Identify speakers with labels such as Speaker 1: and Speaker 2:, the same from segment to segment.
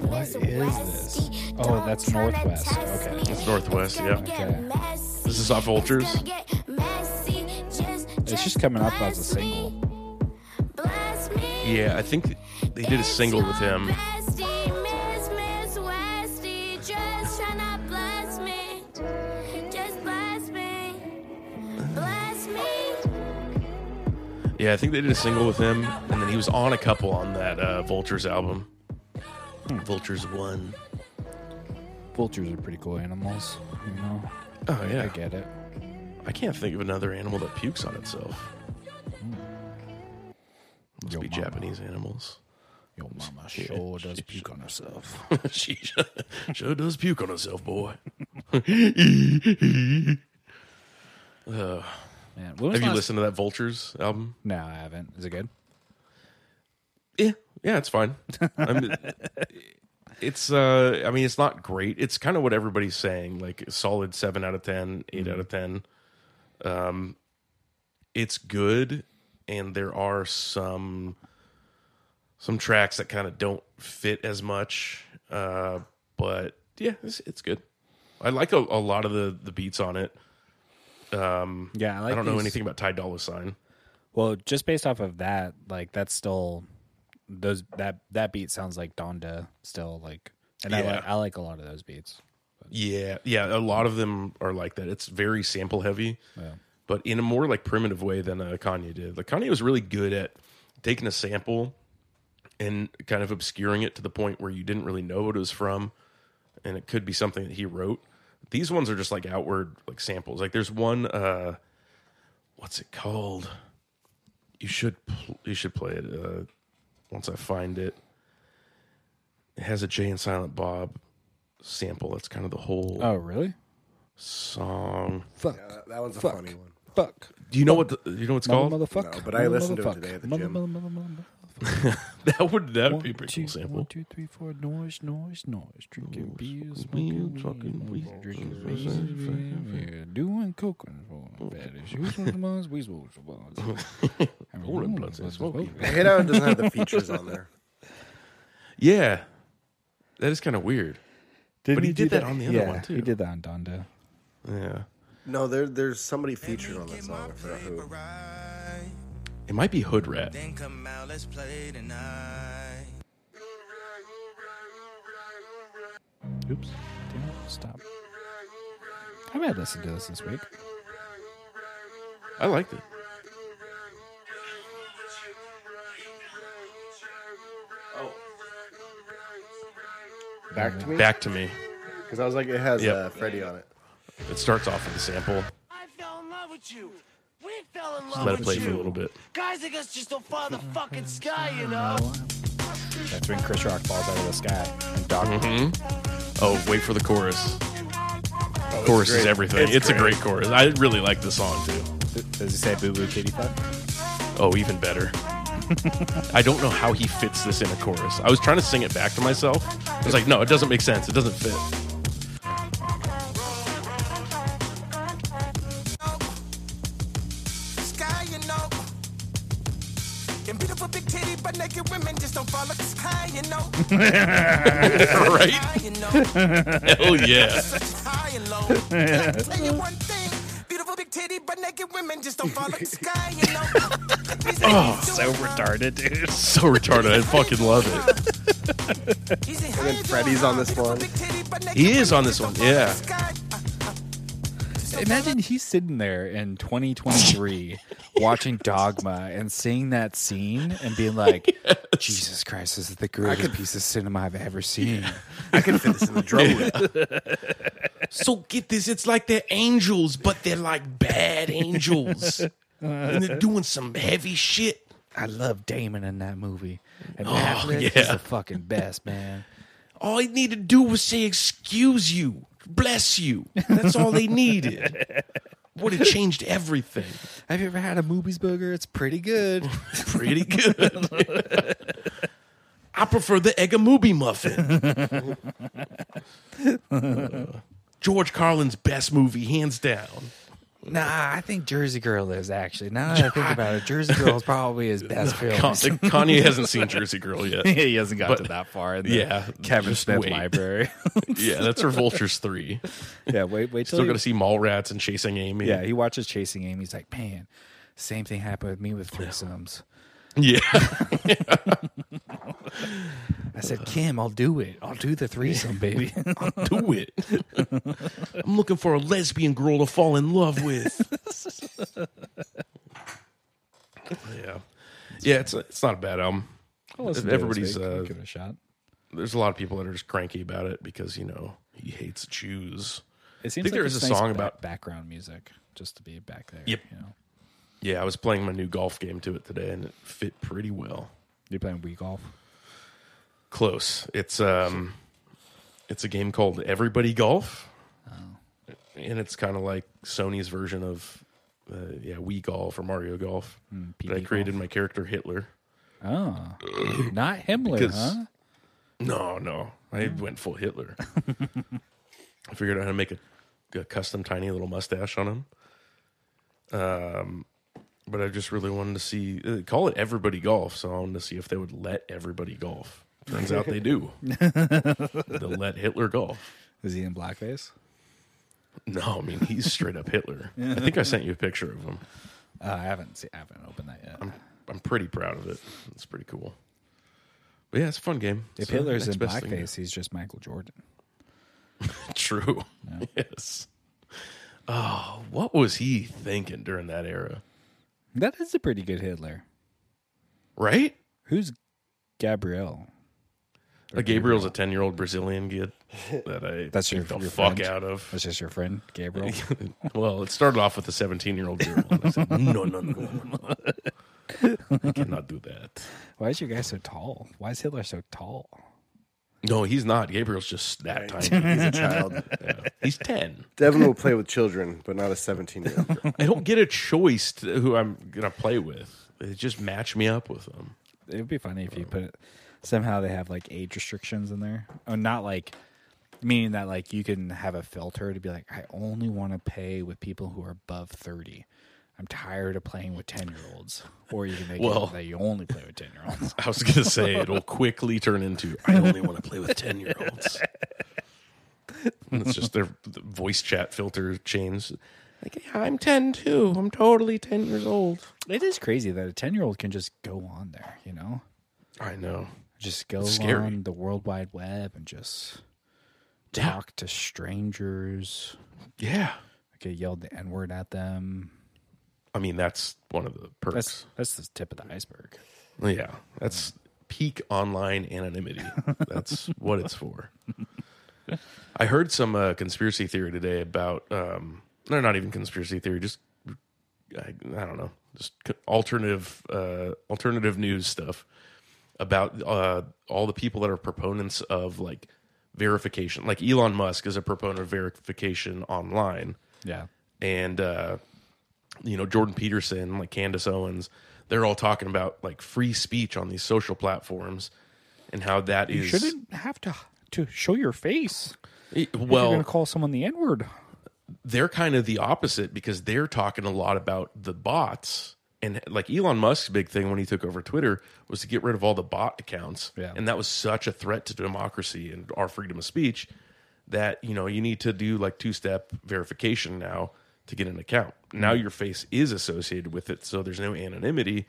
Speaker 1: What is this? Oh, that's Northwest. Okay.
Speaker 2: It's Northwest, yeah.
Speaker 1: Okay.
Speaker 2: This is off Vultures.
Speaker 1: It's just coming up as a single.
Speaker 2: Yeah, I think they did a single with him. Yeah, I think they did a single with him, and then he was on a couple on that uh, Vultures album. Hmm, Vultures One.
Speaker 1: Vultures are pretty cool animals, you know.
Speaker 2: Oh yeah,
Speaker 1: I get it.
Speaker 2: I can't think of another animal that pukes on itself. Hmm. Must
Speaker 1: Yo
Speaker 2: be
Speaker 1: mama.
Speaker 2: Japanese animals.
Speaker 1: Your mama sure does puke on herself.
Speaker 2: she sure- sure does puke on herself, boy. Uh, Ugh.
Speaker 1: Man, when was
Speaker 2: have you
Speaker 1: last-
Speaker 2: listened to that Vultures album?
Speaker 1: No, I haven't. Is it good?
Speaker 2: Yeah, yeah, it's fine. I'm, it's, uh, I mean, it's not great. It's kind of what everybody's saying, like a solid seven out of ten, eight
Speaker 1: Mm-hmm.
Speaker 2: out of ten. Um, it's good, and there are some some tracks that kind of don't fit as much, uh, but yeah, it's, it's good. I like a, a lot of the the beats on it.
Speaker 1: Yeah, like
Speaker 2: I don't know
Speaker 1: these-
Speaker 2: anything about Ty Dolla Sign.
Speaker 1: Well, just based off of that, like that's still those that that beat sounds like Donda still like, and I
Speaker 2: Yeah.
Speaker 1: like I like a lot of those beats.
Speaker 2: Yeah, yeah, a lot of them are like that. It's very sample heavy, but in a more like primitive way than uh, Kanye did. Like Kanye was really good at taking a sample and kind of obscuring it to the point where you didn't really know what it was from, and it could be something that he wrote. These ones are just like outward like samples. Like there's one, uh what's it called? You should pl- you should play it uh, once I find it. It has a Jay and Silent Bob sample. That's kind of the whole
Speaker 1: Oh, really?
Speaker 2: song.
Speaker 1: Fuck,
Speaker 3: That, Uh, that one's a
Speaker 1: Fuck.
Speaker 3: funny one.
Speaker 1: fuck,
Speaker 2: Do you know what the, you know? What's called?
Speaker 1: mother, motherfuck.
Speaker 3: No, but I
Speaker 1: mother,
Speaker 3: listened to it
Speaker 1: motherfuck,
Speaker 3: today at the
Speaker 1: mother,
Speaker 3: gym.
Speaker 1: Mother, mother, mother,
Speaker 2: that would that would
Speaker 1: One,
Speaker 2: be a pretty
Speaker 1: two,
Speaker 2: cool sample.
Speaker 1: one, two, three, four. Noise, noise, noise. Drinking beer,
Speaker 2: weed,
Speaker 1: smoking weed,
Speaker 2: fucking
Speaker 1: motherfucker,
Speaker 2: weed.
Speaker 1: drinking
Speaker 2: Say,
Speaker 1: beer,
Speaker 2: say,
Speaker 1: yeah, yeah, doing coke and
Speaker 2: Oh.
Speaker 1: all that is. You smoke the buns, we smoke the buns. I mean,
Speaker 2: Rolling
Speaker 1: ooh,
Speaker 2: blunts and
Speaker 1: what's the
Speaker 2: smoking.
Speaker 1: smoke?
Speaker 3: I hate how it doesn't have the features on there.
Speaker 2: Yeah, that is kind of weird.
Speaker 1: Didn't
Speaker 2: he
Speaker 1: do
Speaker 2: did that on the other
Speaker 1: yeah,
Speaker 2: one, too.
Speaker 1: He did that on Donda.
Speaker 2: Yeah,
Speaker 3: No, there, there's somebody featured on that song. I forgot who.
Speaker 2: it might be Hood Rat.
Speaker 4: Then come out, let's play tonight.
Speaker 1: Oops. Damn it, Stop. I might listen to this this week.
Speaker 2: I liked it.
Speaker 3: Back to me?
Speaker 2: Back to me.
Speaker 3: Because I was like, it has
Speaker 2: Yep.
Speaker 3: uh, Freddie on it.
Speaker 2: It starts off with a sample.
Speaker 5: I fell in love with you. We fell in
Speaker 2: Just
Speaker 5: love
Speaker 2: let it
Speaker 5: with
Speaker 2: play
Speaker 5: you.
Speaker 2: for a little bit.
Speaker 5: Guys like us just don't fall in the fucking sky, you know?
Speaker 1: That's when Chris Rock falls out of the sky. And Dog.
Speaker 2: Oh, wait for the chorus. chorus is everything. Oh, It's, a great chorus. I really like the song too.
Speaker 1: Does he say boo boo kitty fuck?
Speaker 2: Oh, even better. I don't know how he fits this in a chorus. I was trying to sing it back to myself. I was like, no, it doesn't make sense. It doesn't fit.
Speaker 6: sky, you know. And beautiful big titty, but naked women just don't fall like sky, you know.
Speaker 2: right?
Speaker 6: High, you know.
Speaker 2: Hell yeah.
Speaker 6: Such high and low. Can I Tell you one thing. Beautiful big titty, but naked women just don't fall like sky, you know. oh,
Speaker 1: So retarded, dude.
Speaker 2: So retarded. I fucking love it.
Speaker 6: And
Speaker 3: then Freddie's on this one.
Speaker 2: He is on this one, yeah.
Speaker 1: Imagine he's sitting there in 2023 watching Dogma and seeing that scene and being like, Jesus Christ, this is the greatest piece of cinema I've ever seen.
Speaker 3: I can fit this in the drum loop.
Speaker 2: So get this, it's like they're angels, but they're like bad angels. and they're doing some heavy shit.
Speaker 1: I love Damon in that movie. And Affleck is
Speaker 2: Oh, yeah.
Speaker 1: the fucking best, man.
Speaker 2: All they needed to do was say, excuse you, bless you. That's all they needed. Would have changed everything.
Speaker 1: Have you ever had a movies burger? It's pretty good.
Speaker 2: Pretty good. I prefer the Eggamubi muffin. George Carlin's best movie, hands down.
Speaker 7: Nah, I think Jersey Girl is actually. Now that I think about it, Jersey Girl is probably his best
Speaker 2: Con-
Speaker 7: film.
Speaker 2: Kanye hasn't seen Jersey Girl yet.
Speaker 7: he hasn't got
Speaker 2: But-
Speaker 7: to that far. In the
Speaker 2: Yeah,
Speaker 7: Kevin
Speaker 2: just
Speaker 7: Smith
Speaker 2: wait.
Speaker 7: library.
Speaker 2: Yeah, that's for Vultures three.
Speaker 7: yeah, wait, wait till
Speaker 2: Still
Speaker 7: he,
Speaker 2: got to see Mallrats and Chasing Amy.
Speaker 7: yeah he watches Chasing Amy. He's like, man, same thing happened with me with threesomes.
Speaker 2: yeah.
Speaker 7: I said, Kim, I'll do it. I'll do the threesome, baby.
Speaker 2: Do it. I'm looking for a lesbian girl to fall in love with. yeah, yeah. It's it's not a bad album. Everybody's uh,
Speaker 7: give it a shot.
Speaker 2: there's a lot of people that are just cranky about it because you know he hates Jews.
Speaker 7: It seems
Speaker 2: think there
Speaker 7: it's
Speaker 2: is a
Speaker 7: nice
Speaker 2: song
Speaker 7: ba-
Speaker 2: about-
Speaker 7: background music just to be back there.
Speaker 2: Yep.
Speaker 7: You know,
Speaker 2: Yeah, I was playing my new golf game to it today, and it fit pretty well.
Speaker 7: you're playing Wii golf.
Speaker 2: Close. It's um, it's a game called Everybody Golf, and it's kind of like Sony's version of uh, yeah Wii Golf or Mario Golf. but I
Speaker 7: PB
Speaker 2: created my character Hitler.
Speaker 7: Oh, not Himmler,
Speaker 2: Because-
Speaker 7: huh?
Speaker 2: No, no, I went full Hitler. I figured out how to make a, a custom tiny little mustache on him. Um, but I just really wanted to see uh, call it everybody golf. So I wanted to see if they would let everybody golf. Turns out they do. They'll let Hitler golf.
Speaker 7: Is he in blackface?
Speaker 2: No, I mean he's straight up Hitler. I think I sent you a picture of him.
Speaker 7: Uh, I haven't seen, I haven't opened that yet.
Speaker 2: I'm pretty proud of it. It's pretty cool. But yeah, it's a fun game.
Speaker 7: if
Speaker 2: So,
Speaker 7: Hitler's
Speaker 2: next
Speaker 7: in
Speaker 2: best thing.
Speaker 7: blackface, he's just Michael Jordan.
Speaker 2: True. Yes. Oh, what was he thinking during that era?
Speaker 7: That is a pretty good Hitler.
Speaker 2: Right?
Speaker 7: Who's Gabrielle?
Speaker 2: Like Gabriel's a ten-year-old Brazilian kid that I
Speaker 7: That's your,
Speaker 2: beat the
Speaker 7: your
Speaker 2: fuck
Speaker 7: friend?
Speaker 2: out of.
Speaker 7: That's just your friend, Gabriel.
Speaker 2: well, it started off with a seventeen-year-old girl. and I said, no, no, no, no, no, no. I cannot do that.
Speaker 7: Why is your guy so tall? Why is Hitler so tall?
Speaker 2: No, he's not. Gabriel's just that tiny.
Speaker 3: He's a child.
Speaker 2: He's ten.
Speaker 3: Devin will play with children, but not a 17 year old.
Speaker 2: I don't get a choice to who I'm gonna play with. They just match me up with them.
Speaker 7: It would be funny if you put it somehow they have like age restrictions in there. Oh, not like meaning that like you can have a filter to be like, I only want to play with people who are above thirty. I'm tired of playing with ten year olds. Or you can make
Speaker 2: Well-
Speaker 7: it that you only play with ten year olds.
Speaker 2: I was gonna say it'll quickly turn into I only want to play with ten year olds. It's just their the voice chat filter chains. Like yeah, I'm ten too. I'm totally ten years old.
Speaker 7: It is crazy that a ten year old can just go on there, you know?
Speaker 2: I know.
Speaker 7: Just go
Speaker 2: It's scary.
Speaker 7: on the World Wide Web and just talk to strangers.
Speaker 2: Yeah.
Speaker 7: I could yell the N word at them.
Speaker 2: I mean that's one of the perks.
Speaker 7: That's that's the tip of the iceberg.
Speaker 2: yeah. That's peak online anonymity. that's what it's for. I heard some uh, conspiracy theory today about um no not even conspiracy theory, just I, I don't know, just c- alternative uh, alternative news stuff about uh, all the people that are proponents of like verification. Like Elon Musk is a proponent of verification online,
Speaker 7: Yeah.
Speaker 2: and uh, you know Jordan Peterson, like Candace Owens, they're all talking about like free speech on these social platforms and how that
Speaker 7: You
Speaker 2: is-
Speaker 7: shouldn't have to to show your face.
Speaker 2: It-
Speaker 7: Well, you're
Speaker 2: well
Speaker 7: going to call someone the N word.
Speaker 2: they're kind of the opposite because they're talking a lot about the bots and like Elon Musk's big thing when he took over Twitter was to get rid of all the bot accounts
Speaker 7: Yeah.
Speaker 2: and that was such a threat to democracy and our freedom of speech that you know you need to do like two-step verification now to get an account. Now your face is associated with it so there's no anonymity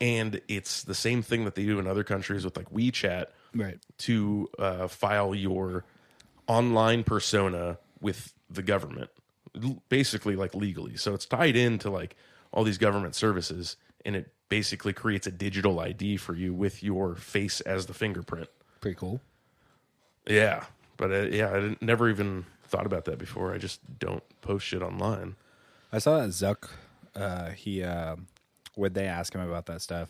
Speaker 2: and it's the same thing that they do in other countries with like WeChat
Speaker 7: Right.
Speaker 2: to uh, file your online persona with the government, l- basically like legally. So it's tied into like all these government services, and it basically creates a digital ID for you with your face as the fingerprint.
Speaker 7: Pretty cool.
Speaker 2: Yeah, but uh, yeah, I didn't, never even thought about that before. I just don't post shit online.
Speaker 7: I saw that Zuck. Uh, he um when they ask him about that stuff,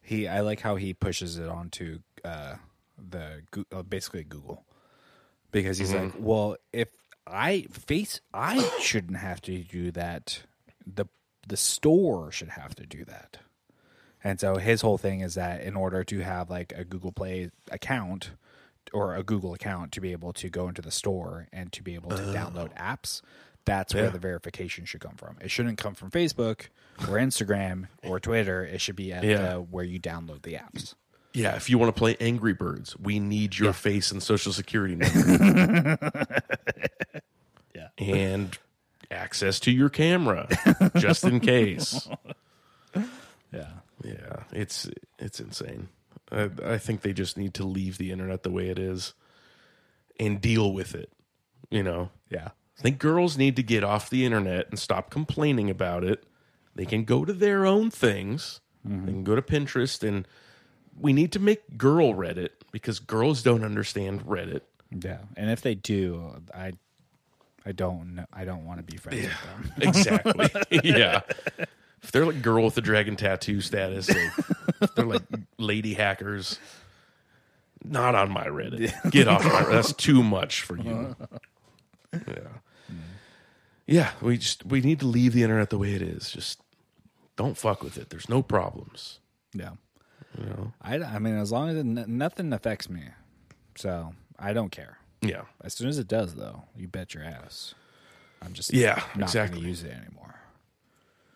Speaker 7: he I like how he pushes it onto uh, the Goo- uh, basically Google because he's like, well, if I face, I shouldn't have to do that. the The store should have to do that. And so his whole thing is that in order to have like a Google Play account or a Google account to be able to go into the store and to be able to download apps, That's
Speaker 2: Yeah.
Speaker 7: where the verification should come from. It shouldn't come from Facebook or Instagram or Twitter. It should be at
Speaker 2: Yeah.
Speaker 7: uh, where you download the apps.
Speaker 2: Yeah, if you want to play Angry Birds, we need your face and social security number.
Speaker 7: Yeah.
Speaker 2: And access to your camera just in case.
Speaker 7: Yeah.
Speaker 2: Yeah, it's it's insane. I, I think they just need to leave the internet the way it is and deal with it, you know.
Speaker 7: Yeah.
Speaker 2: I think girls need to get off the internet and stop complaining about it. They can go to their own things. They can go to Pinterest and we need to make girl Reddit because girls don't understand Reddit.
Speaker 7: Yeah. And if they do, I I don't know, I don't want to be friends with them.
Speaker 2: Exactly. yeah. If they're like girl with the dragon tattoo status, like, if they're like lady hackers. Not on my Reddit. Get off my That's too much for you. Yeah. Yeah, we just we need to leave the internet the way it is. Just don't fuck with it. There's no problems.
Speaker 7: Yeah. I, I mean, as long as it, n- nothing affects me, so I don't care.
Speaker 2: Yeah.
Speaker 7: As soon as it does, though, you bet your ass. I'm just
Speaker 2: Yeah,
Speaker 7: not
Speaker 2: exactly.
Speaker 7: going to use it anymore.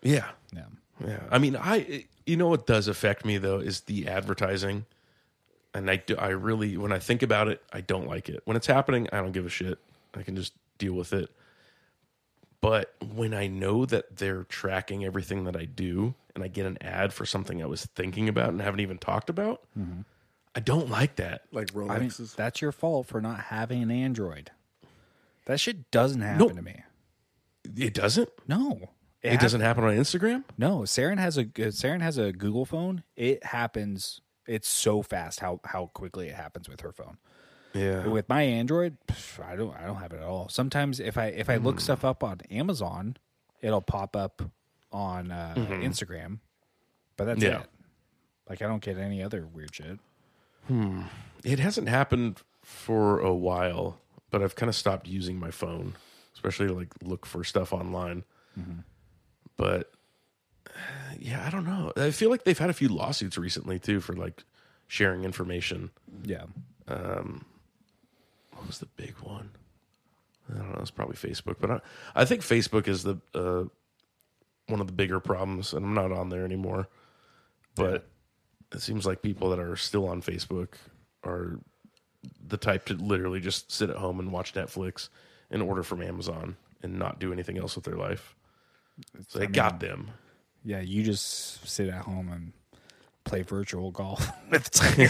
Speaker 2: Yeah.
Speaker 7: Yeah.
Speaker 2: Yeah. I mean, I it- you know what does affect me though is the advertising. And I do, I really when I think about it, I don't like it. When it's happening, I don't give a shit. I can just deal with it. But when I know that they're tracking everything that I do and I get an ad for something I was thinking about and haven't even talked about, I don't like that.
Speaker 3: Like Rolexes.
Speaker 7: I mean, that's your fault for not having an Android. That shit doesn't happen
Speaker 2: No.
Speaker 7: to me.
Speaker 2: It doesn't?
Speaker 7: No,
Speaker 2: It,
Speaker 7: hap-
Speaker 2: doesn't happen on Instagram?
Speaker 7: No, Saren has a uh, Saren has a Google phone. It happens. It's so fast how how quickly it happens with her phone.
Speaker 2: Yeah.
Speaker 7: With my Android, pff, I don't I don't have it at all. Sometimes if I if I
Speaker 2: Hmm.
Speaker 7: look stuff up on Amazon, it'll pop up on uh, Instagram, but that's
Speaker 2: Mm-hmm. Yeah.
Speaker 7: it. Like I don't get any other weird shit.
Speaker 2: It hasn't happened for a while, but I've kind of stopped using my phone, especially to like look for stuff online. But uh, yeah, I don't know. I feel like they've had a few lawsuits recently too for like sharing information.
Speaker 7: Yeah,
Speaker 2: What was the big one? I don't know. It's probably Facebook, but I, I think Facebook is the uh, one of the bigger problems, and I'm not on there anymore. But it seems like people that are still on Facebook are the type to literally just sit at home and watch Netflix and order from Amazon and not do anything else with their life. So they got them.
Speaker 7: yeah. You just sit at home and play virtual golf with Tiger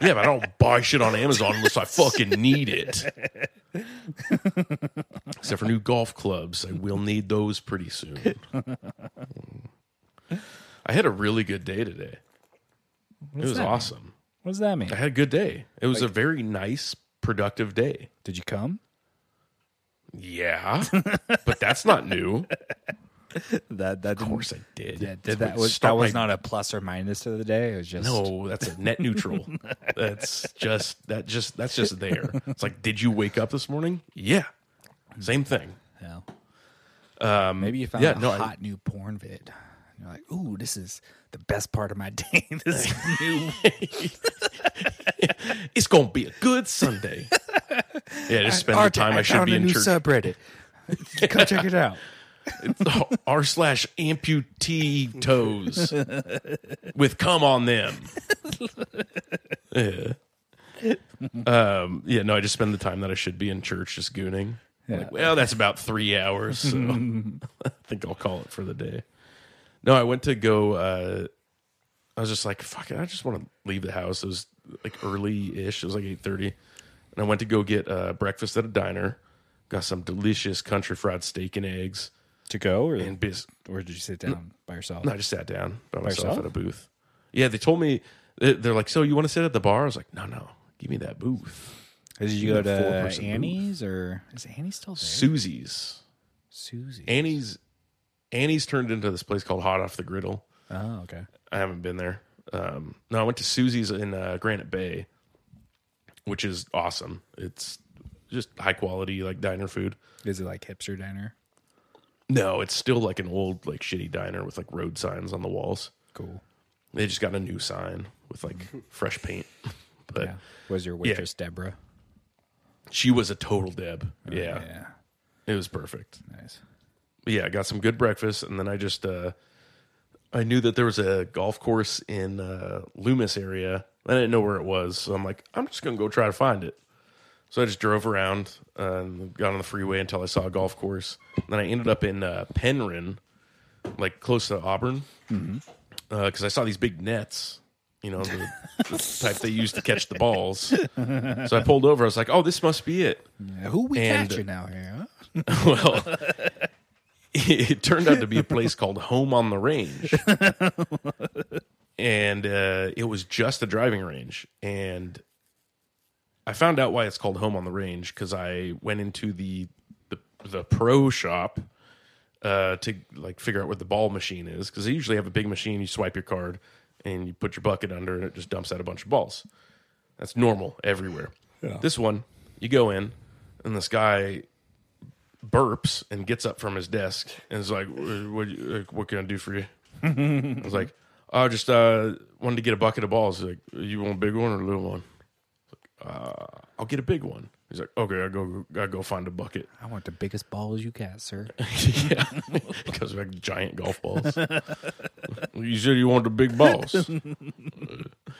Speaker 2: Yeah, but I don't buy shit on Amazon unless I fucking need it. Except for new golf clubs. I will need those pretty soon. I had a really good day today. it was
Speaker 7: that mean?
Speaker 2: awesome.
Speaker 7: What does that mean?
Speaker 2: I had a good day. It was a very nice, productive day.
Speaker 7: Did you come?
Speaker 2: Yeah. but that's not new.
Speaker 7: That that
Speaker 2: Of course I did.
Speaker 7: Yeah,
Speaker 2: That's
Speaker 7: did that
Speaker 2: what
Speaker 7: was that
Speaker 2: start
Speaker 7: was
Speaker 2: my-
Speaker 7: not a plus or minus to the day. It was just
Speaker 2: No, that's a net neutral. that's just that just that's just there. It's like, did you wake up this morning? Yeah.
Speaker 7: Hmm.
Speaker 2: Same thing.
Speaker 7: Yeah. Maybe you found
Speaker 2: yeah,
Speaker 7: a
Speaker 2: no, I-
Speaker 7: hot new porn vid. And you're like, ooh, this is the best part of my day. This is new.
Speaker 2: it's gonna be a good Sunday. yeah, just spend the time I, should
Speaker 7: found
Speaker 2: be
Speaker 7: a
Speaker 2: in
Speaker 7: new
Speaker 2: church.
Speaker 7: subreddit. Go check it out.
Speaker 2: R slash amputee toes with cum on them. yeah. Um, yeah, no, I just spend the time that I should be in church just gooning. Like, well, that's about three hours, so I think I'll call it for the day. No, I went to go. Uh, I was just like, "Fuck it, I just want to leave the house." It was like early ish. It was like eight thirty, and I went to go get uh, breakfast at a diner. Got some delicious country fried steak and eggs
Speaker 7: To go or,
Speaker 2: and bis-
Speaker 7: or did you sit down by yourself?
Speaker 2: no, I just sat down by myself
Speaker 7: yourself?
Speaker 2: at a booth. Yeah, they told me they- they're like, "So you want to sit at the bar?" I was like, "No, no, give me that booth."
Speaker 7: did you
Speaker 2: in
Speaker 7: go
Speaker 2: a
Speaker 7: to
Speaker 2: four-person booth.
Speaker 7: Annie's or is Annie still there?
Speaker 2: Susie's,
Speaker 7: Susie.
Speaker 2: Annie's, Annie's turned into this place called Hot Off the Griddle.
Speaker 7: oh, okay.
Speaker 2: I haven't been there. Um, no, I went to Susie's in uh, Granite Bay, which is awesome. It's just high quality like diner food.
Speaker 7: Is it like hipster diner?
Speaker 2: No, it's still like an old like shitty diner with like road signs on the walls.
Speaker 7: Cool.
Speaker 2: They just got a new sign with like fresh paint. But
Speaker 7: Yeah. Was your waitress Deborah?
Speaker 2: She was a total deb. yeah.
Speaker 7: Yeah.
Speaker 2: It was perfect.
Speaker 7: Nice.
Speaker 2: But yeah, I got some good breakfast, and then I just uh, I knew that there was a golf course in uh, Loomis area. I didn't know where it was, so I'm like, I'm just gonna go try to find it. So I just drove around uh, and got on the freeway until I saw a golf course. Then I ended up in uh, Penryn, like close to Auburn,
Speaker 7: Mm-hmm.
Speaker 2: because I saw these big nets. You know, the, the type they use to catch the balls. So I pulled over. I was like, "Oh, this must be it."
Speaker 7: who we
Speaker 2: And-
Speaker 7: catching out here? Huh?
Speaker 2: Well, it turned out to be a place called Home on the Range. and uh, it was just a driving range. And I found out why it's called Home on the Range because I went into the, the, the pro shop uh, to like figure out what the ball machine is because they usually have a big machine. You swipe your card and you put your bucket under, and it just dumps out a bunch of balls. That's normal everywhere. This one, you go in, and this guy burps and gets up from his desk and is like, "What, what, like, what can I do for you?" I was like, "I just uh, wanted to get a bucket of balls." He's like, "You want a big one or a little one?" I was like, uh, "I'll get a big one." He's like, "Okay, I go, I go find a bucket."
Speaker 7: I want the biggest balls you got, sir.
Speaker 2: yeah, because we have giant golf balls. you said you wanted the big balls.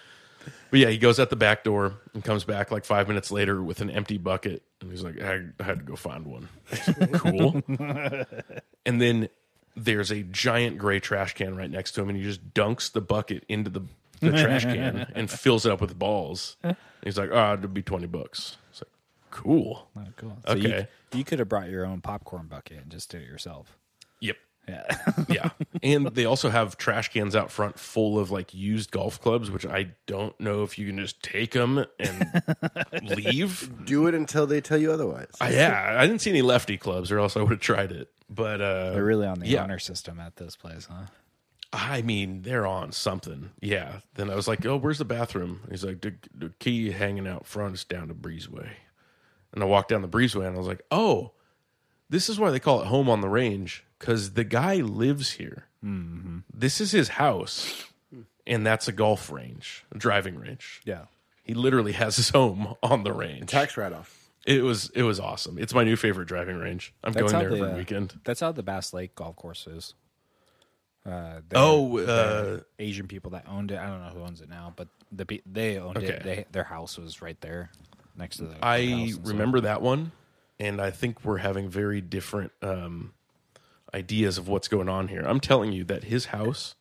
Speaker 2: but yeah, he goes out the back door and comes back like five minutes later with an empty bucket, and he's like, "I, I had to go find one." cool. and then there's a giant gray trash can right next to him, and he just dunks the bucket into the, the trash can and fills it up with balls. And he's like, "Ah, it'll be twenty bucks." It's like, cool.
Speaker 7: Oh, cool. So
Speaker 2: Okay.
Speaker 7: You, you could have brought your own popcorn bucket and just did it yourself.
Speaker 2: Yep.
Speaker 7: Yeah.
Speaker 2: yeah. And they also have trash cans out front full of like used golf clubs, which I don't know if you can just take them and leave.
Speaker 3: Do it until they tell you otherwise.
Speaker 2: I, yeah. I didn't see any lefty clubs or else I would have tried it. But uh,
Speaker 7: They're really on the
Speaker 2: Yeah.
Speaker 7: honor system at this place, huh?
Speaker 2: I mean, they're on something. Yeah. Then I was like, oh, where's the bathroom? And he's like, the, the key hanging out front is down the breezeway. And I walked down the breezeway and I was like, oh, this is why they call it home on the range because the guy lives here. This is his house. And that's a golf range, a driving range.
Speaker 7: Yeah.
Speaker 2: He literally has his home on the range.
Speaker 3: Tax write off.
Speaker 2: It was it was awesome. It's my new favorite driving range. I'm going there every weekend.
Speaker 7: That's how the Bass Lake golf course is. Uh, they're-
Speaker 2: Oh,
Speaker 7: they're
Speaker 2: uh,
Speaker 7: Asian people that owned it. I don't know who owns it now, but the pe- they owned it.
Speaker 2: Okay.
Speaker 7: They, their house was right there next to the. the house
Speaker 2: I
Speaker 7: and stuff.
Speaker 2: remember that one, and I think we're having very different um, ideas of what's going on here. I'm telling you that his house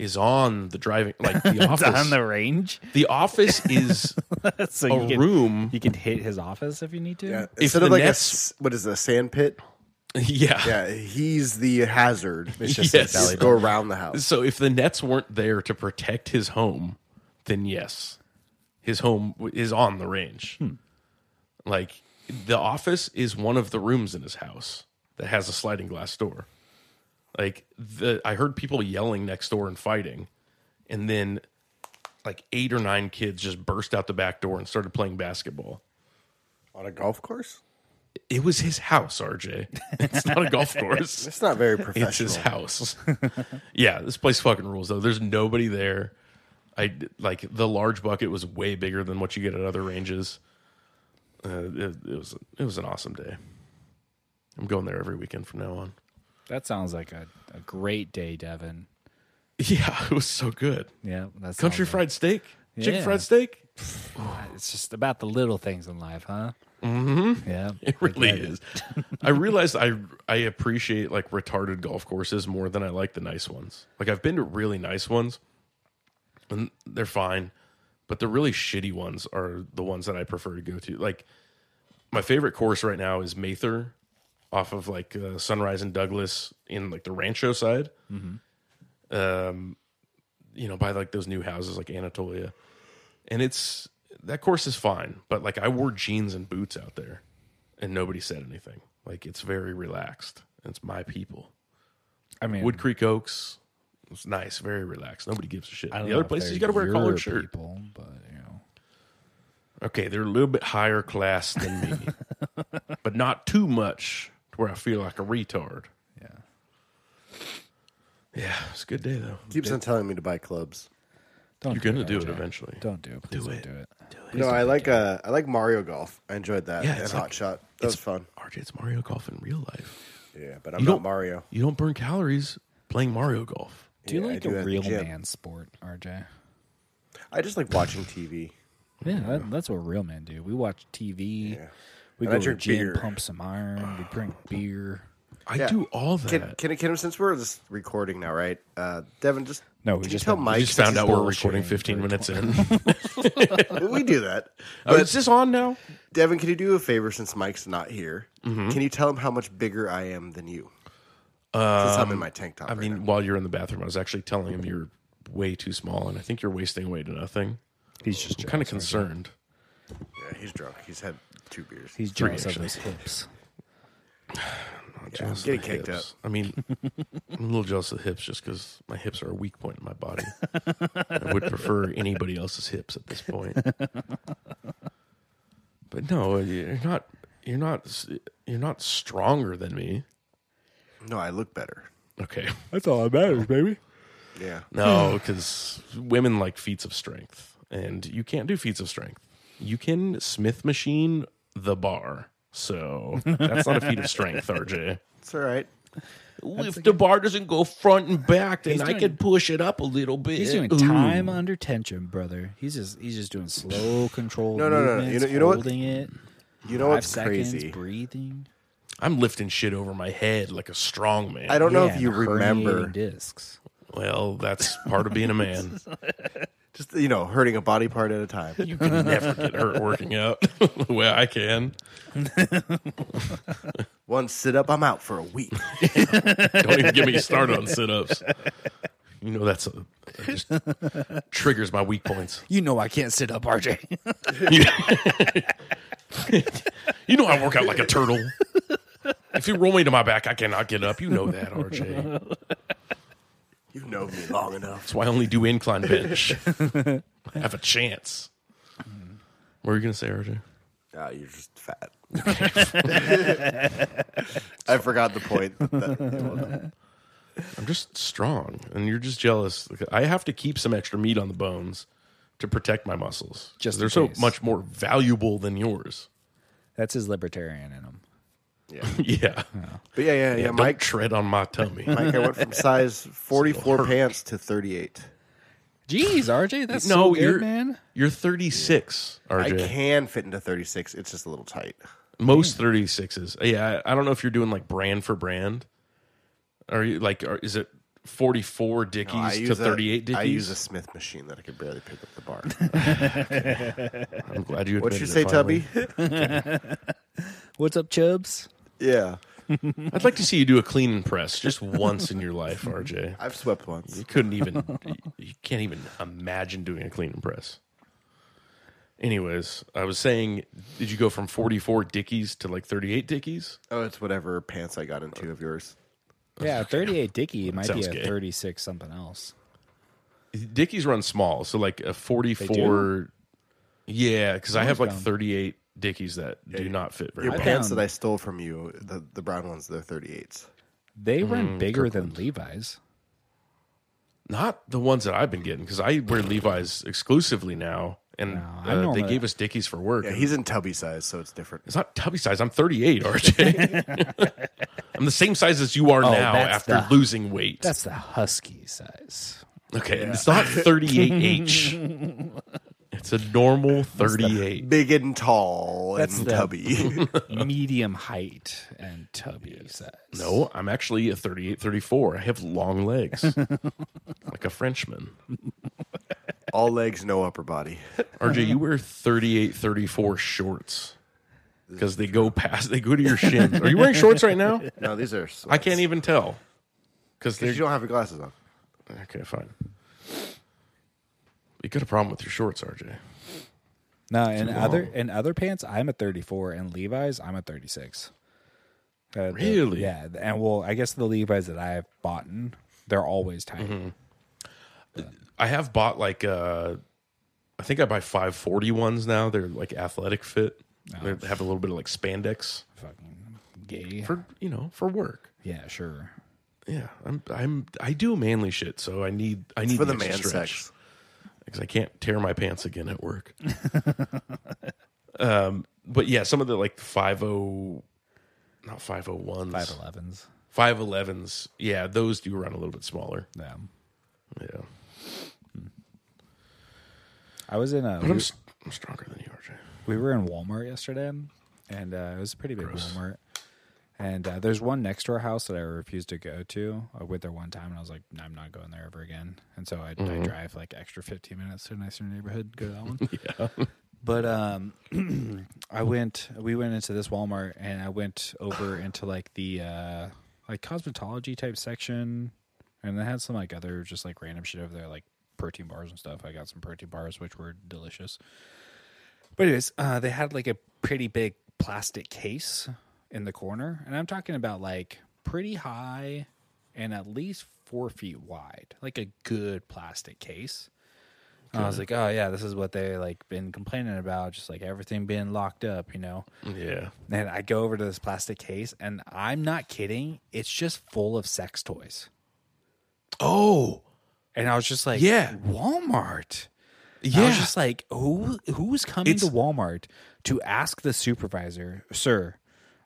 Speaker 2: is on the driving, like the office.
Speaker 7: on the range,
Speaker 2: the office is
Speaker 7: so
Speaker 2: a room.
Speaker 7: You can hit his office if you need to.
Speaker 3: Yeah.
Speaker 2: If
Speaker 3: Instead of
Speaker 2: the
Speaker 3: like
Speaker 2: Nets-
Speaker 3: a s- what is it, a sand pit?
Speaker 2: Yeah.
Speaker 3: Yeah, he's the hazard. It's just
Speaker 2: Yes.
Speaker 3: yes. go around the house.
Speaker 2: So if the nets weren't there to protect his home, then yes, his home w- is on the range. Like the office is one of the rooms in his house that has a sliding glass door. Like the I heard people yelling next door and fighting, and then like eight or nine kids just burst out the back door and started playing basketball.
Speaker 3: On a golf course?
Speaker 2: It was his house, RJ. It's not a golf course.
Speaker 3: It's not very professional.
Speaker 2: It's his house. yeah, this place fucking rules though. There's nobody there. I like the large bucket was way bigger than what you get at other ranges. Uh, it, it was it was an awesome day. I'm going there every weekend from now on.
Speaker 7: that sounds like a, a great day, Devin.
Speaker 2: Yeah, it was so good.
Speaker 7: Yeah, that's
Speaker 2: Country
Speaker 7: fried.
Speaker 2: fried steak, chicken
Speaker 7: Yeah.
Speaker 2: fried steak.
Speaker 7: It's just about the little things in life, huh? Mm-hmm. Yeah,
Speaker 2: It really is. I realized I I appreciate like retarded golf courses more than I like the nice ones. Like I've been to really nice ones, and they're fine, but the really shitty ones are the ones that I prefer to go to. Like my favorite course right now is Mather, off of like uh, Sunrise and Douglas in like the Rancho side. Um, you know, by like those new houses like Anatolia, and it's that course is fine, but like I wore jeans and boots out there and nobody said anything. Like it's very relaxed. It's my people.
Speaker 7: I mean,
Speaker 2: Wood Creek Oaks. It's nice, very relaxed. Nobody gives a shit.
Speaker 7: I don't
Speaker 2: The
Speaker 7: know
Speaker 2: other
Speaker 7: if
Speaker 2: places
Speaker 7: they're
Speaker 2: you got to wear a
Speaker 7: your
Speaker 2: collared shirt.
Speaker 7: people, but you know,
Speaker 2: Okay, they're a little bit higher class than me, but not too much to where I feel like a retard.
Speaker 7: yeah.
Speaker 2: Yeah, it's a good day though.
Speaker 3: Keeps on telling me to buy clubs.
Speaker 7: Don't
Speaker 2: You're gonna do it
Speaker 7: RJ.
Speaker 2: eventually.
Speaker 7: Don't do it. Please do not
Speaker 2: it.
Speaker 7: do it.
Speaker 3: No, I like uh, I like Mario Golf. I enjoyed that.
Speaker 2: Yeah,
Speaker 3: and
Speaker 2: it's
Speaker 3: Hot
Speaker 2: like-
Speaker 3: Shot. That was fun.
Speaker 2: RJ, it's Mario Golf in real life.
Speaker 3: Yeah, but I'm
Speaker 2: You
Speaker 3: not
Speaker 2: don't-
Speaker 3: Mario.
Speaker 2: You don't burn calories playing Mario Golf.
Speaker 7: Do you
Speaker 3: Yeah, I
Speaker 7: like
Speaker 3: do that
Speaker 7: a
Speaker 3: at the
Speaker 7: real
Speaker 3: gym.
Speaker 7: man sport, RJ?
Speaker 3: I just like watching TV.
Speaker 7: Yeah, that, that's what real men do. We watch TV. We
Speaker 3: And I
Speaker 7: go to the
Speaker 3: drink
Speaker 7: gym,
Speaker 3: beer.
Speaker 7: pump some iron. We drink beer.
Speaker 2: I
Speaker 3: Yeah.
Speaker 2: do all that.
Speaker 3: Can, can can since we're just recording now, right? Uh, Devin, just
Speaker 7: No, we
Speaker 3: can
Speaker 7: just
Speaker 3: you tell
Speaker 7: found- we
Speaker 3: Mike
Speaker 2: I just found
Speaker 3: this
Speaker 2: out
Speaker 3: is
Speaker 2: we're recording
Speaker 7: bullshitting
Speaker 2: 15
Speaker 7: for
Speaker 2: minutes in.
Speaker 3: bull- we do that.
Speaker 2: Oh,
Speaker 3: But
Speaker 2: is this on now?
Speaker 3: Devin, can you do a favor since Mike's not here?
Speaker 2: Mm-hmm.
Speaker 3: Can you tell him how much bigger I am than you? since I'm in my tank top.
Speaker 2: Um, I mean, while you're in the bathroom, I was actually telling him you're way too small, and I think you're wasting away to nothing.
Speaker 7: He's just
Speaker 2: I'm kind of concerned.
Speaker 3: yeah, he's drunk. He's had two beers.
Speaker 7: He's
Speaker 2: Three,
Speaker 7: jealous of
Speaker 2: actually.
Speaker 7: his hips.
Speaker 3: Yeah, I'm
Speaker 2: Jealous of
Speaker 3: getting
Speaker 2: the
Speaker 3: caked
Speaker 2: hips. I mean, I'm a little jealous of the hips just because my hips are a weak point in my body. I would prefer anybody else's hips at this point. But no, you're not. You're not. s- You're not stronger than me.
Speaker 3: up. No, I look better.
Speaker 2: Okay.
Speaker 7: That's all that matters, baby.
Speaker 3: Yeah.
Speaker 2: No, because women like feats of strength, and you can't do feats of strength. You can Smith machine the bar, so that's not a feat of strength, RJ.
Speaker 3: It's all right.
Speaker 2: if the bar doesn't go front and back, then
Speaker 7: He's
Speaker 2: I
Speaker 7: doing-
Speaker 2: can push it up a little bit.
Speaker 7: He's doing time under tension, brother. He's just he's just doing slow, controlled
Speaker 3: No, no, no, no. You
Speaker 7: movements,
Speaker 3: know- you know what-
Speaker 7: holding it.
Speaker 3: You know
Speaker 7: Five
Speaker 3: what's
Speaker 7: seconds,
Speaker 3: crazy?
Speaker 7: breathing.
Speaker 2: I'm lifting shit over my head like a strong man.
Speaker 3: I don't know
Speaker 7: Yeah,
Speaker 3: if you
Speaker 7: and
Speaker 3: remember
Speaker 7: herniating discs.
Speaker 2: well, that's part of being a man.
Speaker 3: just you know hurting a body part at a time.
Speaker 2: You can never get hurt working out the way I can.
Speaker 3: One sit up, I'm out for a week.
Speaker 2: Don't even get me started on sit ups. You know that's a, that just triggers my weak points.
Speaker 7: You know I can't sit up, RJ.
Speaker 2: You, You know I work out like a turtle. If you roll me to my back, I cannot get up. You know that, RJ.
Speaker 3: You know me long enough.
Speaker 2: That's why I only do incline bench. I have a chance. What were you gonna say, RJ?
Speaker 3: Ah, you're just fat. I forgot the point. that- that-
Speaker 2: I'm just strong, and you're just jealous. I have to keep some extra meat on the bones to protect my muscles.
Speaker 7: Just in
Speaker 2: they're so
Speaker 7: case.
Speaker 2: much more valuable than yours.
Speaker 7: That's his libertarian in him.
Speaker 2: yeah.
Speaker 3: But yeah, yeah, yeah.
Speaker 2: yeah Mike
Speaker 3: Mike,
Speaker 2: tread on my tummy.
Speaker 3: Mike, I went from size 44 pants to 38.
Speaker 7: Jeez, RJ, that's
Speaker 2: no,
Speaker 7: so good,
Speaker 2: you're
Speaker 7: man.
Speaker 2: You're 36,
Speaker 3: I
Speaker 2: RJ.
Speaker 3: can fit into 36. It's just a little tight.
Speaker 2: Most 36s. Yeah, I I don't know if you're doing like brand for brand. Are you like? Are, is it 44 Dickies
Speaker 3: I
Speaker 2: to
Speaker 3: use a-
Speaker 2: 38 Dickies?
Speaker 3: I use a Smith machine that I could barely pick up the bar.
Speaker 2: I'm glad you. admitted
Speaker 3: What'd you
Speaker 2: it
Speaker 3: say,
Speaker 2: finally.
Speaker 3: Tubby?
Speaker 7: What's up, Chubbs?
Speaker 3: yeah.
Speaker 2: I'd like to see you do a clean and press just once in your life, RJ.
Speaker 3: I've swept once.
Speaker 2: You couldn't even. you can't even imagine doing a clean and press. Anyways, I was saying, did you go from 44 Dickies to like 38 Dickies?
Speaker 3: Oh, it's whatever pants I got into of yours.
Speaker 7: Yeah, a 38 Dickey might be
Speaker 2: Sounds
Speaker 7: a
Speaker 2: gay.
Speaker 7: 36 something else.
Speaker 2: Dickies run small, so like a forty-four. Yeah, because I have like thirty-eight Dickies that do not fit very
Speaker 3: Your
Speaker 2: well.
Speaker 3: pants
Speaker 7: found-
Speaker 3: that I stole from you, the, the brown ones, they're 38s.
Speaker 7: They
Speaker 3: Mm,
Speaker 7: run bigger than Levi's.
Speaker 2: Not the ones that I've been getting because I wear Levi's exclusively now, and
Speaker 7: I
Speaker 2: uh, they
Speaker 7: normally-
Speaker 2: gave us Dickies for work.
Speaker 3: Yeah,
Speaker 2: and
Speaker 3: he's in tubby size, so it's different.
Speaker 2: it's not tubby size. I'm thirty-eight, RJ. I'm the same size as you are now
Speaker 7: Oh, that's
Speaker 2: after
Speaker 7: the-
Speaker 2: losing weight.
Speaker 7: That's the husky size.
Speaker 2: okay, and it's not thirty-eight H. It's a normal thirty-eight.
Speaker 3: Big and tall
Speaker 7: That's
Speaker 3: and
Speaker 7: the-
Speaker 3: tubby.
Speaker 7: Medium height and tubby size.
Speaker 2: No, I'm actually a 38, 34. I have long legs, like a Frenchman.
Speaker 3: All legs, no upper body.
Speaker 2: RJ, you wear 38, 34 shorts because they go past, they go to your shins. Are you wearing shorts right now?
Speaker 3: No, these are.
Speaker 2: I can't even tell because
Speaker 3: You
Speaker 2: they're
Speaker 3: don't have your glasses on.
Speaker 2: okay. Fine. You got a problem with your shorts, RJ?
Speaker 7: No, in other in other pants, I'm a 34, and Levi's, I'm a 36. Uh, the-
Speaker 2: Really?
Speaker 7: yeah, and well, I guess the Levi's that I've bought, they're always tight.
Speaker 2: Mm-hmm. I have bought like uh I think I buy 540 ones now. They're like athletic fit. They have a little bit of like spandex
Speaker 7: Fucking gay.
Speaker 2: for you know for work.
Speaker 7: yeah, sure.
Speaker 2: Yeah, I'm I'm I do manly shit, so I need I need
Speaker 3: For the
Speaker 2: extra
Speaker 3: man
Speaker 2: stretch.
Speaker 3: sex.
Speaker 2: because I can't tear my pants again at work. um, but yeah, some of the like five oh not 501s.
Speaker 7: Five elevens.
Speaker 2: 511s. Yeah, those do run a little bit smaller.
Speaker 7: Yeah.
Speaker 2: Yeah.
Speaker 7: I was in a
Speaker 2: But I'm, s- I'm stronger than you, RJ.
Speaker 7: we were in Walmart yesterday, and uh, it was a pretty big Walmart. And uh, there's one next to our house that I refused to go to. I went there one time, and I was like, "No, I'm not going there ever again." And so I, I drive like extra 15 minutes to a nicer neighborhood, go to that one. yeah. But um, I went. We went into this Walmart, and I went over into like the uh, like cosmetology type section, and they had some like other just like random shit over there, like protein bars and stuff. I got some protein bars, which were delicious. But anyways, uh, they had like a pretty big plastic case in the corner, and I'm talking about like pretty high and at least four feet wide, like a good plastic case. And I was like, oh yeah, this is what they like been complaining about, just like everything being locked up, you know.
Speaker 2: Yeah.
Speaker 7: And I go over to this plastic case, and I'm not kidding, it's just full of sex toys.
Speaker 2: Oh,
Speaker 7: And I was just like,
Speaker 2: Yeah.
Speaker 7: Walmart. I
Speaker 2: yeah.
Speaker 7: was just like, who who's coming to
Speaker 2: It's-
Speaker 7: Walmart to ask the supervisor, sir?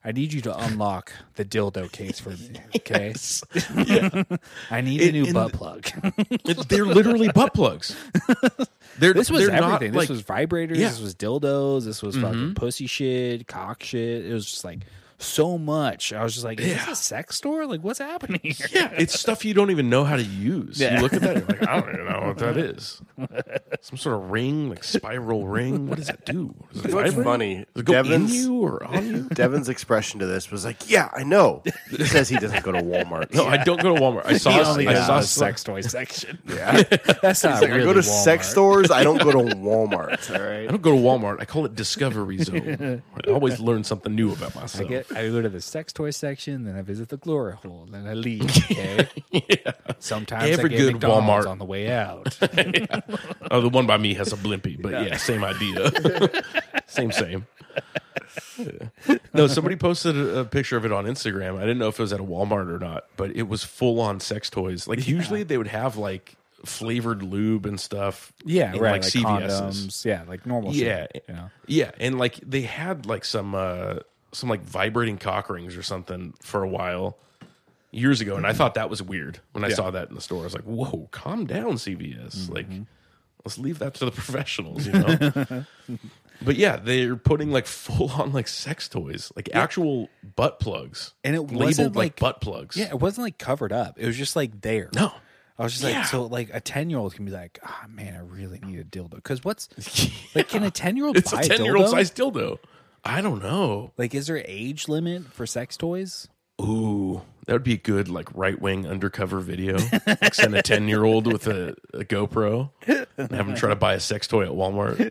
Speaker 7: I need you to unlock the dildo case for me. Okay. I need a
Speaker 2: It-
Speaker 7: new
Speaker 2: in
Speaker 7: butt
Speaker 2: the-
Speaker 7: plug.
Speaker 2: It- they're literally butt plugs. They're,
Speaker 7: this was
Speaker 2: they're
Speaker 7: everything.
Speaker 2: not,
Speaker 7: this
Speaker 2: like-
Speaker 7: was vibrators.
Speaker 2: Yeah. Mm-hmm.
Speaker 7: This was dildos. This was fucking pussy shit, cock shit. It was just like so much. I was just like, is this
Speaker 2: Yeah.
Speaker 7: a sex store? Like, what's happening here?
Speaker 2: yeah, it's stuff you don't even know how to use.
Speaker 7: Yeah.
Speaker 2: You look at that, you're like, I don't even know what that is. Some sort of ring, like spiral ring. What does that do? Is it
Speaker 3: know what's
Speaker 2: vibrate?
Speaker 3: funny?
Speaker 2: Does it go
Speaker 3: Devin's-
Speaker 2: in you or on you?
Speaker 3: Devin's expression to this was like, "Yeah, I know." He says he doesn't go to Walmart.
Speaker 2: No, I don't go to Walmart. I saw.
Speaker 7: He only
Speaker 2: I
Speaker 7: goes
Speaker 2: saw
Speaker 7: to the sex toy section.
Speaker 3: Yeah.
Speaker 7: That's not
Speaker 3: Like,
Speaker 7: really
Speaker 3: I go to sex
Speaker 7: Walmart.
Speaker 3: stores. I don't go to Walmart. All
Speaker 2: I
Speaker 3: right.
Speaker 2: don't go to Walmart. I call it Discovery Zone. I always learn something new about myself.
Speaker 7: I get I go to the sex toy section, then I visit the glory hole, then I leave. Okay. Sometimes
Speaker 2: Every
Speaker 7: I get
Speaker 2: good
Speaker 7: McDonald's
Speaker 2: Walmart.
Speaker 7: on the way out.
Speaker 2: Oh, the one by me has a blimpie, but yeah, same idea. same, same. Yeah. No, somebody posted a, a picture of it on Instagram. I didn't know if it was at a Walmart or not, but it was full on sex toys. Like usually they would have like flavored lube and stuff.
Speaker 7: yeah,
Speaker 2: in,
Speaker 7: right. Like,
Speaker 2: CVS's.
Speaker 7: condoms. Yeah, like normal.
Speaker 2: Yeah,
Speaker 7: shit, you know?
Speaker 2: yeah, and like they had like some uh some like vibrating cock rings or something for a while years ago, and I thought that was weird when I saw that in the store. I was like, "Whoa, calm down, CVS.
Speaker 7: Mm-hmm.
Speaker 2: Like, let's leave that to the professionals," you know. but yeah, they're putting like full on like sex toys, like actual butt plugs,
Speaker 7: And it wasn't,
Speaker 2: labeled like,
Speaker 7: like-
Speaker 2: butt plugs.
Speaker 7: Yeah, it wasn't like covered up. It was just like there.
Speaker 2: no,
Speaker 7: I was just
Speaker 2: Yeah.
Speaker 7: like, so like a ten year old can be like, ah man, I really need a dildo. Because what's like, can a ten year old
Speaker 2: it's
Speaker 7: buy
Speaker 2: a
Speaker 7: a
Speaker 2: ten year old
Speaker 7: dildo?
Speaker 2: size dildo. I don't know.
Speaker 7: Like, is there age limit for sex toys?
Speaker 2: Ooh, that would be a good like right wing undercover video. Like send a ten year old with a, a GoPro and have him try to buy a sex toy at Walmart.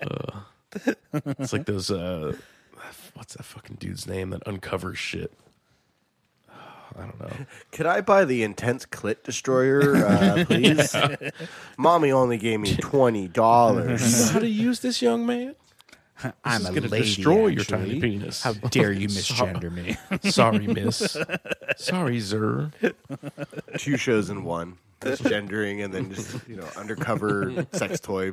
Speaker 2: Uh, it's like those uh, what's that fucking dude's name that uncovers shit? I don't know.
Speaker 3: Could I buy the intense clit destroyer, uh, please? Mommy only gave me twenty dollars.
Speaker 2: How to use this young man?
Speaker 7: I'm
Speaker 2: is
Speaker 7: a
Speaker 2: gonna
Speaker 7: lady,
Speaker 2: destroy your tiny
Speaker 7: actually.
Speaker 2: penis.
Speaker 7: How dare you
Speaker 2: Sorry.
Speaker 7: misgender me?
Speaker 2: Sorry, miss. Sorry, sir.
Speaker 3: Two shows in one. Just gendering and then just you know undercover sex toy.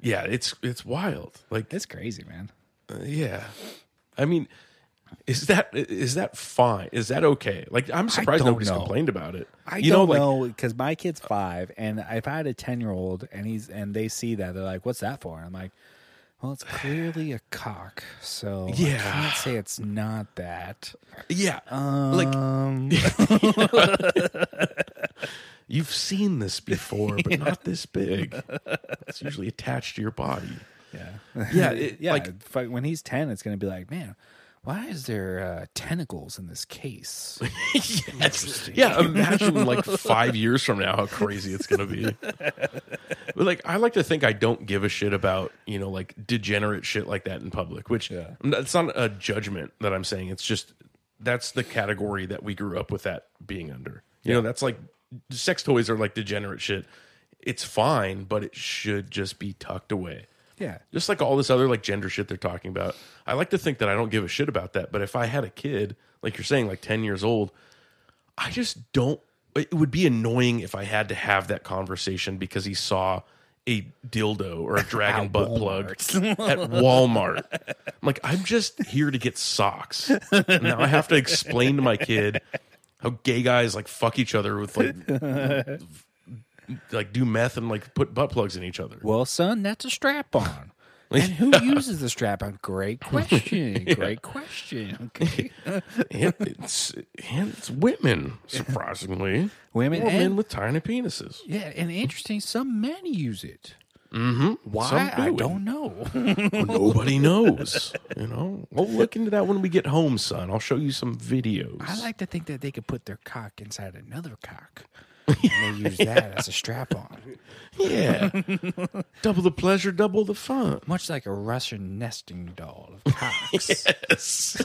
Speaker 2: Yeah, it's it's wild. Like
Speaker 7: It's crazy, man.
Speaker 2: Yeah. I mean, is that is that fine? Is that okay? Like I'm surprised
Speaker 7: don't
Speaker 2: nobody's
Speaker 7: know.
Speaker 2: complained about it.
Speaker 7: I
Speaker 2: you
Speaker 7: don't
Speaker 2: know, like
Speaker 7: know because my kid's five, and if I had a ten year old and he's and they see that, they're like, "What's that for?" And I'm like, "Well, it's clearly a cock, so I
Speaker 2: Yeah.
Speaker 7: can't say it's not that."
Speaker 2: yeah, like
Speaker 7: Um,
Speaker 2: you've seen this before, but not this big. It's usually attached to your body.
Speaker 7: yeah,
Speaker 2: Yeah, it-
Speaker 7: yeah.
Speaker 2: like-
Speaker 7: if I- when he's ten, it's gonna be like, "Man, why is there uh, tentacles in this case?"
Speaker 2: Yes. Yeah, imagine like five years from now how crazy it's gonna be. But like, I like to think I don't give a shit about you know like degenerate shit like that in public. Which I'm not- it's not a judgment that I'm saying. It's just that's the category that we grew up with that being under. You know, that's like sex toys are like degenerate shit. It's fine, but it should just be tucked away
Speaker 7: yeah,
Speaker 2: just like all this other like gender shit they're talking about. I like to think that I don't give a shit about that, but if I had a kid, like you're saying, like 10 years old, I just don't. It would be annoying if I had to have that conversation because he saw a dildo or a dragon
Speaker 7: At
Speaker 2: butt plug at Walmart. I'm like, I'm just here to get socks. And now I have to explain to my kid how gay guys like fuck each other with like like do meth and like put butt plugs in each other.
Speaker 7: Well, son, that's a strap on. and who uses the strap on? Great question. Great question. Okay.
Speaker 2: and it's and it's women, surprisingly.
Speaker 7: Women
Speaker 2: Or men
Speaker 7: and-
Speaker 2: with tiny penises.
Speaker 7: Yeah, and interesting, some men use it. Mm-hmm. Why?
Speaker 2: Some
Speaker 7: I
Speaker 2: do.
Speaker 7: don't know.
Speaker 2: Nobody knows. You know? We'll look into that when we get home, son. I'll show you some videos.
Speaker 7: I like to think that they could put their cock inside another cock. and they use that as a strap on.
Speaker 2: Yeah. double the pleasure, double the fun.
Speaker 7: Much like a Russian nesting doll of cocks.
Speaker 2: Yes.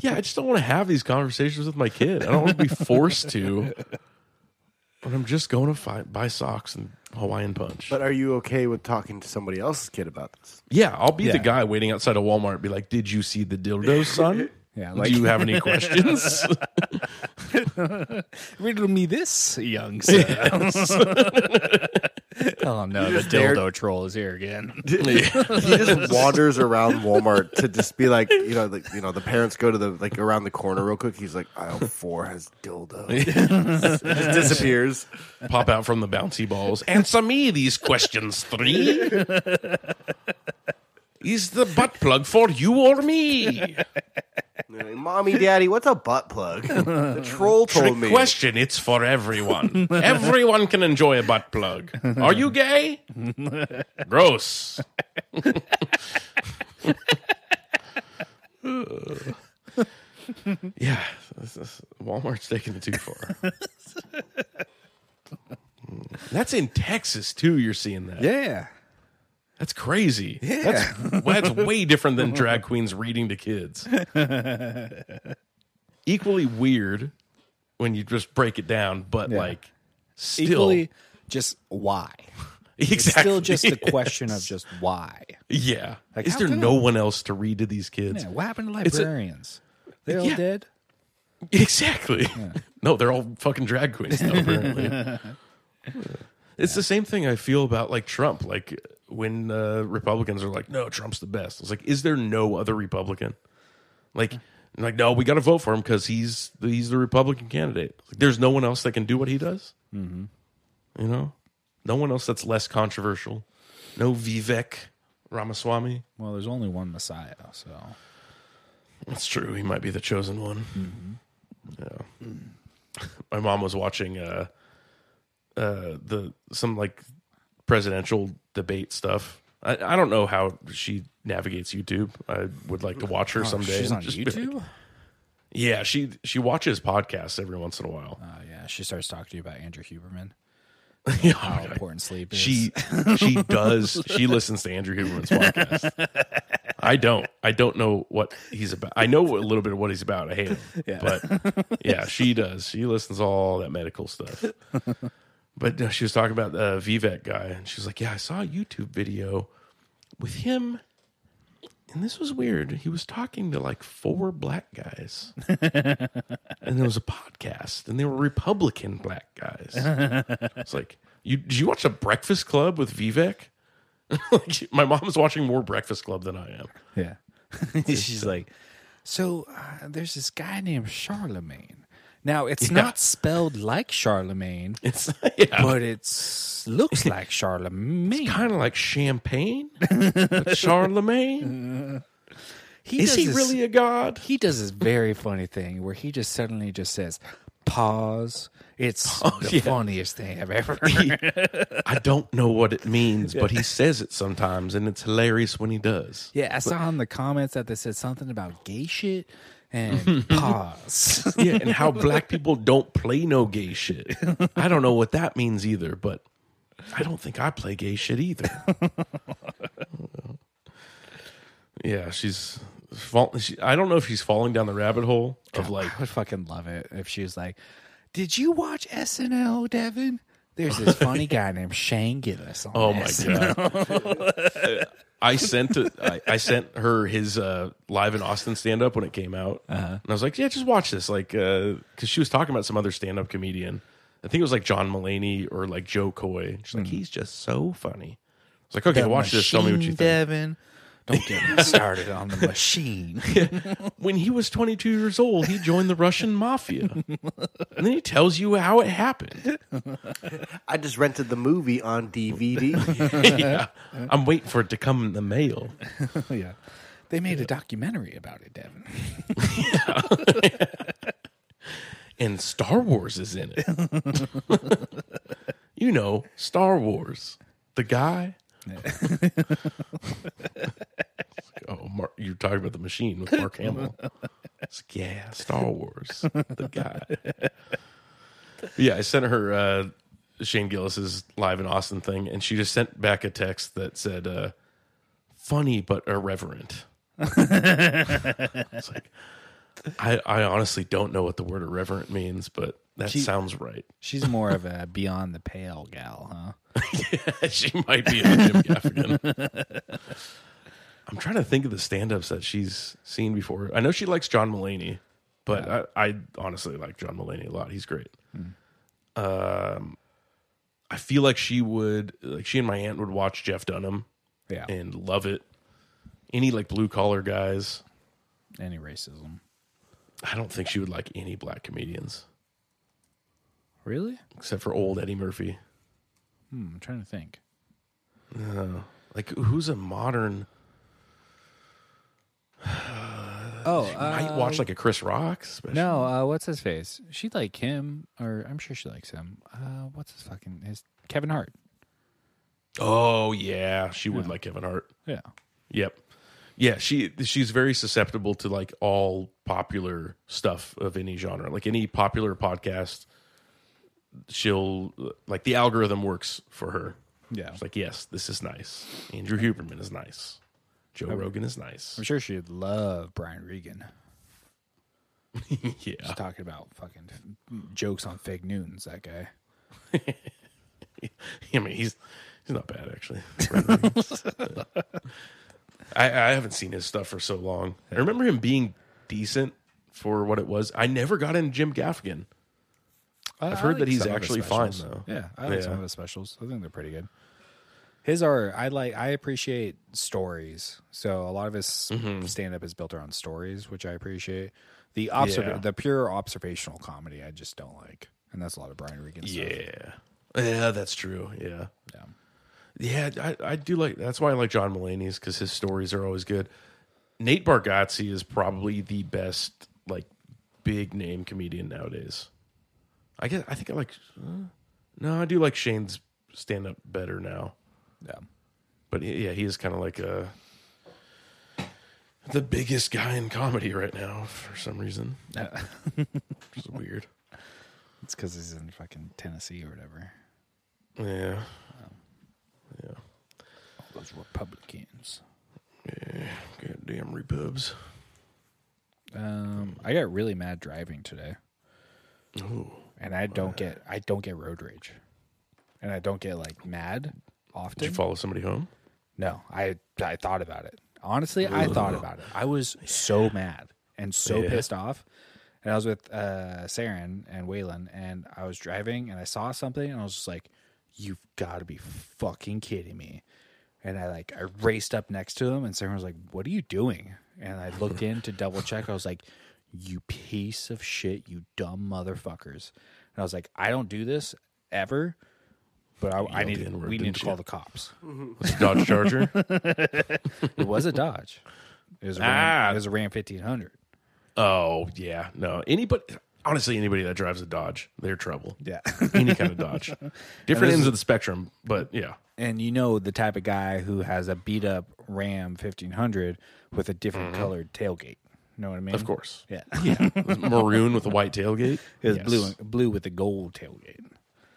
Speaker 2: yeah, I just don't want to have these conversations with my kid. I don't want to be forced to. But I'm just going to fi- buy socks and Hawaiian punch.
Speaker 3: But are you okay with talking to somebody else's kid about this?
Speaker 2: yeah, I'll be the
Speaker 7: Yeah.
Speaker 2: guy waiting outside of Walmart. and Be like, "Did you see the dildo, son?
Speaker 7: Yeah,
Speaker 2: like-
Speaker 7: like-
Speaker 2: Do you have any questions?"
Speaker 7: Riddle me this, young son. oh no, the dildo troll is here again.
Speaker 3: He just wanders around Walmart to just be like, you know, like, you know, the parents go to the like around the corner real quick. He's like, aisle four has dildo. just disappears.
Speaker 2: Pop out from the bouncy balls. Answer me these questions three. Is the butt plug for you or me?
Speaker 3: They're like, Mommy, daddy, what's a butt plug? The troll told me.
Speaker 2: question. It's for everyone. everyone can enjoy a butt plug. Are you gay? Gross. yeah, this is- Walmart's taking it too far. That's in Texas too. You're seeing that.
Speaker 7: Yeah.
Speaker 2: That's crazy. That's, well, that's way different than drag queens reading to kids. Equally weird when you just break it down, but
Speaker 7: Yeah.
Speaker 2: like still
Speaker 7: Equally, just why? It's
Speaker 2: exactly.
Speaker 7: still just a question of just why.
Speaker 2: yeah.
Speaker 7: Like,
Speaker 2: Is
Speaker 7: how
Speaker 2: there
Speaker 7: come?
Speaker 2: no one else to read to these kids?
Speaker 7: Yeah, what happened to
Speaker 2: It's a-
Speaker 7: librarians? they all
Speaker 2: Yeah.
Speaker 7: dead?
Speaker 2: Exactly. No, they're all fucking drag queens though, apparently. it's the same thing I feel about like Trump. Like when uh, Republicans are like, "No, Trump's the best." It's like, is there no other Republican? Like, like no, we got to vote for him because he's he's the Republican candidate. Like, there's no one else that can do what he does. You know, no one else that's less controversial. No Vivek Ramaswamy.
Speaker 7: Well, there's only one Messiah, so
Speaker 2: That's true. He might be the chosen one.
Speaker 7: Mm-hmm.
Speaker 2: Yeah. My mom was watching uh, uh, the some like presidential debate stuff. I, I don't know how she navigates YouTube. I would like to watch her someday.
Speaker 7: Oh, she's
Speaker 2: and
Speaker 7: on
Speaker 2: just be like-
Speaker 7: YouTube.
Speaker 2: yeah, she she watches podcasts every once in a while.
Speaker 7: Oh yeah, she starts talking to you about Andrew Huberman.
Speaker 2: Yeah,
Speaker 7: How important sleep is.
Speaker 2: she she does she listens to Andrew Huberman's podcast. I don't. I don't know what he's about. I know a little bit of what he's about. I hate him. But yeah, she does. She listens to all that medical stuff. But no, she was talking about the Vivek guy and she was like, "Yeah, I saw a YouTube video with him and this was weird. He was talking to like four black guys. and there was a podcast and they were Republican black guys." It's like, you did you watch a Breakfast Club with Vivek? like, my mom's watching more Breakfast Club than I am.
Speaker 7: Yeah. She's like, so uh, there's this guy named Charlemagne. Now it's not spelled like Charlemagne,
Speaker 2: It's yeah,
Speaker 7: but it's looks like Charlemagne.
Speaker 2: kind of like champagne, but Charlemagne.
Speaker 7: he
Speaker 2: Is
Speaker 7: does
Speaker 2: he
Speaker 7: this-
Speaker 2: really a god?
Speaker 7: He does this very funny thing where he just suddenly just says, "Pause." It's the
Speaker 2: yeah.
Speaker 7: funniest thing I've ever heard.
Speaker 2: I don't know what it means, but he says it sometimes, and it's hilarious when he does.
Speaker 7: Yeah, I saw in the comments that they said something about gay shit and pause.
Speaker 2: Yeah, and how black people don't play no gay shit. I don't know what that means either, but I don't think I play gay shit either. yeah, she's. Fall, she, I don't know if she's falling down the rabbit hole of like,
Speaker 7: I would fucking love it if she was like, "Did you watch SNL, Devin?" There's this funny guy named Shane Gillis. On
Speaker 2: oh my
Speaker 7: SNL.
Speaker 2: god. I sent it, I, I sent her his uh, live in Austin stand up when uh, it came out, and I was like, yeah, just watch this, like, because she was talking about some other stand up comedian. I think it was like John Mulaney or like Joe Coy. She's like, he's just so funny. I was like, okay, watch this. Tell me what you think.
Speaker 7: Devin. Don't get me started on the machine.
Speaker 2: when he was 22 years old, he joined the Russian mafia. and then he tells you how it happened.
Speaker 3: I just rented the movie on DVD.
Speaker 2: yeah. I'm waiting for it to come in the mail.
Speaker 7: yeah. They made a documentary about it, Devin.
Speaker 2: And Star Wars is in it. you know, Star Wars. The guy. oh, Mark, you're talking about the machine with Mark Hamill. It's like, yeah, Star Wars. The guy. yeah, I sent her uh, Shane Gillis's live in Austin thing, and she just sent back a text that said, uh, "Funny but irreverent." it's like, I, I honestly don't know what the word irreverent means, but that
Speaker 7: She-
Speaker 2: sounds right.
Speaker 7: She's more of a beyond the pale gal, huh?
Speaker 2: she might be a Jim Gaffigan. I'm trying to think of the stand-ups that she's seen before. I know she likes John Mulaney, but I, I honestly like John Mulaney a lot. He's great. Um,
Speaker 7: Hmm.
Speaker 2: I feel like she would, like she and my aunt would watch Jeff Dunham
Speaker 7: Yeah.
Speaker 2: and love it. Any like blue collar guys.
Speaker 7: Any racism.
Speaker 2: I don't think she would like any black comedians
Speaker 7: Really?
Speaker 2: except for old Eddie Murphy.
Speaker 7: Hmm, I'm trying to think.
Speaker 2: Like who's a modern?
Speaker 7: Oh,
Speaker 2: I watch like a Chris Rock special.
Speaker 7: no. Uh, what's his face? She'd like him, or I'm sure she likes him. Uh, what's his fucking his Kevin Hart?
Speaker 2: Oh yeah, she would like Kevin Hart.
Speaker 7: Yeah.
Speaker 2: Yep. Yeah, she she's very susceptible to like all popular stuff of any genre. Like any popular podcast, she'll like the algorithm works for her.
Speaker 7: Yeah.
Speaker 2: It's like, yes, this is nice. Andrew Huberman is nice. Joe Rogan is nice.
Speaker 7: I'm sure she'd love Brian Regan.
Speaker 2: yeah.
Speaker 7: She's talking about fucking f- jokes on fake Newtons. That guy.
Speaker 2: I mean, he's he's not bad actually. I, I haven't seen his stuff for so long. I remember him being decent for what it was. I never got in Jim Gaffigan.
Speaker 7: I-
Speaker 2: I've
Speaker 7: I
Speaker 2: heard
Speaker 7: like
Speaker 2: that he's
Speaker 7: some of his
Speaker 2: actually fine,
Speaker 7: specials.
Speaker 2: though.
Speaker 7: Yeah, I like some
Speaker 2: Yeah.
Speaker 7: of his specials. I think they're pretty good. His are I like I appreciate stories. So a lot of his
Speaker 2: Mm-hmm.
Speaker 7: stand up is built around stories, which I appreciate. The observ-
Speaker 2: Yeah.
Speaker 7: the pure observational comedy I just don't like. And that's a lot of Brian Regan stuff.
Speaker 2: Yeah. Yeah, that's true. Yeah.
Speaker 7: Yeah.
Speaker 2: Yeah, I, I do like that's why I like John Mulaney's because his stories are always good. Nate Bargatze is probably the best like big name comedian nowadays. I guess I think I like uh, no, I do like Shane's stand up better now.
Speaker 7: Yeah.
Speaker 2: But he- yeah, he is kind of like a the biggest guy in comedy right now for some reason.
Speaker 7: Uh,
Speaker 2: Which is weird.
Speaker 7: It's because he's in fucking Tennessee or whatever.
Speaker 2: Yeah. Yeah.
Speaker 7: All Oh, those Republicans.
Speaker 2: Goddamn repubs.
Speaker 7: Um, I got really mad driving today.
Speaker 2: Ooh.
Speaker 7: And I don't get I don't get road rage. And I don't get like mad often.
Speaker 2: Did you follow somebody home?
Speaker 7: No, I I thought about it. Honestly, I thought about it. I was so mad and so
Speaker 2: Yeah.
Speaker 7: pissed off. And I was with uh Saren and Waylon and I was driving and I saw something and I was just like, You've gotta be fucking kidding me. And I like I raced up next to him and Saren was like, What are you doing? And I looked in to double check. I was like, You piece of shit, you dumb motherfuckers. And I was like, I don't do this ever. But I, I
Speaker 2: yelled
Speaker 7: need
Speaker 2: the N-word,
Speaker 7: we need
Speaker 2: didn't
Speaker 7: to call
Speaker 2: you?
Speaker 7: the cops.
Speaker 2: It's a Dodge Charger.
Speaker 7: It was a Dodge. It was a
Speaker 2: Ah.
Speaker 7: Ram, it was a Ram 1500.
Speaker 2: oh yeah, no. Anybody, honestly, anybody that drives a Dodge, they're trouble.
Speaker 7: Yeah.
Speaker 2: any kind of Dodge, different ends of the spectrum, but yeah,
Speaker 7: and you know the type of guy who has a beat up Ram 1500 with a different
Speaker 2: Mm-hmm.
Speaker 7: colored tailgate. Know what I mean?
Speaker 2: of course,
Speaker 7: Yeah.
Speaker 2: maroon with a white tailgate.
Speaker 7: It was
Speaker 2: Yes.
Speaker 7: blue blue with a gold tailgate.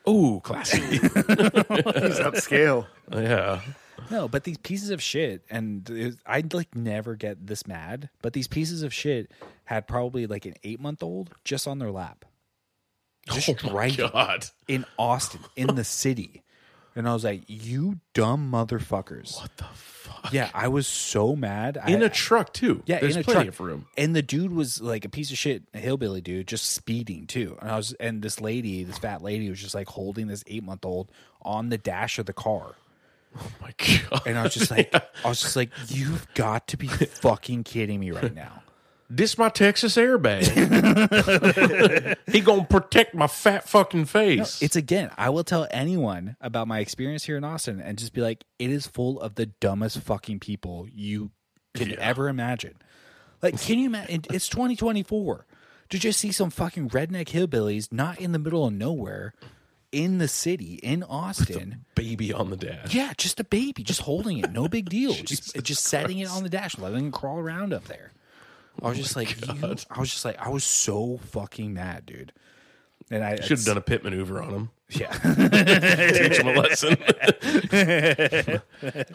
Speaker 2: Ooh, classy.
Speaker 3: It's upscale.
Speaker 2: yeah,
Speaker 7: No, but these pieces of shit, and it- I'd like never get this mad, but these pieces of shit had probably like an eight month old just on their lap
Speaker 2: oh my god.
Speaker 7: in Austin, in the city. And I was like, "You dumb motherfuckers!" What the fuck? Yeah, I was so mad.
Speaker 2: in
Speaker 7: I,
Speaker 2: a truck too.
Speaker 7: yeah,
Speaker 2: there's
Speaker 7: in a
Speaker 2: plenty
Speaker 7: truck.
Speaker 2: of room.
Speaker 7: And the dude was like a piece of shit hillbilly dude, just speeding too. And I was, and this lady, this fat lady, was just like holding this eight month old on the dash of the car.
Speaker 2: Oh my god.
Speaker 7: And I was just like, I was just like, "You've got to be fucking kidding me right now!"
Speaker 2: this my Texas airbag. he gonna protect my fat fucking face.
Speaker 7: It's again, I will tell anyone about my experience here in Austin and just be like, it is full of the dumbest fucking people you can ever imagine. Like, can you imagine? It's 2024. To just see some fucking redneck hillbillies not in the middle of nowhere in the city in Austin.
Speaker 2: baby on the dash.
Speaker 7: Yeah, just a baby, just holding it. No big deal. just just setting it on the dash, letting it crawl around up there. Oh I was just like, you- I was just like, I was so fucking mad, dude. And I
Speaker 2: Should have done a pit maneuver on him.
Speaker 7: Yeah.
Speaker 2: Teach him a lesson.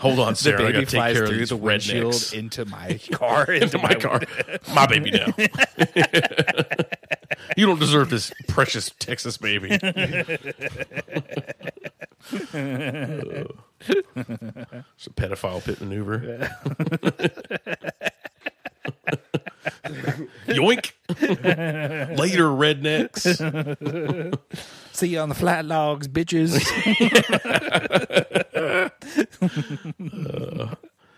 Speaker 2: Hold on, Sarah. I gotta take care of these rednecks.
Speaker 7: into my car.
Speaker 2: into my car. My baby now. you don't deserve this precious Texas baby. it's a pedophile pit maneuver. Yoink. Later, rednecks.
Speaker 7: See you on the flat logs, bitches.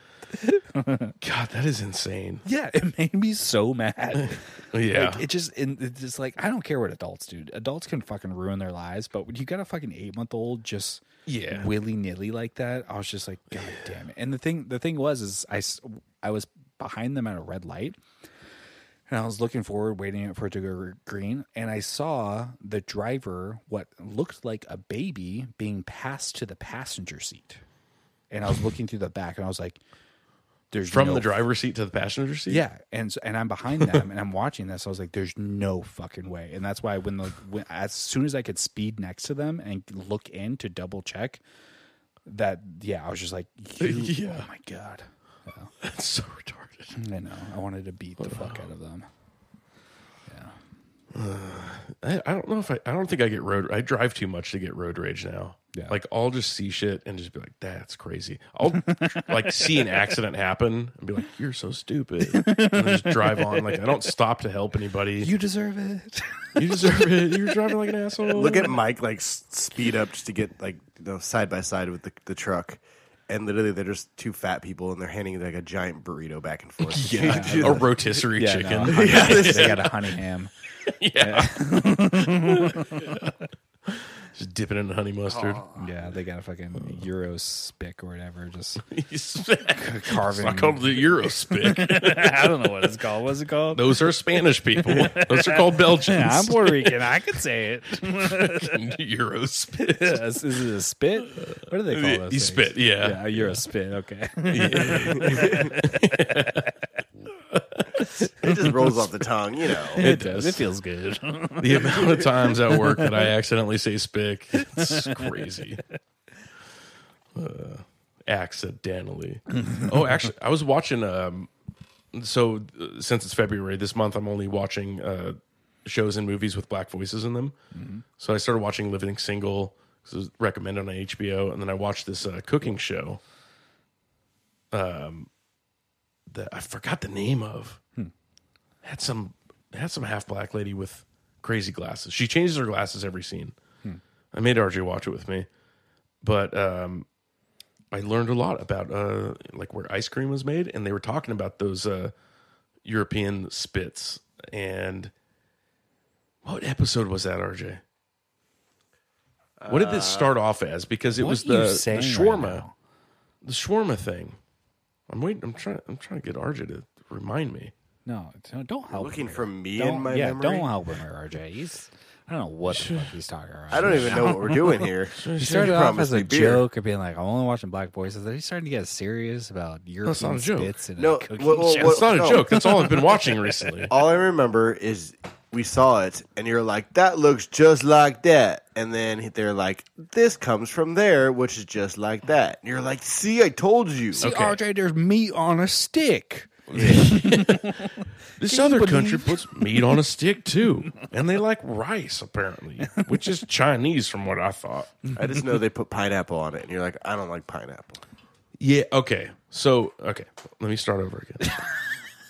Speaker 2: God, that is insane.
Speaker 7: yeah, it made me so mad.
Speaker 2: Yeah.
Speaker 7: Like, it just, and it's just like I don't care what adults do. Adults can fucking ruin their lives, but when you got a fucking eight month old just
Speaker 2: Yeah.
Speaker 7: willy nilly like that, I was just like, god damn it. And the thing, the thing was, is I, s- I was behind them at a red light. And I was looking forward, waiting for it to go green, and I saw the driver, what looked like a baby, being passed to the passenger seat. And I was looking through the back, and I was like, "There's
Speaker 2: From
Speaker 7: no
Speaker 2: the driver's seat to the passenger seat?
Speaker 7: yeah, and so, and I'm behind them and I'm watching this. I was like, "There's no fucking way." And that's why when the when, as soon as I could speed next to them and look in to double check, that yeah, I was just like, you-
Speaker 2: Yeah.
Speaker 7: "Oh my god!"
Speaker 2: That's so retarded.
Speaker 7: I know. I wanted to beat the fuck out of them.
Speaker 2: I, I don't know if I, I don't think I get road. I drive too much to get road rage now.
Speaker 7: Yeah.
Speaker 2: Like I'll just see shit and just be like, "That's crazy." I'll like see an accident happen and be like, "You're so stupid," and then just drive on. Like I don't stop to help anybody. You,
Speaker 7: You deserve it.
Speaker 2: deserve it. You're driving like an asshole.
Speaker 3: Look at Mike like s- speed up just to get like you know, side by side with the, the truck, and literally they're just two fat people and they're handing like a giant burrito back and forth.
Speaker 2: yeah, a rotisserie chicken.
Speaker 7: no, honey- they got a honey ham.
Speaker 2: Yeah. just dip it in honey mustard.
Speaker 7: Yeah, they got a fucking Euro spick or whatever. Just
Speaker 2: Carving.
Speaker 7: carving-
Speaker 2: I called it the Euro spick.
Speaker 7: I don't know what it's called. What's it called?
Speaker 2: Those are Spanish people. Those are called Belgians.
Speaker 7: I'm Puerto Rican. I could say it.
Speaker 2: Euro spick.
Speaker 7: Is it a spit? What do they call
Speaker 2: Yeah,
Speaker 7: those?
Speaker 2: you
Speaker 7: things?
Speaker 2: spit, yeah.
Speaker 7: yeah, you're a spit. Okay.
Speaker 3: it just rolls off the tongue, you know.
Speaker 7: It does. It feels good.
Speaker 2: The amount of times at work that I accidentally say spick, it's crazy. Uh, accidentally. Oh, actually, I was watching. Um, so uh, since it's February this month, I'm only watching uh, shows and movies with black voices in them. So I started watching Living Single. 'cause It was recommended on HBO, and then I watched this uh, cooking show. Um, that I forgot the name of. Had some had some half black lady with crazy glasses. She changes her glasses every scene.
Speaker 7: Hmm.
Speaker 2: I made RJ watch it with me, but um, I learned a lot about uh, like where ice cream was made, and they were talking about those uh, European spits. And what episode was that, RJ? What did this start off as? Because it
Speaker 7: Uh, what
Speaker 2: was
Speaker 7: are you
Speaker 2: the, the
Speaker 7: saying right
Speaker 2: shawarma,
Speaker 7: now?
Speaker 2: the shawarma thing. I'm waiting. I'm trying. I'm trying to get RJ to remind me.
Speaker 7: No, don't- don't help.
Speaker 3: Looking
Speaker 7: him
Speaker 3: for
Speaker 7: here.
Speaker 3: me
Speaker 7: Don't-
Speaker 3: in my
Speaker 7: yeah,
Speaker 3: memory.
Speaker 7: don't help him here, RJ. He's I don't know what the fuck he's talking about.
Speaker 3: I don't even know what we're doing here.
Speaker 7: He started off
Speaker 3: promised
Speaker 7: as a
Speaker 3: me beer.
Speaker 7: joke of being like, "I'm only watching black voices." Then he's starting to get serious about European
Speaker 2: a joke.
Speaker 7: spits and
Speaker 3: No,
Speaker 7: a cooking
Speaker 3: well, well,
Speaker 7: show.
Speaker 3: well-
Speaker 2: It's not a
Speaker 3: No.
Speaker 2: joke. That's all I've been watching recently.
Speaker 3: All I remember is we saw it, and you're like, "That looks just like that," and then they're like, "This comes from there, which is just like that." And you're like, "See, uh, I told you."
Speaker 7: See, RJ, there's meat on a stick.
Speaker 2: This other country puts meat on a stick too, and they like rice apparently, which is Chinese from what I thought.
Speaker 3: I just know they put pineapple on it, and you're like, I don't like pineapple.
Speaker 2: Yeah. Okay. So okay, let me start over again.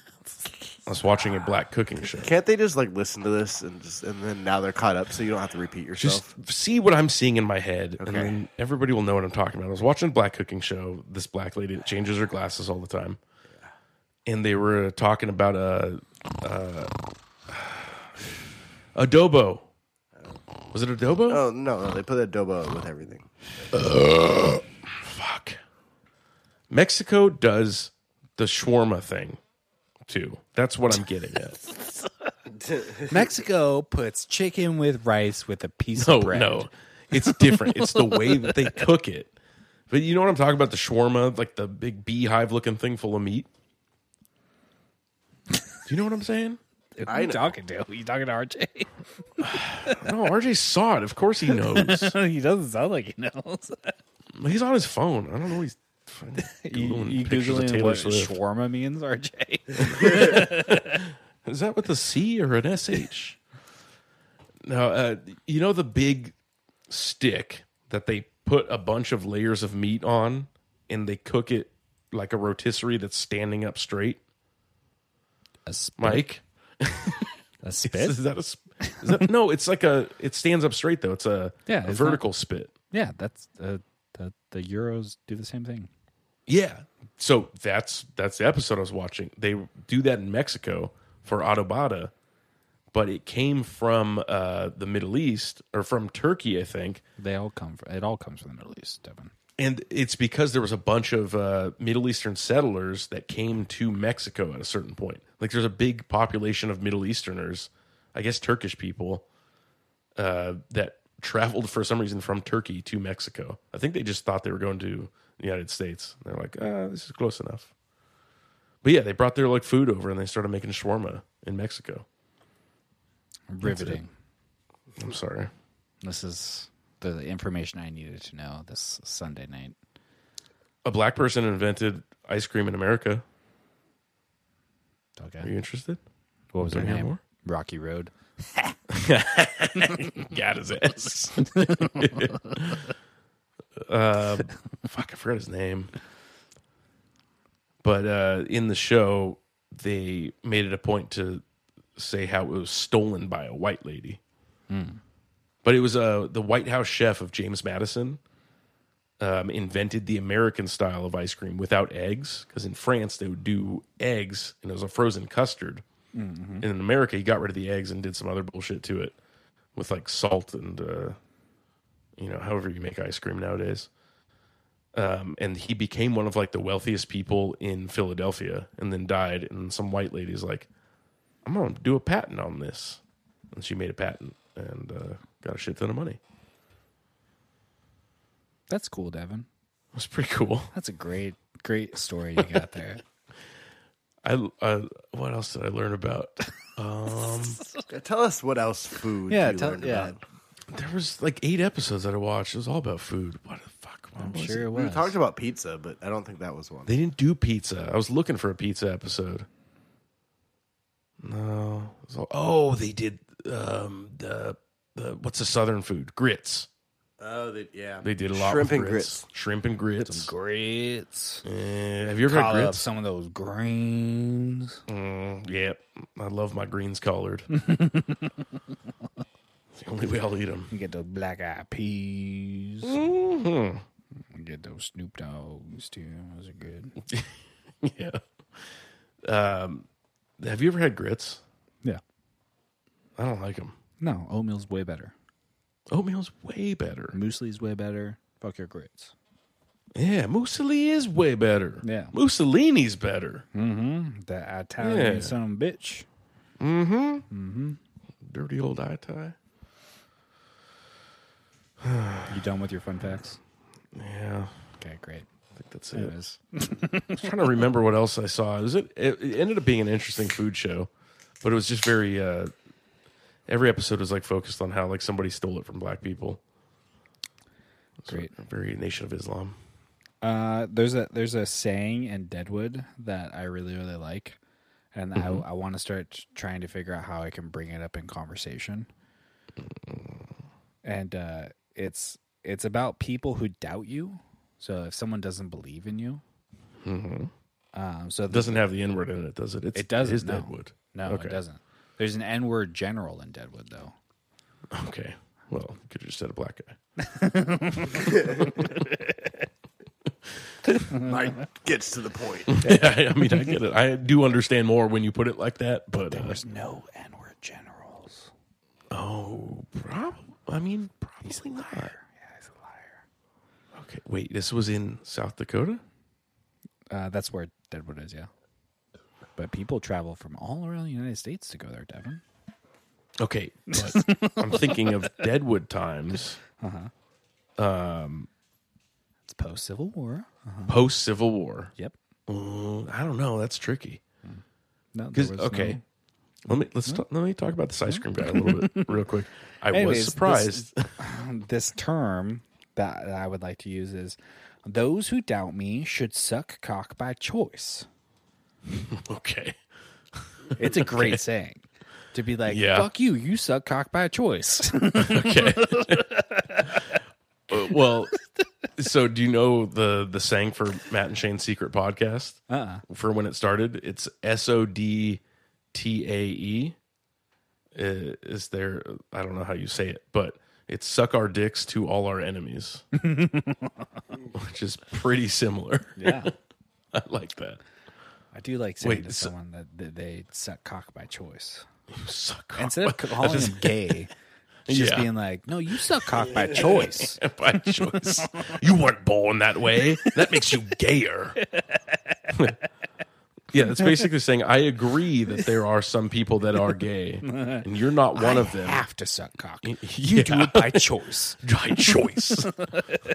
Speaker 2: I was watching a black cooking show.
Speaker 3: Can't they just like listen to this and just and then now they're caught up, so you don't have to repeat yourself?
Speaker 2: Just see what I'm seeing in my head, and
Speaker 3: Okay.
Speaker 2: then everybody will know what I'm talking about. I was watching a black cooking show. This black lady that changes her glasses all the time, and they were uh, talking about a uh, adobo. Was it adobo?
Speaker 3: oh no, no, they put adobo with everything.
Speaker 2: Fuck. Mexico does the shawarma thing too. That's what I'm getting at.
Speaker 7: Mexico puts chicken with rice with a piece
Speaker 2: No,
Speaker 7: of bread.
Speaker 2: no. It's different. It's the way that they cook it. But you know what I'm talking about? The shawarma, like the big beehive looking thing full of meat. Do you know what I'm saying?
Speaker 7: Who
Speaker 3: I
Speaker 7: you
Speaker 3: know.
Speaker 7: talking to? You talking to RJ?
Speaker 2: No, RJ saw it. Of course he knows.
Speaker 7: he doesn't sound like he knows.
Speaker 2: He's on his phone. I don't know. He's fucking
Speaker 7: you
Speaker 2: googling
Speaker 7: you
Speaker 2: pictures of
Speaker 7: googling
Speaker 2: Taylor
Speaker 7: what
Speaker 2: Swift.
Speaker 7: shawarma means, RJ?
Speaker 2: Is that with a C or an SH? no, uh, you know the big stick that they put a bunch of layers of meat on and they cook it like a rotisserie that's standing up straight?
Speaker 7: A, sp-
Speaker 2: Mike,
Speaker 7: a
Speaker 2: is,
Speaker 7: spit?
Speaker 2: that a sp- is that, no? It's like a it stands up straight though. It's a,
Speaker 7: Yeah,
Speaker 2: a
Speaker 7: it's
Speaker 2: vertical spit.
Speaker 7: Yeah, that's uh, the the Euros do the same thing.
Speaker 2: Yeah. So that's that's the episode I was watching. They do that in Mexico for Autobata, but it came from uh, the Middle East or from Turkey, I think.
Speaker 7: They all come from it. All comes from the Middle East, Devin.
Speaker 2: And it's because there was a bunch of uh, Middle Eastern settlers that came to Mexico at a certain point. Like there's a big population of Middle Easterners, I guess Turkish people, uh, that traveled for some reason from Turkey to Mexico. I think they just thought they were going to the United States. They're like, ah, this is close enough. But yeah, they brought their like food over and they started making shawarma in Mexico.
Speaker 7: Riveting.
Speaker 2: I'm sorry.
Speaker 7: This is the information I needed to know this Sunday night.
Speaker 2: A black person invented ice cream in America. Are
Speaker 7: Okay.
Speaker 2: you interested?
Speaker 7: What was her
Speaker 2: Don't hear
Speaker 7: name?
Speaker 2: more?
Speaker 7: Rocky Road.
Speaker 2: got his ass. um, fuck, I forgot his name. But uh, in the show, they made it a point to say how it was stolen by a white lady. But it was uh, the White House chef of James Madison um, invented the American style of ice cream without eggs. Because in France, they would do eggs and it was a frozen custard. And in America, he got rid of the eggs and did some other bullshit to it with like salt and uh, you know however you make ice cream nowadays. Um, and he became one of like the wealthiest people in Philadelphia, and then died. And some white lady's like, "I'm gonna do a patent on this," and she made a patent and uh, got a shit ton of money.
Speaker 7: That's cool, Devin.
Speaker 2: It was pretty cool.
Speaker 7: That's a great, great story you got there.
Speaker 2: I, I what else did I learn about?
Speaker 3: Tell us what else food.
Speaker 7: yeah,
Speaker 3: you
Speaker 7: tell,
Speaker 3: learned
Speaker 7: yeah.
Speaker 3: about.
Speaker 2: There was like eight episodes that I watched. It was all about food. What the fuck? What
Speaker 7: I'm
Speaker 2: was
Speaker 7: sure
Speaker 2: it?
Speaker 7: it
Speaker 3: We
Speaker 7: was.
Speaker 3: talked about pizza, but I don't think that was one.
Speaker 2: They didn't do pizza. I was looking for a pizza episode. No. It was all- oh, they did um the the what's the southern food? Grits.
Speaker 3: Oh, they, yeah.
Speaker 2: They did a lot
Speaker 3: Shrimp
Speaker 2: with
Speaker 3: and
Speaker 2: grits.
Speaker 3: grits.
Speaker 2: Shrimp and grits.
Speaker 7: grits.
Speaker 2: Eh, have you ever had
Speaker 7: Call up
Speaker 2: grits?
Speaker 7: some of those greens.
Speaker 2: Mm, yep. I love my greens collared. it's the only way I'll eat them.
Speaker 7: You get those black eyed peas.
Speaker 2: Mm-hmm.
Speaker 7: You get those Snoop Dogs too. Those are good.
Speaker 2: yeah. Um have you ever had grits?
Speaker 7: Yeah.
Speaker 2: I don't like them.
Speaker 7: No, oatmeal's way better.
Speaker 2: Oatmeal's way better.
Speaker 7: Muesli's way better. Fuck your grits.
Speaker 2: Yeah, Mussolini is way better.
Speaker 7: Yeah.
Speaker 2: Mussolini's better.
Speaker 7: That Italian
Speaker 2: Yeah.
Speaker 7: son of a bitch.
Speaker 2: Dirty old eye tie.
Speaker 7: You done with your fun facts?
Speaker 2: Yeah,
Speaker 7: Okay, great.
Speaker 2: I think that's
Speaker 7: There
Speaker 2: it.
Speaker 7: it is.
Speaker 2: I'm trying to remember what else I saw. It was it, it ended up being an interesting food show, but it was just very. Uh, every episode was like focused on how like somebody stole it from black people. It was
Speaker 7: Great.
Speaker 2: very Nation of Islam.
Speaker 7: Uh, there's a there's a saying in Deadwood that I really really like, and I, I want to start trying to figure out how I can bring it up in conversation. And uh, it's it's about people who doubt you. So if someone doesn't believe in you, um, so
Speaker 2: It
Speaker 7: the-
Speaker 2: doesn't have the N word in it, does it? It's,
Speaker 7: it doesn't.
Speaker 2: Is
Speaker 7: no.
Speaker 2: Deadwood?
Speaker 7: No,
Speaker 2: Okay.
Speaker 7: it doesn't. There's an N word general in Deadwood though.
Speaker 2: Okay. Well, you could have just said a black guy.
Speaker 3: Mike gets to the point.
Speaker 2: Yeah, I mean, I get it. I do understand more when you put it like that, but uh,
Speaker 7: There's no N word generals.
Speaker 2: oh, prob- I mean, probably not.
Speaker 7: Yeah, he's a
Speaker 2: Okay, wait, this was in South Dakota.
Speaker 7: liar. Uh, that's where Deadwood is. Yeah, but people travel from all around the United States to go there, Devin.
Speaker 2: Okay, but I'm thinking of Deadwood times,
Speaker 7: It's post Civil War.
Speaker 2: post Civil War.
Speaker 7: Yep.
Speaker 2: Mm, I don't know. That's tricky.
Speaker 7: No, there
Speaker 2: Because
Speaker 7: was
Speaker 2: okay,
Speaker 7: no-
Speaker 2: let me let's ta- let me talk about this ice cream guy a little bit real quick. I
Speaker 7: Anyways,
Speaker 2: was surprised.
Speaker 7: this term that I would like to use is those who doubt me should suck cock by choice.
Speaker 2: okay,
Speaker 7: It's a great saying to be like,
Speaker 2: Yeah.
Speaker 7: fuck you, you suck cock by choice.
Speaker 2: okay. Uh, well, so do you know the the saying for Matt and Shane's secret podcast
Speaker 7: Uh-uh.
Speaker 2: for when it started? It's S O D T A E. Uh, Is there? I don't know how you say it, but it's suck our dicks to all our enemies, which is pretty similar.
Speaker 7: yeah.
Speaker 2: I like that.
Speaker 7: I do like saying
Speaker 2: Wait,
Speaker 7: to
Speaker 2: so-
Speaker 7: someone that, that they suck cock by choice.
Speaker 2: Suck
Speaker 7: Instead of
Speaker 2: cock-
Speaker 7: calling them gay, it's just
Speaker 2: Yeah.
Speaker 7: being like, no, you suck cock by choice.
Speaker 2: by choice. You weren't born that way. That makes you gayer. yeah, it's basically saying I agree that there are some people that are gay, and you're not one
Speaker 7: I
Speaker 2: of them
Speaker 7: have to suck cock. You
Speaker 2: Yeah.
Speaker 7: do it by choice.
Speaker 2: by choice.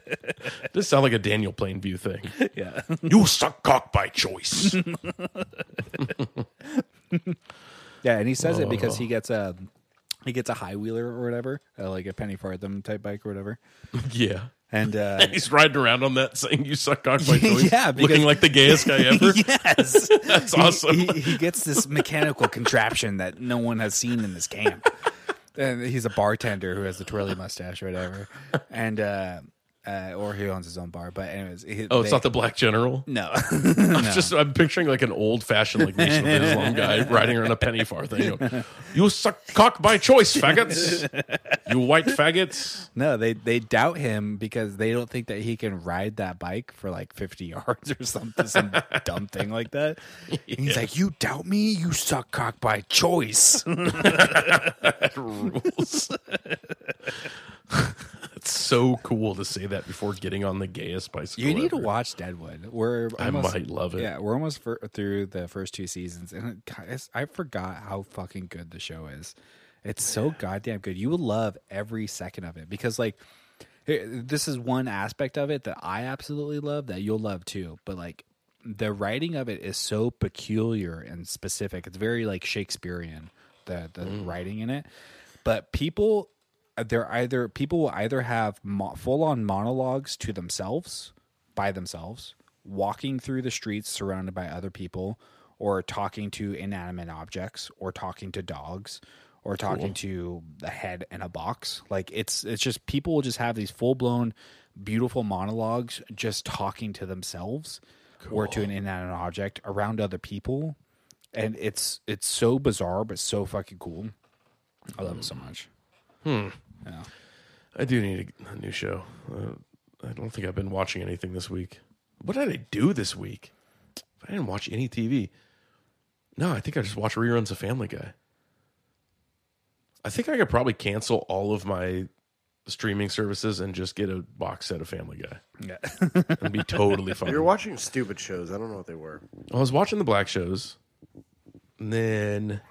Speaker 2: this sounds like a Daniel Plainview thing.
Speaker 7: Yeah.
Speaker 2: You suck cock by choice.
Speaker 7: Yeah, and he says it because he gets a he gets a high wheeler or whatever, uh, like a penny farthing type bike or whatever.
Speaker 2: yeah.
Speaker 7: And uh,
Speaker 2: He's riding around on that saying you suck cock by choice.
Speaker 7: Yeah, because-
Speaker 2: looking like the gayest guy ever.
Speaker 7: yes,
Speaker 2: That's awesome.
Speaker 7: he, he gets this mechanical contraption that no one has seen in this camp. And he's a bartender who has the twirly mustache or whatever, and uh, uh, or he owns his own bar. But anyways, he,
Speaker 2: oh, it's
Speaker 7: they-
Speaker 2: not the black general.
Speaker 7: no.
Speaker 2: I'm just I'm picturing like an old fashioned like Nation of Islam guy riding around a penny farthing. You suck cock by choice, faggots. You white faggots.
Speaker 7: No, they they doubt him because they don't think that he can ride that bike for like 50 yards or something, some dumb thing like that. And he's like, "You doubt me? You suck cock by choice."
Speaker 2: Rules. it's so cool to say that before getting on the gayest bicycle.
Speaker 7: you need to
Speaker 2: ever.
Speaker 7: watch Deadwood. We're
Speaker 2: I
Speaker 7: almost,
Speaker 2: might love it.
Speaker 7: Yeah, we're almost fir- through the first two seasons, and it, guys, I forgot how fucking good the show is. It's so goddamn good. You will love every second of it because, like, here- this is one aspect of it that I absolutely love that you'll love too. But like, the writing of it is so peculiar and specific. It's very like Shakespearean. The the writing in it, but people. They're either people will either have mo- full on monologues to themselves, by themselves, walking through the streets surrounded by other people, or talking to inanimate objects, or talking to dogs, or talking to a head in a box. Like it's it's just people will just have these full blown, beautiful monologues just talking to themselves or to an inanimate object around other people. And it's it's so bizarre but so fucking cool. I love it so much.
Speaker 2: I do need a, a new show. Uh, I don't think I've been watching anything this week. What did I do this week? I didn't watch any TV. No, I think I just watched reruns of Family Guy. I think I could probably cancel all of my streaming services and just get a box set of Family Guy
Speaker 7: Yeah.
Speaker 2: and be totally fine.
Speaker 3: You're watching stupid shows. I don't know what they were.
Speaker 2: I was watching the Black shows, and then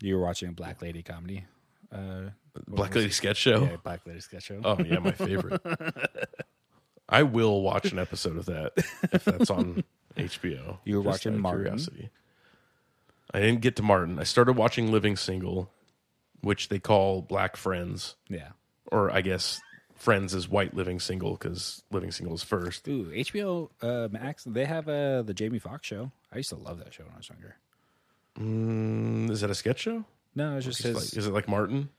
Speaker 7: you were watching a Black Lady comedy. Uh
Speaker 2: Black Lady Sketch Show.
Speaker 7: yeah, Black Lady sketch show.
Speaker 2: Oh yeah, my favorite. I will watch an episode of that if that's on HBO.
Speaker 7: You were
Speaker 2: Just
Speaker 7: watching
Speaker 2: out of
Speaker 7: Martin?
Speaker 2: I didn't get to Martin. I started watching Living Single, which they call Black Friends,
Speaker 7: Yeah.
Speaker 2: or I guess Friends is White Living Single because Living Single is first.
Speaker 7: Ooh, HBO uh, Max. They have uh, the Jamie Foxx show. I used to love that show when I was younger.
Speaker 2: Mm, is that a sketch show?
Speaker 7: No, it's just
Speaker 2: It's
Speaker 7: his.
Speaker 2: like- is it like Martin?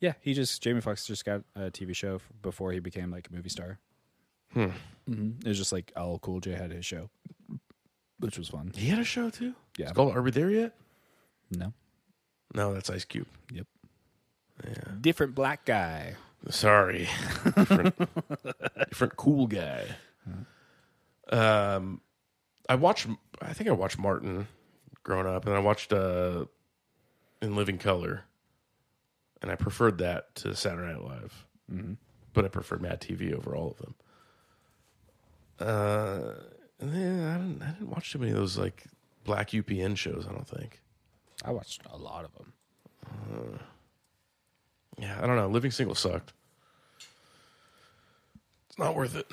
Speaker 7: yeah, he just Jamie Foxx just got a TV show f- before he became like a movie star. Hmm. hmm It was just like LL Cool J had his show, which was fun.
Speaker 2: He had a show too.
Speaker 7: Yeah.
Speaker 2: It's called Are We There Yet?
Speaker 7: No.
Speaker 2: No, that's Ice Cube.
Speaker 7: Yep. Different black guy.
Speaker 2: Sorry. different, different cool guy. Um, I watched. I think I watched Martin growing up, and I watched uh, In Living Color, and I preferred that to Saturday Night Live, but I preferred Mad TV over all of them. Uh, and then I didn't, I didn't watch too many of those like black UPN shows. I don't think.
Speaker 7: I watched a lot of them.
Speaker 2: Yeah, I don't know. Living single sucked. It's not worth it.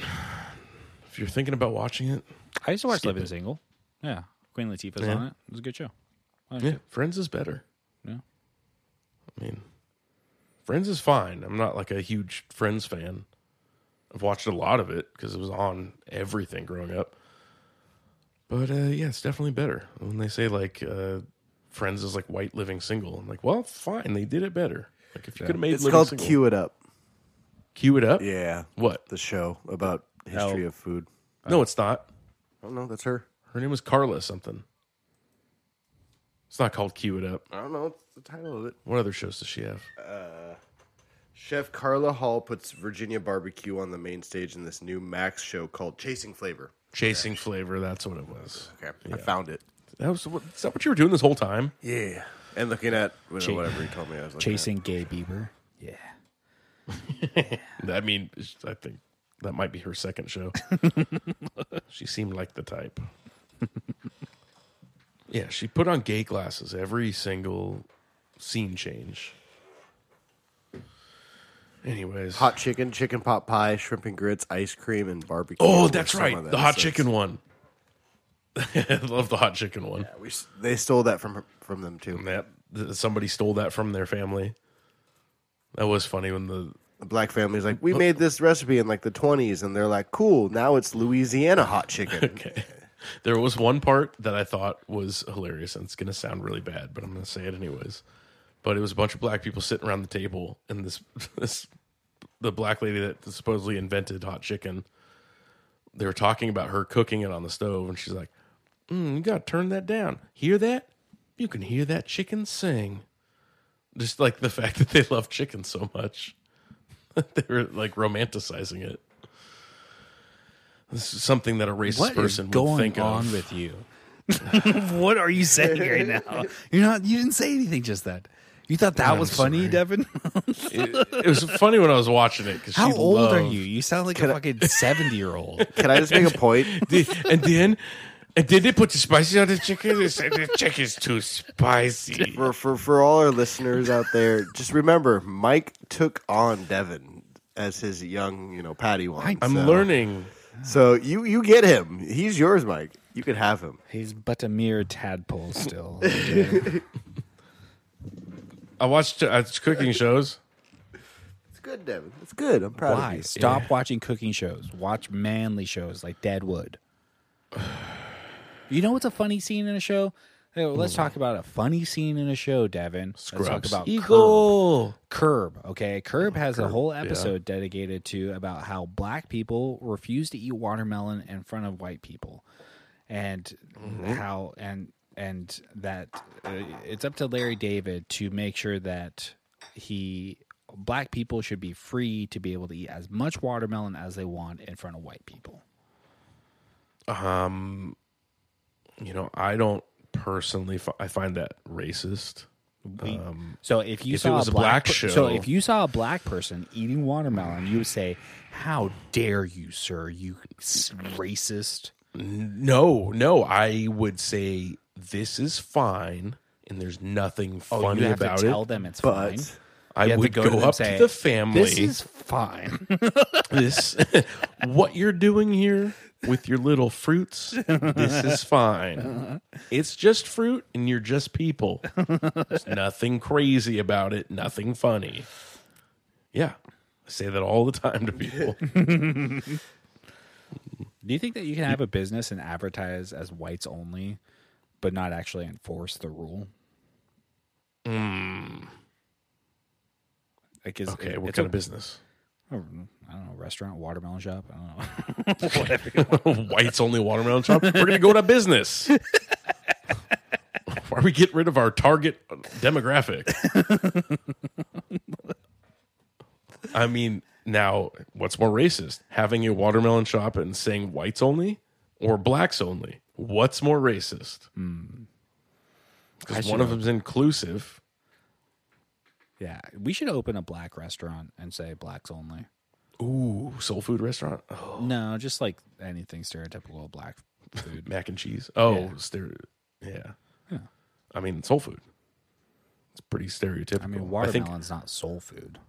Speaker 2: If you're thinking about watching it,
Speaker 7: I used to watch
Speaker 2: Skip
Speaker 7: Living
Speaker 2: it.
Speaker 7: Single. Yeah, Queen Latifah's
Speaker 2: Yeah.
Speaker 7: on it. It was a good show. I liked
Speaker 2: yeah,
Speaker 7: it.
Speaker 2: Friends is better.
Speaker 7: Yeah.
Speaker 2: I mean, Friends is fine. I'm not like a huge Friends fan. I've watched a lot of it because it was on everything growing up. But uh, yeah, it's definitely better. When they say like uh, Friends is like white living single, I'm like, well, fine, they did it better. Like if you could have made
Speaker 3: It's
Speaker 2: living
Speaker 3: called
Speaker 2: single,
Speaker 3: Cue It Up.
Speaker 2: cue it up.
Speaker 3: Yeah,
Speaker 2: What?
Speaker 3: the show about history of food.
Speaker 2: No, it's not.
Speaker 3: I don't know. That's her.
Speaker 2: Her name was Carla something. It's not called Cue It Up.
Speaker 3: I don't know. It's the title of it.
Speaker 2: What other shows does she have?
Speaker 3: Chef Carla Hall puts Virginia barbecue on the main stage in this new Max show called Chasing Flavor.
Speaker 2: Chasing Flavor. That's what it was.
Speaker 3: Okay, I found it.
Speaker 2: That was what, is that what you were doing this whole time?
Speaker 3: Yeah, and looking at whatever he told me, I was looking
Speaker 7: Chasing Gay Bieber. Yeah.
Speaker 2: I mean, I think that might be her second show. she seemed like the type. yeah, she put on gay glasses every single scene change. Anyways,
Speaker 3: at hot chicken, chicken pot pie, shrimp and grits, ice cream, and barbecue.
Speaker 2: Oh,
Speaker 3: or
Speaker 2: that's
Speaker 3: some
Speaker 2: right.
Speaker 3: of that.
Speaker 2: the hot
Speaker 3: So
Speaker 2: chicken one. I love the hot chicken one.
Speaker 3: it's- We, s- they stole that from her- from them too.
Speaker 2: that th- somebody stole that from their family. That was funny when the
Speaker 3: The black family's like,
Speaker 2: Oh.
Speaker 3: we made this recipe in like the twenties, and they're like, cool. Now it's Louisiana hot chicken.
Speaker 2: okay. There was one part that I thought was hilarious, and it's going to sound really bad, but I'm going to say it anyways. But it was a bunch of black people sitting around the table, and this this the black lady that supposedly invented hot chicken. They were talking about her cooking it on the stove, and she's like, mm, "You got to turn that down. Hear that? You can hear that chicken sing." Just like the fact that they love chicken so much, they were like romanticizing it. This is something that a racist
Speaker 7: What is
Speaker 2: person would
Speaker 7: going
Speaker 2: think
Speaker 7: on
Speaker 2: of.
Speaker 7: with you? what are you saying right now? You're not. You didn't say anything just then. You thought that
Speaker 2: I'm
Speaker 7: was funny,
Speaker 2: sorry.
Speaker 7: Devin?
Speaker 2: it, it was funny when I was watching it. 'cause
Speaker 7: How
Speaker 2: she
Speaker 7: old are
Speaker 2: loved-
Speaker 7: you? You sound like a fucking seventy year old.
Speaker 3: Can I just make a point?
Speaker 2: The- and then, and then they put the spicy on the chicken. They said the chicken's too spicy.
Speaker 3: for, for for all our listeners out there, just remember Mike took on Devin as his young, you know, Patty one.
Speaker 2: I'm learning.
Speaker 3: So you you get him. He's yours, Mike. You can have him.
Speaker 7: He's but a mere tadpole still.
Speaker 2: I watched uh, it's cooking shows.
Speaker 3: It's good, Devin. It's good. I'm proud of
Speaker 7: Why?
Speaker 3: you.
Speaker 7: Stop watching cooking shows. Watch manly shows like Deadwood. you know what's a funny scene in a show? Hey, well, let's talk about a funny scene in a show, Devin. Let's
Speaker 2: Scrubs.
Speaker 7: talk about
Speaker 2: Eagle.
Speaker 7: Curb. Curb. Okay,
Speaker 2: Oh,
Speaker 7: Curb has a whole episode dedicated to about how black people refuse to eat watermelon in front of white people, and
Speaker 2: Mm-hmm.
Speaker 7: how and and that uh, it's up to Larry David to make sure that he black people should be free to be able to eat as much watermelon as they want in front of white people.
Speaker 2: You know, I don't personally. Fi- I find that racist.
Speaker 7: We- so if you
Speaker 2: if it
Speaker 7: saw
Speaker 2: was
Speaker 7: a
Speaker 2: a black
Speaker 7: black, per-
Speaker 2: show-
Speaker 7: so if you saw a black person eating watermelon, you would say, "How dare you, sir? You s- racist."
Speaker 2: No, no. I would say this is fine, and there's nothing
Speaker 7: Oh,
Speaker 2: funny
Speaker 7: you have
Speaker 2: about
Speaker 7: to tell
Speaker 2: it.
Speaker 7: them it's fine.
Speaker 3: But
Speaker 7: You
Speaker 2: I
Speaker 7: have to
Speaker 2: would
Speaker 7: go
Speaker 2: go,
Speaker 7: to them
Speaker 2: up
Speaker 7: say,
Speaker 2: to the family.
Speaker 7: This is fine.
Speaker 2: this what you're doing here with your little fruits this is fine it's just fruit and you're just people there's nothing crazy about it nothing funny yeah i say that all the time to people
Speaker 7: Do you think that you can have a business and advertise as whites only, but not actually enforce the rule. Like is
Speaker 2: Okay,
Speaker 7: it-
Speaker 2: what
Speaker 7: it's
Speaker 2: kind
Speaker 7: a-
Speaker 2: of business?
Speaker 7: I don't know, restaurant, watermelon shop. I don't know.
Speaker 2: White's only watermelon shop. We're gonna go to business. Why are we getting rid of our target demographic? I mean, now what's more racist? Having a watermelon shop and saying whites only or blacks only? What's more racist? Because one of them's inclusive.
Speaker 7: yeah, we should open a black restaurant and say blacks only.
Speaker 2: Ooh, soul food restaurant. Oh,
Speaker 7: No, just like anything stereotypical black food.
Speaker 2: mac and cheese. Oh,
Speaker 7: Yeah.
Speaker 2: stere- yeah. I mean, soul food. It's pretty stereotypical.
Speaker 7: I mean,
Speaker 2: think-
Speaker 7: watermelon's not soul food.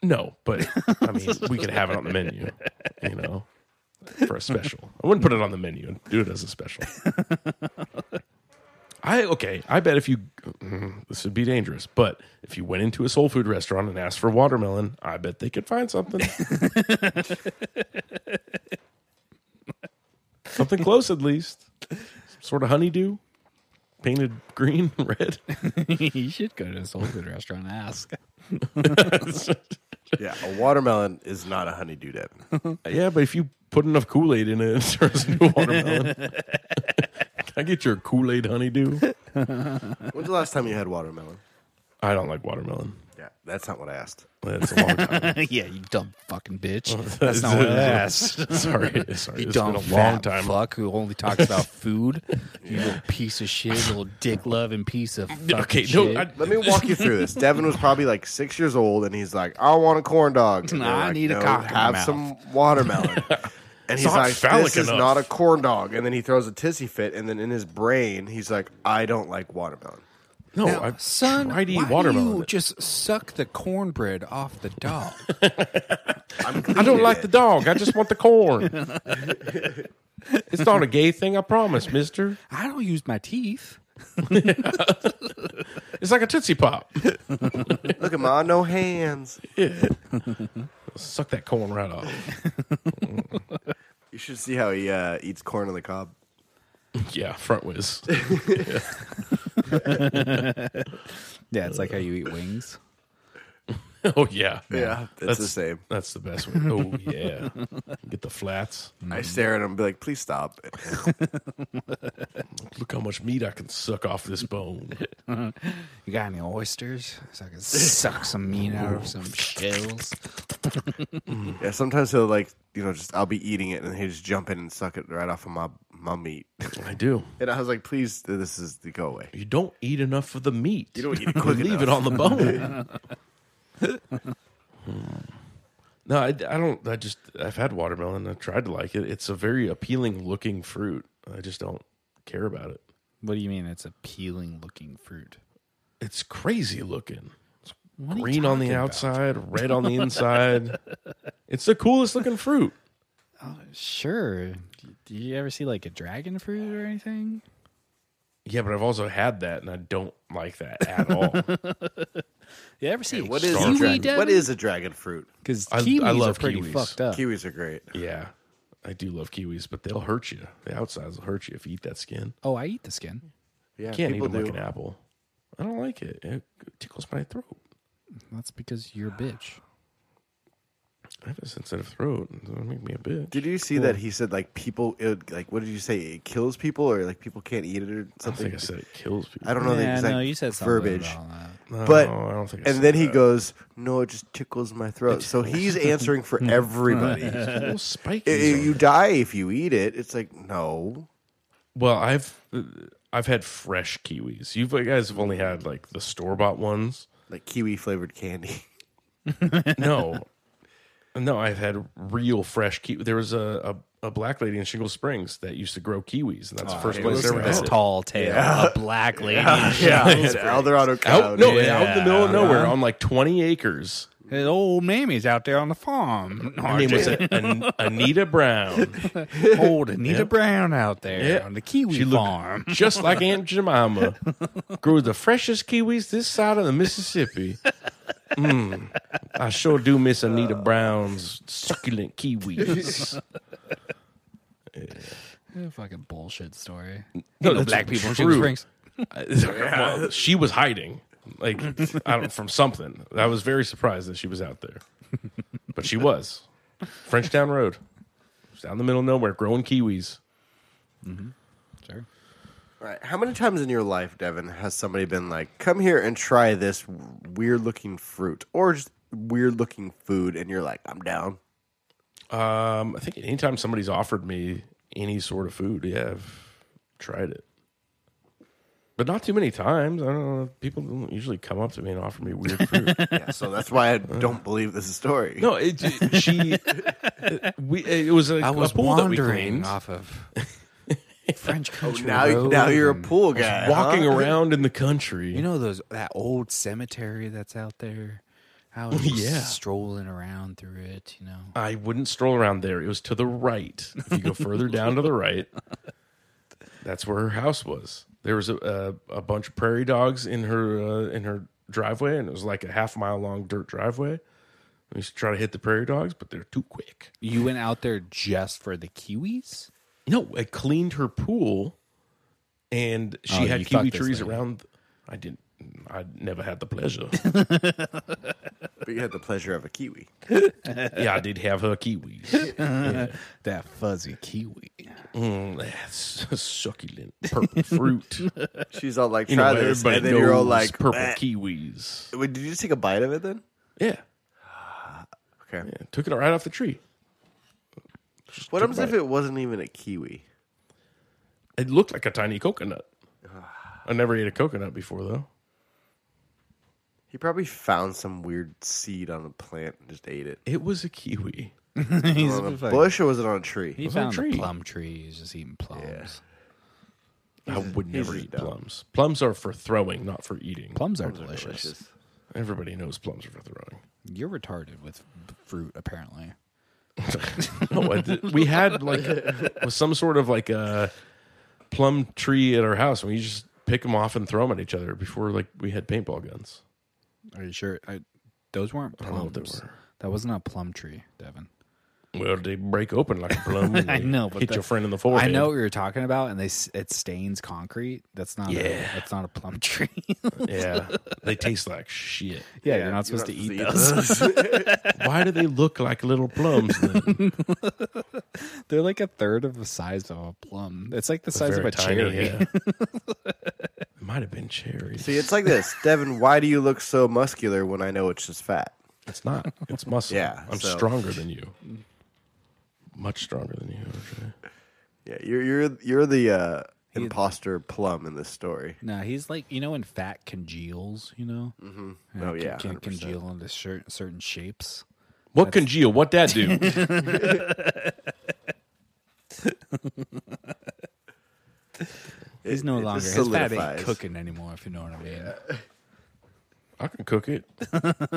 Speaker 2: no, but I mean, we could have it on the menu, you know, for a special. I wouldn't put it on the menu and do it as a special. I okay. I bet if you mm, this would be dangerous, but if you went into a soul food restaurant and asked for watermelon, I bet they could find something, something close at least, Some sort of honeydew, painted green, red.
Speaker 7: you should go to a soul food restaurant and ask.
Speaker 3: Yeah, a watermelon is not a honeydew dip.
Speaker 2: Yeah, but if you put enough Kool Aid in it, it turns into watermelon. Can I get your Kool Aid honeydew?
Speaker 3: When's the last time you had watermelon?
Speaker 2: I don't like watermelon.
Speaker 3: Yeah, that's not what I asked.
Speaker 2: That's a long time.
Speaker 7: yeah, you dumb fucking bitch. That's not what I asked.
Speaker 2: sorry, sorry.
Speaker 7: You
Speaker 2: It's
Speaker 7: dumb
Speaker 2: been a long
Speaker 7: fat
Speaker 2: time.
Speaker 7: fuck who only talks about food. You little piece of shit, little dick loving piece of fucking
Speaker 2: Okay,
Speaker 7: shit.
Speaker 2: no, I,
Speaker 3: Let me walk you through this. Devin was probably like six years old, and he's like, "I want a corn dog. And they're
Speaker 7: I
Speaker 3: like,
Speaker 7: need a
Speaker 3: "No,
Speaker 7: cock in my
Speaker 3: Have
Speaker 7: mouth."
Speaker 3: some watermelon." And he's
Speaker 2: not
Speaker 3: like,
Speaker 2: phallic
Speaker 3: "This is
Speaker 2: enough."
Speaker 3: not a corn dog." And then he throws a tissy fit, and then in his brain, he's like, "I don't like watermelon."
Speaker 2: no,
Speaker 7: Now,
Speaker 2: I
Speaker 7: son,
Speaker 2: tried to eat
Speaker 7: why do
Speaker 2: watermelon.
Speaker 7: you just suck the cornbread off the dog?
Speaker 3: I'm
Speaker 2: I don't
Speaker 3: cleaning
Speaker 2: like
Speaker 3: it.
Speaker 2: the dog. I just want the corn. it's not a gay thing, I promise, Mister.
Speaker 7: I don't use my teeth.
Speaker 2: It's like a tootsie pop.
Speaker 3: Look at my no hands.
Speaker 2: Suck that corn right off.
Speaker 3: You should see how he uh, eats corn on the cob.
Speaker 2: Yeah, front whiz.
Speaker 7: Yeah, it's like how you eat wings.
Speaker 2: Oh yeah,
Speaker 3: Yeah, it's the same.
Speaker 2: That's the best one. Oh yeah, get the flats.
Speaker 3: I stare at him, and be like, "Please stop."
Speaker 2: Look how much meat I can suck off this bone.
Speaker 7: You got any oysters? So I can suck some meat out of some shells.
Speaker 3: Yeah, sometimes he'll like, you know, just I'll be eating it, and he just jump in and suck it right off of my my meat.
Speaker 2: I do.
Speaker 3: And I was like, "Please, this is the go away."
Speaker 2: You don't eat enough of the meat. You
Speaker 3: don't eat it quick
Speaker 2: leave it on
Speaker 3: enough.
Speaker 2: the bone. no, I, I don't. I just I've had watermelon. I tried to like it. It's a very appealing looking fruit. I just don't care about it.
Speaker 7: What do you mean it's appealing looking fruit?
Speaker 2: It's crazy looking. It's
Speaker 7: are you
Speaker 2: green on the
Speaker 7: talking about?
Speaker 2: outside, red on the inside. it's the coolest looking fruit.
Speaker 7: Sure. Do you ever see like a dragon fruit or anything?
Speaker 2: Yeah, but I've also had that, and I don't like that at all.
Speaker 7: You ever see
Speaker 3: What is a
Speaker 7: kiwi?
Speaker 3: dragon?
Speaker 7: Devin?
Speaker 3: What is a dragon fruit?
Speaker 7: Because
Speaker 2: I- I
Speaker 7: kiwis
Speaker 2: love
Speaker 7: are pretty
Speaker 2: kiwis.
Speaker 7: fucked up.
Speaker 3: Kiwis are great.
Speaker 2: Yeah, I do love kiwis, but they'll hurt you. The outsides will hurt you if you eat that skin.
Speaker 7: Oh, I eat the skin.
Speaker 3: Yeah,
Speaker 2: Can't eat
Speaker 3: people
Speaker 2: them
Speaker 3: do.
Speaker 2: like an apple. I don't like it. It tickles my throat.
Speaker 7: That's because you're a bitch.
Speaker 2: I have a sensitive throat. It doesn't make me a bitch.
Speaker 3: Did you see that he said like people it, like what did you say it kills people or like people can't eat it or
Speaker 2: I don't think
Speaker 3: something?
Speaker 2: I said it kills people.
Speaker 3: I don't know the exact
Speaker 7: no, you said something
Speaker 3: verbiage.
Speaker 7: about that.
Speaker 2: No,
Speaker 3: but-
Speaker 2: I don't think. I
Speaker 3: And
Speaker 2: said
Speaker 3: then he
Speaker 2: that.
Speaker 3: goes, "No, it just tickles my throat." So he's answering for everybody. I-
Speaker 2: Little spikies
Speaker 3: I-
Speaker 2: on
Speaker 3: Eh, you
Speaker 2: it.
Speaker 3: die if you eat it. It's like no.
Speaker 2: Well, I've uh, I've had fresh kiwis. You've you guys have only had like the store bought ones.
Speaker 3: Like kiwi flavored candy.
Speaker 2: No, no, I've had real fresh kiwi. There was a, a a black lady in Shingle Springs that used to grow kiwis, and that's the first place I ever
Speaker 7: Listen to
Speaker 2: had
Speaker 7: this
Speaker 2: it.
Speaker 7: tall tale. A black lady.
Speaker 3: Yeah, El Dorado
Speaker 2: out,
Speaker 3: County.
Speaker 2: Oh, no, out in the middle of nowhere on like 20 acres.
Speaker 7: His old mammy's out there on the farm.
Speaker 2: Her name was An- Anita Brown.
Speaker 7: old Anita Brown out there
Speaker 2: Yeah.
Speaker 7: on the kiwi
Speaker 2: She looked
Speaker 7: farm.
Speaker 2: just like Aunt Jemima. Grew the freshest kiwis this side of the Mississippi. Mm, I sure do miss Anita Brown's succulent kiwis. Yeah.
Speaker 1: Eh, fucking bullshit story.
Speaker 2: No,
Speaker 1: the
Speaker 2: that's
Speaker 1: black people in Sugar
Speaker 2: true.
Speaker 1: Springs.
Speaker 2: Well, she was hiding, like I don't from something. I was very surprised that she was out there, but she was. Frenchtown Road, It's down the middle of nowhere, growing kiwis.
Speaker 7: Sure.
Speaker 3: Right. How many times in your life, Devin, has somebody been like, "Come here and try this weird looking fruit or just weird looking food," and you're like, "I'm down."
Speaker 2: Um, I think anytime somebody's offered me any sort of food, yeah, I've tried it, but not too many times. I don't know. People don't usually come up to me and offer me weird food.
Speaker 3: Yeah, so that's why I don't believe this is a story.
Speaker 2: Uh. no, it, she. we it was a,
Speaker 1: I was
Speaker 2: a pool that we
Speaker 1: wandering
Speaker 2: cleaned. Oh,
Speaker 1: off of French country.
Speaker 3: now,
Speaker 1: roads
Speaker 3: now you're a
Speaker 1: and-
Speaker 3: pool guy.
Speaker 2: Walking
Speaker 1: Uh-huh.
Speaker 3: huh?
Speaker 2: around in the country,
Speaker 7: You know those that old cemetery that's out there? How it's
Speaker 2: Yeah.
Speaker 7: strolling around through it, you know.
Speaker 2: I wouldn't stroll around there. It was to the right. If you go further down to the right, that's where her house was. There was a, a, a bunch of prairie dogs in her uh, in her driveway, and it was like a half mile long dirt driveway. We used to try to hit the prairie dogs, but they're too quick.
Speaker 7: You went out there just for the kiwis?
Speaker 2: No, I cleaned her pool, and she
Speaker 7: Oh,
Speaker 2: had
Speaker 7: you
Speaker 2: kiwi
Speaker 7: fucked this
Speaker 2: trees
Speaker 7: lady.
Speaker 2: around. I didn't. I never had the pleasure.
Speaker 3: But you had the pleasure of a kiwi.
Speaker 2: yeah, I did have her kiwis.
Speaker 7: That fuzzy kiwi.
Speaker 2: Mm, that's succulent purple fruit.
Speaker 3: She's all like,
Speaker 2: You know,
Speaker 3: "Try this,"
Speaker 2: everybody
Speaker 3: and then you're all
Speaker 2: knows
Speaker 3: like,
Speaker 2: purple
Speaker 3: "Bleh."
Speaker 2: kiwis.
Speaker 3: Wait, did you just take a bite of it then?
Speaker 2: Yeah.
Speaker 3: Okay.
Speaker 2: yeah, took it right off the tree. Just
Speaker 3: What
Speaker 2: took
Speaker 3: happens
Speaker 2: a
Speaker 3: if
Speaker 2: bite.
Speaker 3: it wasn't even a kiwi?
Speaker 2: It looked like a tiny coconut. I never ate a coconut before though.
Speaker 3: He probably found some weird seed on a plant and just ate it.
Speaker 2: It was a kiwi.
Speaker 7: He's
Speaker 3: Was it on a
Speaker 7: fucking-
Speaker 3: bush or was it on a tree?
Speaker 7: He
Speaker 2: was on a
Speaker 7: found a
Speaker 2: tree.
Speaker 7: plum tree. He's just eating plums.
Speaker 2: I would never
Speaker 3: just
Speaker 2: eat
Speaker 3: dumb.
Speaker 2: plums. Plums are for throwing, not for eating.
Speaker 7: Plums, are,
Speaker 3: Those are
Speaker 7: delicious.
Speaker 3: delicious.
Speaker 2: Everybody knows plums are for throwing.
Speaker 7: You're retarded with b- fruit, apparently.
Speaker 2: No, I did- we had like was some sort of like a plum tree at our house, and we just pick them off and throw them at each other before like we had paintball guns.
Speaker 7: Are you sure? I, those weren't
Speaker 2: don't know what
Speaker 7: plums.
Speaker 2: they were.
Speaker 7: That wasn't a plum tree, Devin.
Speaker 2: Well, they break open like a plum. and
Speaker 7: I
Speaker 2: they
Speaker 7: know, but
Speaker 2: hit
Speaker 7: the-
Speaker 2: your friend in the forehead.
Speaker 7: I know what you're talking about, and they s- it stains concrete. That's not. A,
Speaker 2: Yeah.
Speaker 7: that's not a plum tree.
Speaker 2: Yeah, they taste like shit.
Speaker 7: yeah, you're not supposed to eat those.
Speaker 2: Why do they look like little plums? Then?
Speaker 7: They're like a third of the size of a plum. It's like the size of
Speaker 2: Very
Speaker 7: a cherry.
Speaker 2: yeah. It Might have been cherries.
Speaker 3: See, it's like this, Devin. Why do you look so muscular when I know it's just fat?
Speaker 2: it's not. It's muscle.
Speaker 3: Yeah,
Speaker 2: I'm
Speaker 3: so-
Speaker 2: stronger than you. Much stronger than you. RJ.
Speaker 3: Yeah, you're you're you're the uh, imposter plum in this story.
Speaker 7: No, he's like you know when fat congeals, you know. Mm-hmm.
Speaker 3: Oh, yeah,
Speaker 7: can
Speaker 3: 100%.
Speaker 7: congeal into cer- certain shapes.
Speaker 2: What congeal? What that do?
Speaker 7: He's no
Speaker 3: it
Speaker 7: longer
Speaker 3: just
Speaker 7: his fat ain't
Speaker 3: solidifies.
Speaker 7: cooking anymore. If you know what I mean.
Speaker 2: I can cook it. If
Speaker 3: He
Speaker 2: I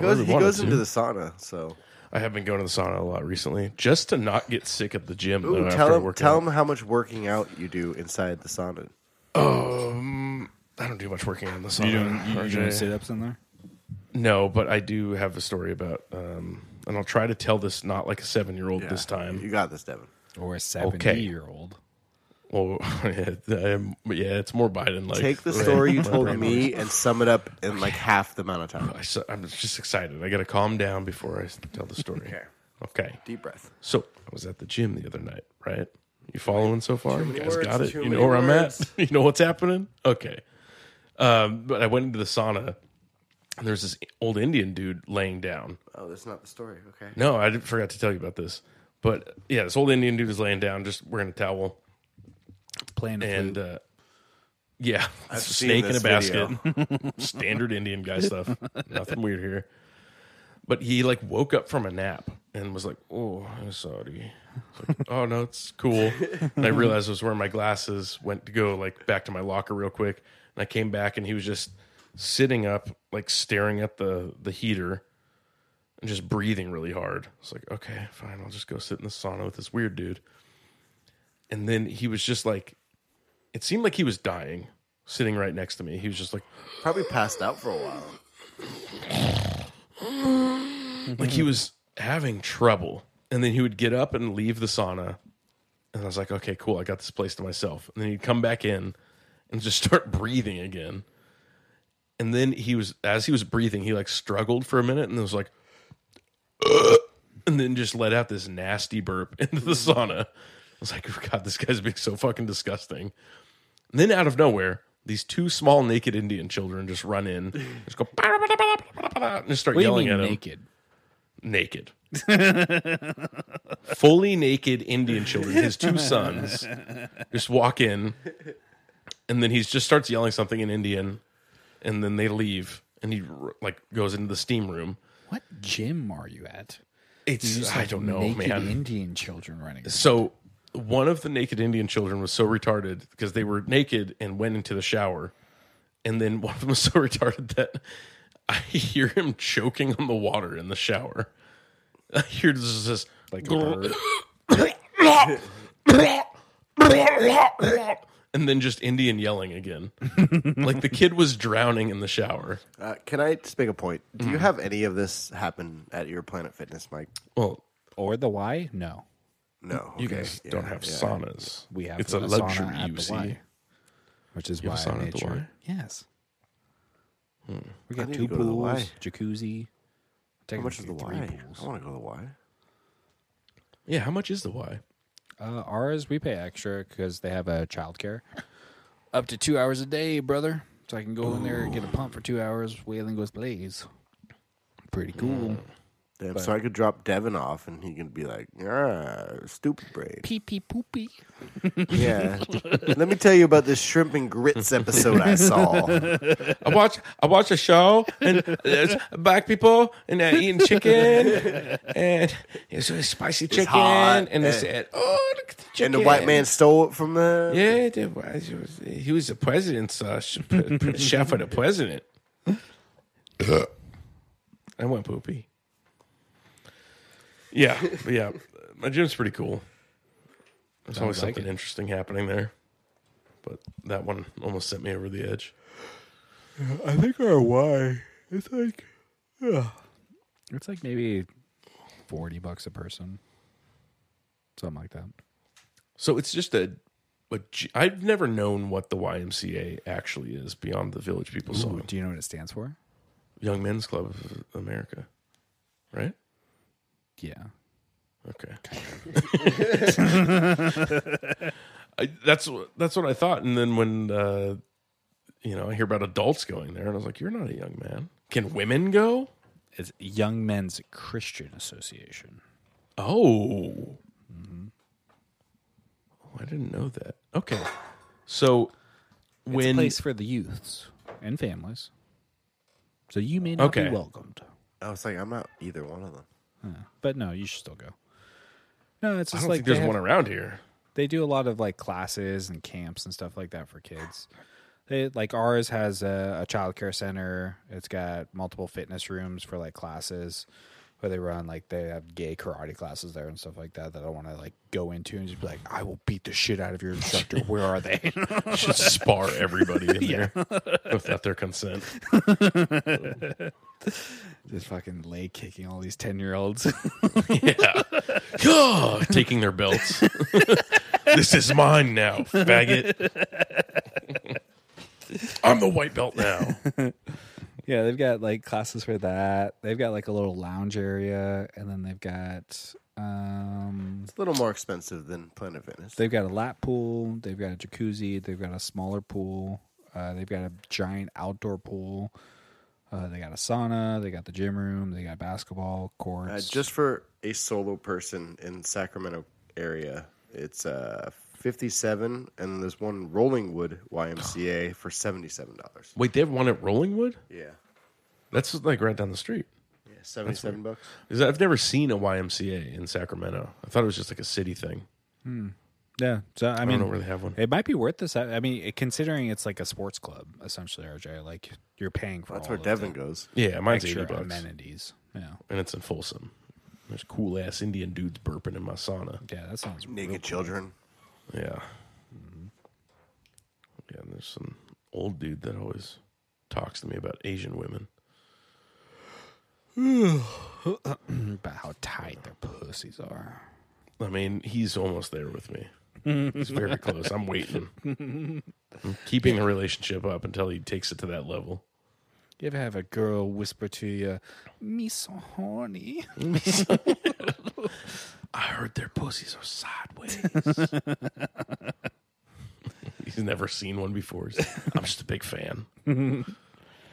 Speaker 3: goes
Speaker 2: really
Speaker 3: he
Speaker 2: wanted
Speaker 3: goes
Speaker 2: to.
Speaker 3: into the sauna. So
Speaker 2: I have been going to the sauna a lot recently, just to not get sick at the gym.
Speaker 3: Ooh,
Speaker 2: though,
Speaker 3: tell
Speaker 2: after
Speaker 3: him
Speaker 2: working
Speaker 3: tell
Speaker 2: out.
Speaker 3: him how much working out you do inside the sauna.
Speaker 2: Um, I don't do much working on the sauna.
Speaker 7: Are
Speaker 2: RJ.
Speaker 7: you doing sit ups in there?
Speaker 2: No, but I do have a story about, um, and I'll try to tell this not like a seven year old this
Speaker 3: you
Speaker 2: time.
Speaker 3: got this, Devin.
Speaker 7: Or a 70 year old?
Speaker 2: Well, yeah, um, yeah, it's more Biden like.
Speaker 3: Take the
Speaker 2: Right.
Speaker 3: story you told me and sum it up in like half the amount of time.
Speaker 2: I, am just excited. I got to calm down before I s- tell the story. okay. Okay.
Speaker 3: Deep breath.
Speaker 2: So I was at the gym the other night, right? You following so far? You guys
Speaker 3: words,
Speaker 2: got it?
Speaker 3: too
Speaker 2: You
Speaker 3: many
Speaker 2: know where I'm at?
Speaker 3: words.
Speaker 2: You know what's happening? Okay. Um, but I went into the sauna, and there's this old Indian dude laying down.
Speaker 3: Oh, that's not the story. Okay.
Speaker 2: No, I did- forgot to tell you about this. But yeah, this old Indian dude is laying down, just wearing a towel,
Speaker 7: Playing a
Speaker 2: and
Speaker 7: flute.
Speaker 2: uh, yeah, it's a
Speaker 3: seen
Speaker 2: snake in a
Speaker 3: this
Speaker 2: basket. Standard Indian guy stuff. Nothing weird here. But he like woke up from a nap and was like, "Oh, I'm sorry." It's like, oh no, it's cool. And I realized I was wearing my glasses. Went to go like back to my locker real quick, and I came back and he was just sitting up, like staring at the the heater and just breathing really hard. It's like, okay, fine, I'll just go sit in the sauna with this weird dude. And then he was just like, it seemed like he was dying, sitting right next to me. He was just like,
Speaker 3: Probably passed out for a while.
Speaker 1: Mm-hmm.
Speaker 2: like he was having trouble. And then he would get up and leave the sauna, And I was like, okay, cool. I got this place to myself. And then he'd come back in and just start breathing again. And then he was, as he was breathing, he like struggled for a minute and was like, and then just let out this nasty burp into the sauna. I was like, oh, God, this guy's being so fucking disgusting. And then out of nowhere, these two small naked Indian children just run in, just go, and just start
Speaker 1: What do you
Speaker 2: yelling
Speaker 1: mean
Speaker 2: at him
Speaker 1: naked?
Speaker 2: naked. Fully naked Indian children, his two sons, just walk in, and then he just starts yelling something in Indian, and then they leave, and he like goes into the steam room.
Speaker 1: What gym are you at?
Speaker 2: It's
Speaker 1: Just,
Speaker 2: I
Speaker 1: like,
Speaker 2: don't know,
Speaker 1: naked
Speaker 2: Oh, man.
Speaker 1: Indian children running. around.
Speaker 2: So one of the naked Indian children was so retarded because they were naked and went into the shower, and then one of them was so retarded that I hear him choking on the water in the shower. I hear this this like and then just Indian yelling again, like the kid was drowning in the shower.
Speaker 3: Uh, can I just make a point? Do you have any of this happen at your Planet Fitness, Mike?
Speaker 2: Well,
Speaker 7: Or the Y? No.
Speaker 3: No.
Speaker 2: you
Speaker 3: okay,
Speaker 2: guys
Speaker 3: yeah,
Speaker 2: don't have
Speaker 3: yeah.
Speaker 2: saunas.
Speaker 7: We have
Speaker 2: it's a,
Speaker 7: sauna
Speaker 2: luxury.
Speaker 7: at
Speaker 2: you
Speaker 7: the
Speaker 2: see,
Speaker 7: Y, which is
Speaker 2: You
Speaker 7: why
Speaker 2: have a sauna at the
Speaker 7: nature.
Speaker 2: Y?
Speaker 7: Yes. We
Speaker 3: I
Speaker 7: got
Speaker 3: need to
Speaker 7: two
Speaker 3: go to the
Speaker 7: pools,
Speaker 3: Y.
Speaker 7: jacuzzi.
Speaker 3: How much is the
Speaker 7: technically
Speaker 3: Y?
Speaker 7: three
Speaker 3: I
Speaker 7: pools.
Speaker 3: want to go to the Y.
Speaker 2: yeah. How much is the Y?
Speaker 7: Uh, ours we pay extra because they have a childcare.
Speaker 1: Up to two hours a day, brother. So I can go in there and get a pump for two hours. Wailing goes blaze.
Speaker 7: Pretty cool.
Speaker 3: Damn, so I could drop Devin off, and he can be like, "Ah, stupid brain."
Speaker 1: Pee pee poopy.
Speaker 3: Yeah. Let me tell you about this shrimp and grits episode I saw.
Speaker 2: I watch I watch a show and there's black people and they're eating chicken and it's really spicy chicken
Speaker 3: hot,
Speaker 2: and they
Speaker 3: eh.
Speaker 2: said, "Oh, look at the chicken."
Speaker 3: And the white man stole it from the.
Speaker 2: Yeah, they- he was- he was the president's uh, sh- p- p- chef of the president. I went poopy. Yeah, but yeah. My gym's pretty cool. There's always
Speaker 7: like
Speaker 2: something interesting happening there, but that one almost sent me over the edge.
Speaker 7: I think our Y it's like Mm. it's like maybe forty bucks a person, something like that.
Speaker 2: So it's just a. a G- I've never known what the YMCA actually is beyond the Village People
Speaker 7: So,
Speaker 2: Song,
Speaker 7: do you know what it stands for?
Speaker 2: Young Men's Club of America, right?
Speaker 7: Yeah,
Speaker 2: Okay. I, that's what- that's what I thought, and then when uh, you know I hear about adults going there, and I was like, "You're not a young man. Can women go?"
Speaker 7: it's Young Men's Christian Association.
Speaker 2: Oh. oh I didn't know that. Okay, so
Speaker 7: It's a
Speaker 2: when
Speaker 7: place for the youths and families. So you may not
Speaker 2: Okay.
Speaker 7: be welcomed,
Speaker 3: I was like, I'm not either one of them.
Speaker 7: but no, you should still go. No, it's
Speaker 2: I
Speaker 7: just
Speaker 2: don't
Speaker 7: like
Speaker 2: think
Speaker 7: they
Speaker 2: there's
Speaker 7: have-
Speaker 2: one around here.
Speaker 7: they do a lot of like classes and camps and stuff like that for kids. They, like ours has a, a child care center. It's got multiple fitness rooms for like classes where they run like they have gay karate classes there and stuff like that that I want to like go into and just be like I will beat the shit out of your instructor. Where are they?
Speaker 2: just spar everybody in there without their consent.
Speaker 7: just fucking leg kicking all these ten year olds.
Speaker 2: Yeah. Taking their belts. this is mine now, faggot. I'm the white belt now.
Speaker 7: yeah, they've got like classes for that. They've got like a little lounge area, and then they've got um
Speaker 3: It's a little more expensive than Planet Uh, Fitness.
Speaker 7: They've got a lap pool. They've got a jacuzzi. They've got a smaller pool. Uh, they've got a giant outdoor pool. Uh, they got a sauna. They got the gym room. They got basketball courts.
Speaker 3: Uh, just for a solo person in Sacramento area, it's uh, 57 and then there's one Rollingwood YMCA for $77.
Speaker 2: Wait, they have one at Rollingwood?
Speaker 3: Yeah.
Speaker 2: That's like right down the street.
Speaker 3: Yeah, 77 bucks.
Speaker 2: 'Cause I've never seen a YMCA in Sacramento. I thought it was just like a city thing.
Speaker 7: yeah. So I
Speaker 2: I,
Speaker 7: mean,
Speaker 2: don't know where they have one.
Speaker 7: it might be worth this. I I mean, it- considering it's like a sports club essentially, RJ. Like you're paying for
Speaker 3: That's
Speaker 7: all
Speaker 3: where
Speaker 7: of
Speaker 3: Devin
Speaker 7: the
Speaker 3: goes.
Speaker 2: Yeah, mine's
Speaker 7: extra
Speaker 2: 80 bucks.
Speaker 7: amenities. Yeah.
Speaker 2: And it's in Folsom. There's cool ass Indian dudes burping in my sauna.
Speaker 7: Yeah, that sounds
Speaker 3: Naked children.
Speaker 2: Yeah. Yeah, and there's some old dude that always talks to me about Asian women.
Speaker 7: about how tight their pussies are.
Speaker 2: I mean, he's almost there with me. He's very close. I'm waiting. I'm keeping the relationship up until he takes it to that level.
Speaker 7: You ever have a girl whisper to you, "Me so horny"?
Speaker 2: I heard their pussies are sideways. He's never seen one before. He's- I'm just a big fan.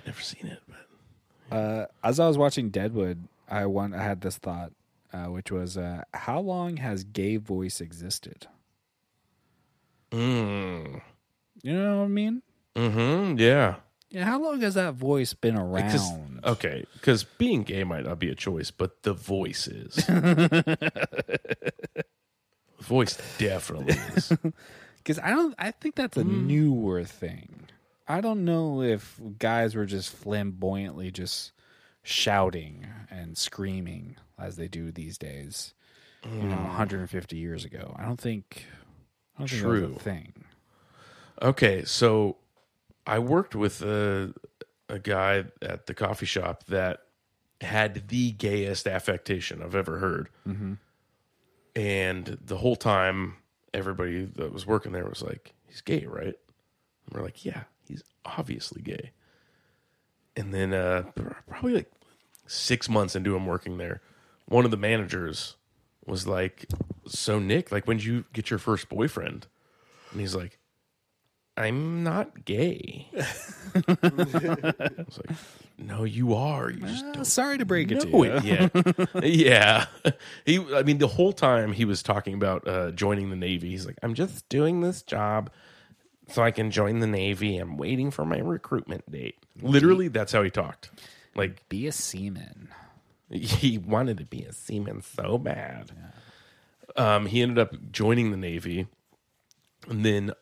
Speaker 2: never seen it, but
Speaker 7: As I was watching Deadwood, I one I had this thought, uh, which was, uh, "How long has gay voice existed?"
Speaker 2: Mm.
Speaker 7: You know what I mean?
Speaker 2: mm-hmm, yeah.
Speaker 7: Yeah. How long has that voice been around?
Speaker 2: 'Cause- okay, because being gay might not be a choice, but the voice is. voice definitely is.
Speaker 7: Because I don't. I think that's a newer thing. I don't know if guys were just flamboyantly just shouting and screaming as they do these days. You know, 150 years ago. I don't think. I don't Think that
Speaker 2: True.
Speaker 7: was a thing.
Speaker 2: Okay, so I worked with a a guy at the coffee shop that had the gayest affectation I've ever heard, and the whole time everybody that was working there was like, "He's gay, right?" And we're like, "Yeah, he's obviously gay." And then uh, probably like six months into him working there, one of the managers was like, "So Nick, like, when did you get your first boyfriend?" And he's like, I'm not gay. I was like, no, you are. You just
Speaker 7: Uh, sorry to break it to
Speaker 2: don't
Speaker 7: you.
Speaker 2: know it yet. yeah. He, I mean, the whole time he was talking about uh, joining the Navy, he's like, I'm just doing this job so I can join the Navy. I'm waiting for my recruitment date. Literally, that's how he talked. Like,
Speaker 7: Be a seaman.
Speaker 2: he wanted to be a seaman so bad. Um, he ended up joining the Navy, and then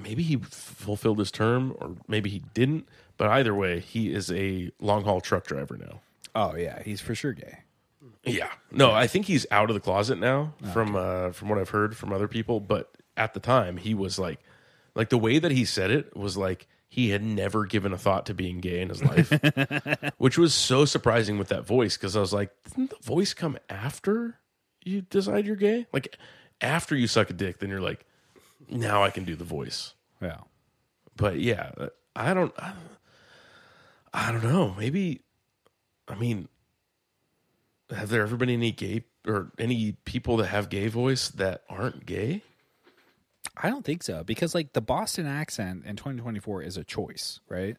Speaker 2: maybe he f- fulfilled his term, or maybe he didn't. But either way, he is a long haul truck driver now.
Speaker 7: Oh yeah, he's for sure gay.
Speaker 2: Yeah, no, I think he's out of the closet now. From uh, from what I've heard from other people, but at the time he was like, like the way that he said it was like he had never given a thought to being gay in his life, which was so surprising with that voice because I was like, didn't the voice come after you decide you're gay? Like after you suck a dick, then you're like, now I can do the voice.
Speaker 7: Yeah.
Speaker 2: But yeah, I don't, I don't, I don't know. Maybe, I mean, have there ever been any gay or any people that have gay voice that aren't gay?
Speaker 7: I don't think so Uh, because like the Boston accent in 2024 is a choice, right?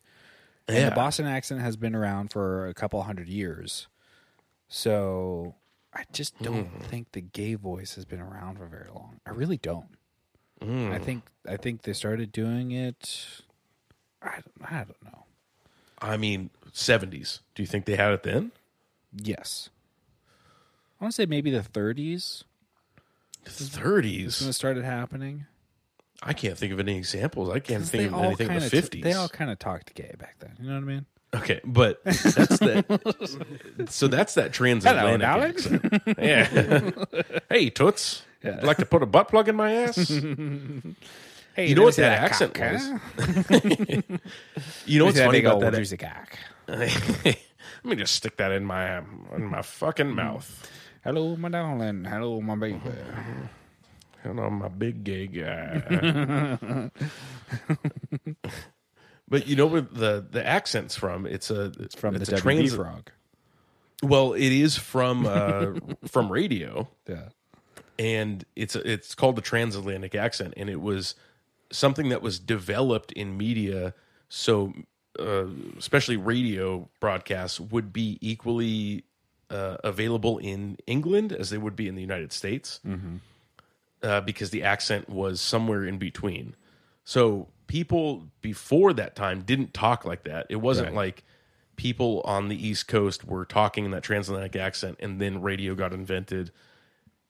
Speaker 7: And the Boston accent has been around for a couple hundred years. So I just
Speaker 2: Hmm.
Speaker 7: don't think the gay voice has been around for very long. I really don't.
Speaker 2: Hmm.
Speaker 7: I think I think they started doing it I don't, I don't know.
Speaker 2: I mean, seventies. Do you think they had it then?
Speaker 7: Yes. I want to say maybe the 30s when it
Speaker 2: Thirties.
Speaker 7: started happening.
Speaker 2: I can't think of any examples. I can't
Speaker 7: 'Cause
Speaker 2: think of anything in the
Speaker 7: kinda t-
Speaker 2: fifties.
Speaker 7: they all kind of talked gay back then. You know what I mean?
Speaker 2: Okay, but that's that. so that's that transatlantic
Speaker 7: Hello, Alex.
Speaker 2: accent. Yeah. hey, toots. Would you like to put a butt plug in my ass? you
Speaker 7: Hey,
Speaker 2: know what that accent was? you know what's funny about that? Let me just stick that in my um, in my
Speaker 7: Mm.
Speaker 2: fucking mouth.
Speaker 7: Hello, my darling. Hello, my baby.
Speaker 2: And I'm a big gay guy. but you know where the the accent's from? It's a it's
Speaker 7: From
Speaker 2: it's
Speaker 7: the
Speaker 2: a
Speaker 7: WB
Speaker 2: trans-
Speaker 7: Frog.
Speaker 2: Well, it is from uh, from radio.
Speaker 7: Yeah.
Speaker 2: and it's it's called the transatlantic accent, and it was something that was developed in media, so uh, especially radio broadcasts would be equally uh, available in England as they would be in the United States, uh, because the accent was somewhere in between. So people before that time didn't talk like that. It wasn't like people on the East Coast were talking in that transatlantic accent, and then radio got invented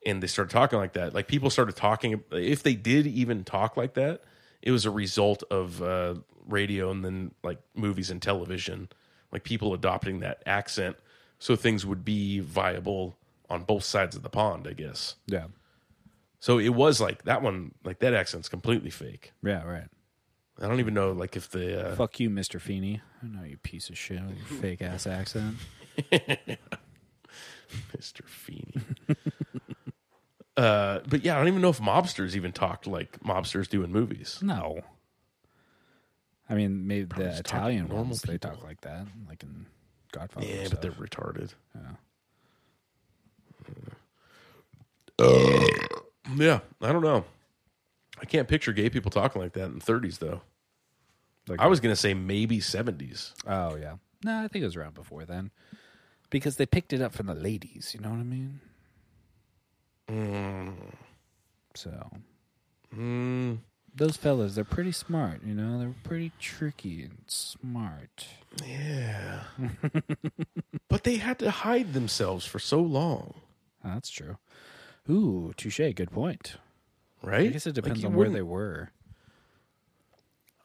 Speaker 2: and they started talking like that. Like people started talking. If they did even talk like that, it was a result of uh, radio and then like movies and television. Like people adopting that accent, so things would be viable on both sides of the pond, I guess.
Speaker 7: Yeah.
Speaker 2: So it was like that one, like that accent's completely fake.
Speaker 7: Yeah, right.
Speaker 2: I don't even know, like if the uh,
Speaker 7: Fuck you, Mr. Feeney. I know you piece of shit with your fake ass accent.
Speaker 2: Mr. Feeney. Uh, but yeah, I don't even know if mobsters even talked like mobsters do in movies.
Speaker 7: No. I mean, maybe the
Speaker 2: just talk
Speaker 7: Italian
Speaker 2: normal
Speaker 7: ones they
Speaker 2: people.
Speaker 7: talk like that, like in Godfather.
Speaker 2: Yeah,
Speaker 7: and
Speaker 2: but they're
Speaker 7: stuff.
Speaker 2: retarded.
Speaker 7: Yeah. Uh.
Speaker 2: Yeah, I don't know. I can't picture gay people talking like that in the 30s, though.
Speaker 7: Like-
Speaker 2: I was gonna say maybe 70s.
Speaker 7: Oh yeah. No, I think it was around before then, because they picked it up from the ladies. You know what I mean? So
Speaker 2: Mm,
Speaker 7: those fellas, they're pretty smart. You know, they're pretty tricky and smart.
Speaker 2: yeah, but they had to hide themselves for so long,
Speaker 7: That's true. Ooh, touche. Good point.
Speaker 2: right?
Speaker 7: I guess it depends
Speaker 2: you
Speaker 7: on where they
Speaker 2: wouldn't-
Speaker 7: were.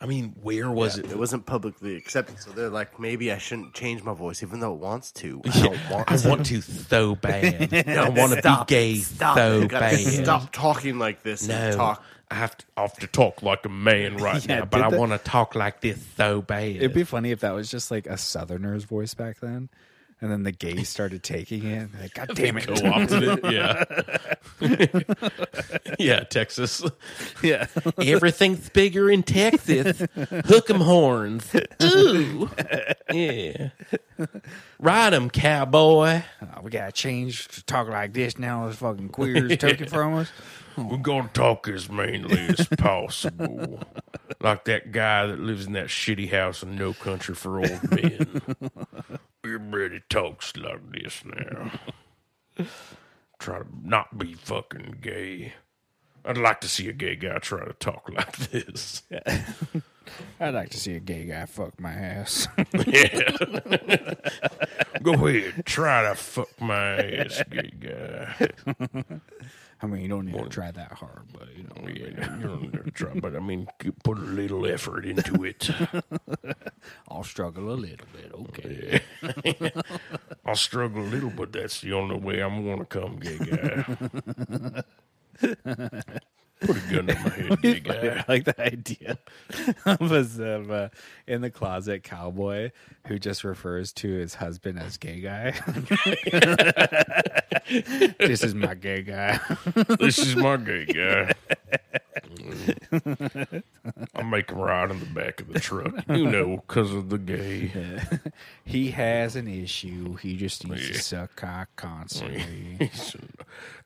Speaker 2: I mean, where was it?
Speaker 3: It wasn't publicly accepted, so they're like, maybe I shouldn't change my voice, even though it wants to. I don't want. to.
Speaker 2: want to so bad. I
Speaker 3: Stop. Stop. You gotta Stop talking like this.
Speaker 2: No,
Speaker 3: And talk.
Speaker 2: I have to, I have to talk like a man right
Speaker 7: Yeah,
Speaker 2: now, but
Speaker 7: did
Speaker 2: I
Speaker 7: the-
Speaker 2: want to talk like this so bad.
Speaker 7: It'd be funny if that was just like a Southerner's voice back then, and then the gays started taking it. and they're Like, God damn it!
Speaker 2: co-opted it. Yeah, yeah, Texas.
Speaker 7: Yeah,
Speaker 2: Everything's bigger in Texas. Hook 'em horns. Ooh, yeah. Ride 'em, cowboy.
Speaker 7: Uh, we gotta change to talk like this now. Those fucking queers took it from us.
Speaker 2: We're gonna talk as mainly as possible, like that guy that lives in that shitty house in No Country for Old Men. Everybody talks like this now. Try to not be fucking gay. I'd like to see a gay guy try to talk like this.
Speaker 7: I'd like to see a gay guy fuck my ass.
Speaker 2: Yeah. Go ahead, try to fuck my ass, gay guy.
Speaker 7: I mean, you don't need to try that hard, but you know.
Speaker 2: Yeah, you don't have to try, but I mean, c- put a little effort into it.
Speaker 7: I'll struggle a little bit. Okay.
Speaker 2: I'll struggle a little, but that's the only way I'm going to come, gay guy. Put a gun in my head, gay guy.
Speaker 7: I like the idea of a of a in the closet cowboy who just refers to his husband as gay guy. this is my gay guy.
Speaker 2: This is my gay guy. Mm. I make him ride in the back of the truck, you know, because of the gay.
Speaker 7: He has an issue. He just needs to suck cock constantly.
Speaker 2: He's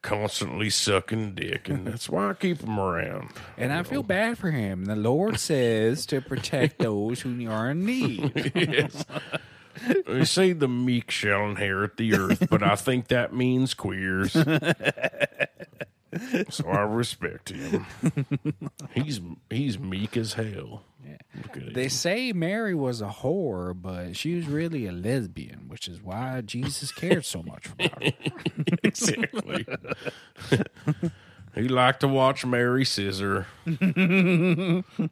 Speaker 2: constantly sucking dick, and that's why I keep him around.
Speaker 7: And I feel bad for him. The Lord says to protect those who are in need.
Speaker 2: yes. They say the meek shall inherit the earth, but I think that means queers. so I respect him. He's he's meek as hell. Look at
Speaker 7: They
Speaker 2: him.
Speaker 7: say Mary was a whore, but she was really a lesbian, which is why Jesus cared so much about her.
Speaker 2: exactly. he liked to watch Mary scissor,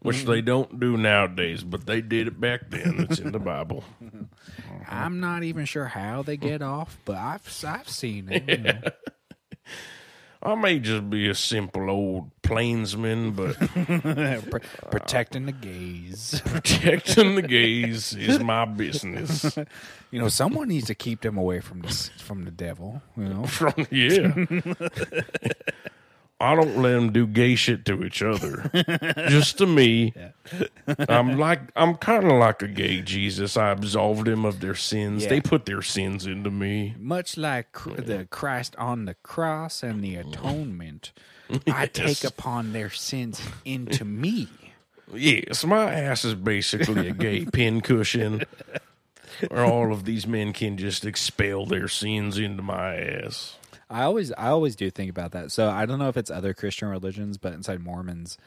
Speaker 2: which they don't do nowadays, but they did it back then. It's in the Bible.
Speaker 7: I'm not even sure how they get off, but I've I've seen it. you know.
Speaker 2: I may just be a simple old plainsman, but.
Speaker 7: Pr- protecting the gays.
Speaker 2: protecting the gays is my business.
Speaker 7: You know, someone needs to keep them away from the s- from the devil. You know,
Speaker 2: From yeah, I don't let them do gay shit to each other. Just to me, I'm like I'm kind of like a gay Jesus. I absolved him of their sins. They put their sins into me.
Speaker 7: much like cr- the Christ on the cross and the atonement, I take upon their sins into me.
Speaker 2: Yes, my ass is basically a gay pincushion. Where all of these men can just expel their sins into my ass.
Speaker 7: I always I always do think about that. So I don't know if it's other Christian religions, but inside Mormons,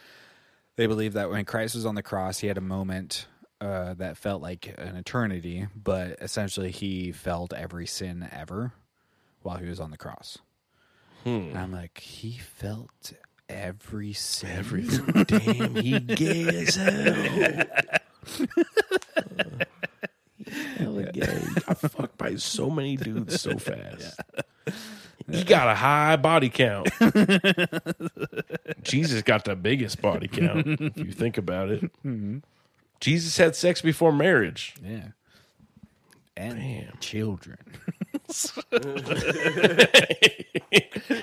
Speaker 7: they believe that when Christ was on the cross, he had a moment uh, that felt like an eternity, but essentially he felt every sin ever while he was on the cross. And I'm like, he felt every sin. Everything.
Speaker 2: Damn, he gay as hell. Hella gay. I fucked by so many dudes so fast. He got a high body count. Jesus got the biggest body count, if you think about it. Jesus had sex before marriage.
Speaker 7: Yeah. And
Speaker 2: Damn.
Speaker 7: children.
Speaker 2: animals.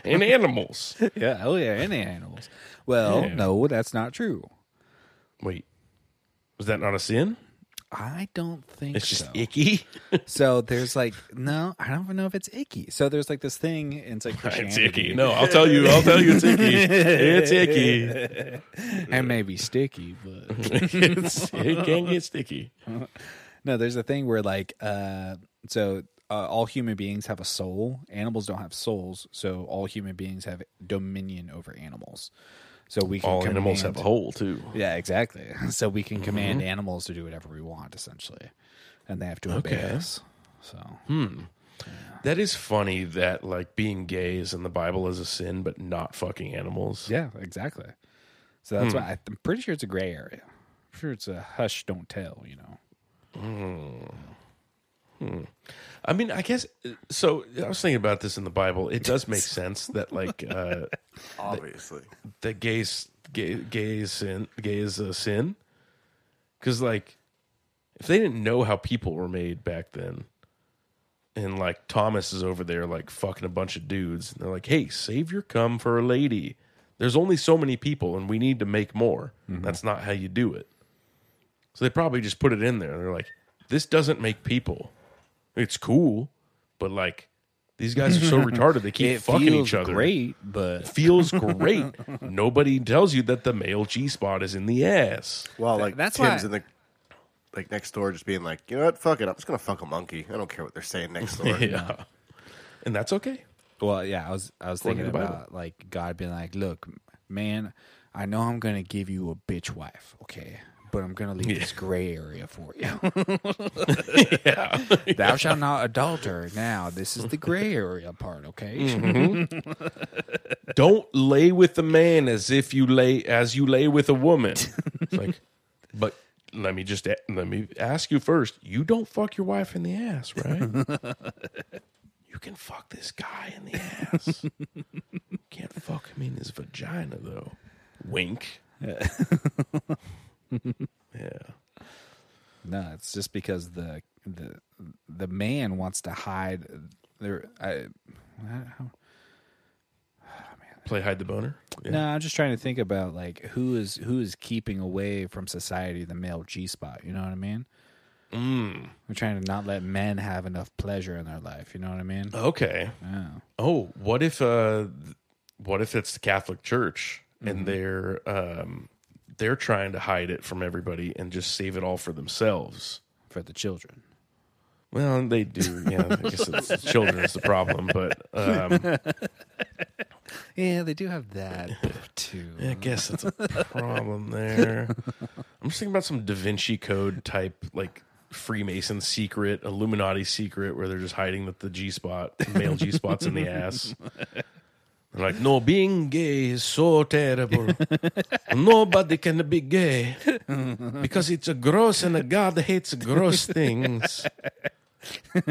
Speaker 2: and animals.
Speaker 7: Yeah. Oh yeah. And the animals. Well,
Speaker 2: Yeah.
Speaker 7: no, that's not true.
Speaker 2: Wait, was that not a sin?
Speaker 7: I don't think
Speaker 2: It's just
Speaker 7: so.
Speaker 2: icky.
Speaker 7: So there's like no, I don't even know if it's icky. So there's like this thing, and it's like
Speaker 2: It's
Speaker 7: Christianity,
Speaker 2: icky. No, I'll tell you. I'll tell you. It's icky. It's icky.
Speaker 1: and maybe sticky, but
Speaker 2: It's, it can get sticky.
Speaker 7: No, there's a thing where like uh so uh, all human beings have a soul. Animals don't have souls, so all human beings have dominion over animals. So we can
Speaker 2: All animals have
Speaker 7: command-
Speaker 2: a Mm-hmm. hole too.
Speaker 7: Yeah, exactly. So we can command animals to do whatever we want essentially. And they have to obey
Speaker 2: Okay.
Speaker 7: us. So
Speaker 2: That is funny. That like being gay is in the Bible is a sin, but not fucking animals.
Speaker 7: yeah, exactly. So that's
Speaker 2: Hmm.
Speaker 7: why I, I'm pretty sure it's a gray area. I'm sure it's a hush don't tell, you know.
Speaker 2: I mean, I guess so. I was thinking about this in the Bible. It does make sense that like uh,
Speaker 3: Obviously.
Speaker 2: that gays gay gay is sin gay is a sin because like if they didn't know how people were made back then and like thomas is over there like fucking a bunch of dudes and they're like hey save your cum for a lady there's only so many people and we need to make more
Speaker 1: Mm-hmm.
Speaker 2: that's not how you do it so they probably just put it in there they're like this doesn't make people it's cool but like these guys are so retarded they keep
Speaker 1: it
Speaker 2: fucking
Speaker 1: feels
Speaker 2: each other
Speaker 1: great. But
Speaker 2: feels great. Nobody tells you that the male G spot is in the ass.
Speaker 3: Well, like
Speaker 7: that's
Speaker 3: Tim's
Speaker 7: why-
Speaker 3: in the like next door, just being like, you know what? Fuck it. I'm just gonna fuck a monkey. I don't care what they're saying next door.
Speaker 2: Yeah. And that's okay.
Speaker 7: Well, yeah, I was I was
Speaker 2: According
Speaker 7: thinking
Speaker 2: to the Bible.
Speaker 7: about like God being like, "Look, man, I know I'm gonna give you a bitch wife, okay, but I'm gonna leave this gray area for you.
Speaker 2: Yeah.
Speaker 7: Thou shalt not adulter. Now, this is the gray area part, okay?
Speaker 2: Mm-hmm. Don't lay with a man as if you lay as you lay with a woman. It's like, but let me just a- let me ask you first. You don't fuck your wife in the ass, right? you can fuck this guy in the ass. Can't fuck him in his vagina though. Wink. yeah.
Speaker 7: No, it's just because the the the man wants to hide their. uh, I,
Speaker 2: Play hide the boner. Yeah.
Speaker 7: No, I'm just trying to think about like who is who is keeping away from society the male G spot. You know what I mean? Mm. We're trying to not let men have enough pleasure in their life. You know what I mean?
Speaker 2: Okay.
Speaker 7: Yeah.
Speaker 2: Oh, what if uh th- what if it's the Catholic Church and they're um they're trying to hide it from everybody and just save it all for themselves?
Speaker 7: for the children.
Speaker 2: Well, they do. Yeah, I guess it's children is the problem, but um,
Speaker 7: Yeah, they do have that too.
Speaker 2: I guess it's a problem there. I'm just thinking about some Da Vinci Code type like Freemason secret, Illuminati secret, where they're just hiding that the G spot, male G spots in the ass. They're like, no, being gay is so terrible. Nobody can be gay because it's a gross and a God hates gross things.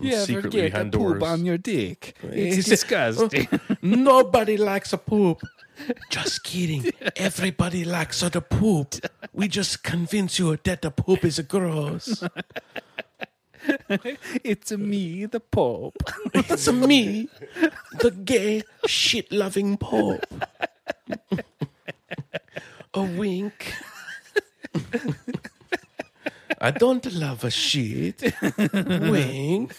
Speaker 1: yeah,
Speaker 2: secretly behind doors.
Speaker 1: your dick.
Speaker 2: It's
Speaker 1: disgusting.
Speaker 2: Nobody likes a poop. Just kidding. Everybody likes the poop. We just convince you that the poop is gross.
Speaker 1: it's me, the Pope.
Speaker 2: It's me, the gay, shit loving pope. a wink. I don't love a shit. Wink.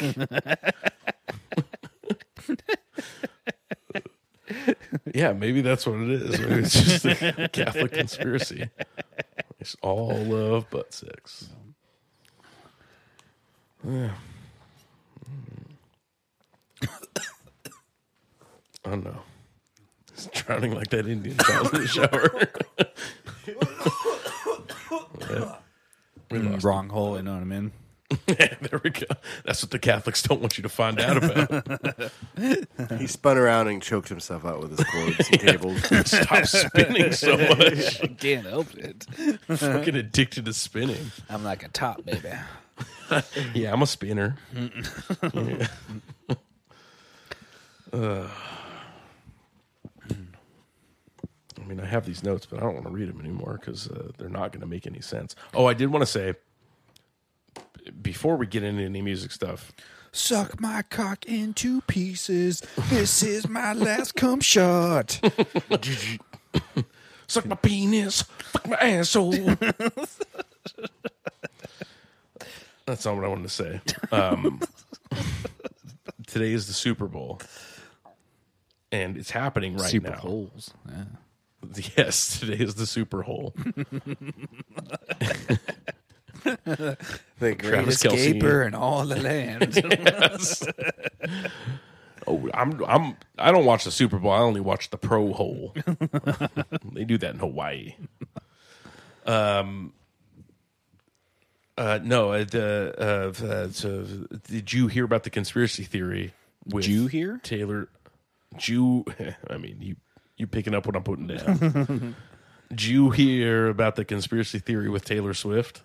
Speaker 2: yeah, maybe that's what it is. Maybe it's just a Catholic conspiracy. It's all love but sex. I don't know. He's drowning like that Indian child in the shower.
Speaker 7: Wrong hole, you know what I mean?
Speaker 2: there we go. That's what the Catholics don't want you to find out about.
Speaker 3: He spun around and choked himself out with his cords and cables.
Speaker 2: Stop spinning so much.
Speaker 1: Can't help it.
Speaker 2: Fucking addicted to spinning.
Speaker 1: I'm like a top baby.
Speaker 2: Yeah, I'm a spinner. Yeah. Ugh. I mean, I have these notes, but I don't want to read them anymore because uh, they're not going to make any sense. Oh, I did want to say b- before we get into any music stuff,
Speaker 7: Suck my cock into pieces. This is my last cum shot.
Speaker 2: Suck my penis. Fuck my asshole. That's not what I wanted to say. Um, today is the Super Bowl. And it's happening right
Speaker 1: Super
Speaker 2: now.
Speaker 1: holes. Yeah.
Speaker 2: Yes, today is the Super Hole.
Speaker 7: The
Speaker 2: Travis
Speaker 7: greatest
Speaker 2: Kelce.
Speaker 7: gaper in all the land.
Speaker 2: Oh, I'm I'm I don't watch the Super Bowl. I only watch the Pro Hole. they do that in Hawaii. Um. Uh no uh, the uh, uh so did you hear about the conspiracy theory? With
Speaker 7: Jew here?
Speaker 2: Taylor Jew. I mean you you picking up what I'm putting down? Did you hear about the conspiracy theory with Taylor Swift?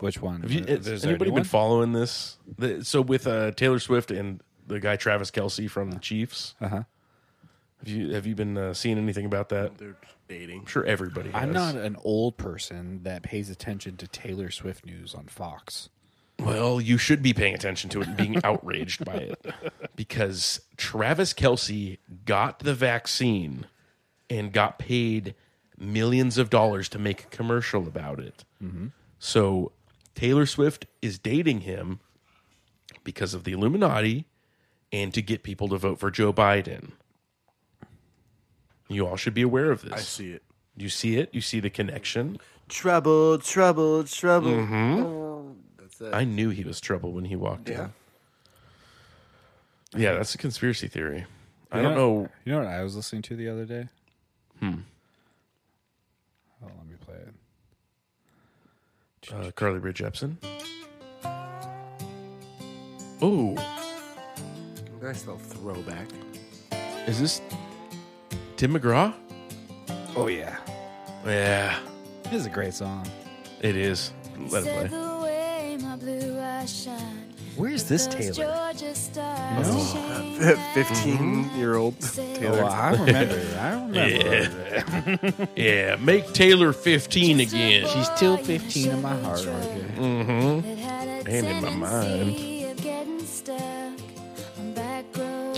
Speaker 7: Which one?
Speaker 2: Have you,
Speaker 7: Uh, Is
Speaker 2: has
Speaker 7: there a
Speaker 2: anybody
Speaker 7: new
Speaker 2: been
Speaker 7: one?
Speaker 2: following this? The- so with uh, Taylor Swift and the guy Travis Kelsey from the Chiefs.
Speaker 7: Uh-huh.
Speaker 2: Have you have you been uh, seeing anything about that?
Speaker 3: They're dating.
Speaker 2: I'm sure everybody. Has.
Speaker 7: I'm not an old person that pays attention to Taylor Swift news on Fox.
Speaker 2: Well, you should be paying attention to it and being outraged by it because Travis Kelsey got the vaccine and got paid millions of dollars to make a commercial about it.
Speaker 3: Mm-hmm.
Speaker 2: So Taylor Swift is dating him because of the Illuminati and to get people to vote for Joe Biden. You all should be aware of this.
Speaker 3: I see it.
Speaker 2: You see it? You see the connection?
Speaker 3: Trouble, trouble, trouble.
Speaker 2: I knew he was trouble when he walked
Speaker 3: Yeah.
Speaker 2: in. Yeah, that's a conspiracy theory. I don't know.
Speaker 7: You know what I was listening to the other day? Hmm. Oh, let me play it.
Speaker 2: Uh, Carly Rae Jepsen. Oh,
Speaker 3: Nice little throwback.
Speaker 2: is this Tim McGraw?
Speaker 7: Oh yeah,
Speaker 2: Yeah,
Speaker 7: this is a great song.
Speaker 2: it is. Let it play.
Speaker 7: Where is this Taylor?
Speaker 3: Fifteen-year-old
Speaker 7: Oh,
Speaker 3: Taylor.
Speaker 7: I remember. I remember.
Speaker 2: Yeah, make Taylor 15 again.
Speaker 1: She's still 15 in my heart, RJ.
Speaker 2: And in my
Speaker 8: mind.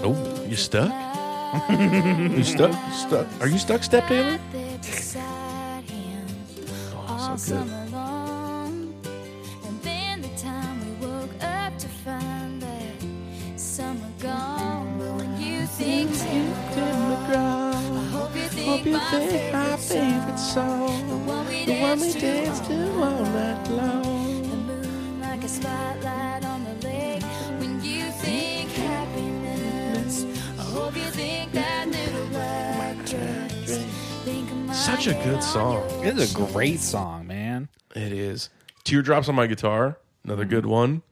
Speaker 2: Oh, you stuck? You stuck? Stuck? Are you stuck, Step Oh. Taylor? Oh,
Speaker 8: All summer long. And then the time we woke up to find that summer gone. But when you think Tim McGraw, I hope you think, my, favorite song. The one we danced to all night long. The moon like a spotlight on the lake. When you think happiness, I hope you think that little black dress. Think of my
Speaker 2: Such a
Speaker 8: head
Speaker 2: good
Speaker 8: on
Speaker 2: song.
Speaker 7: This is a great song, man.
Speaker 2: It is. Teardrops on my guitar. Another good one.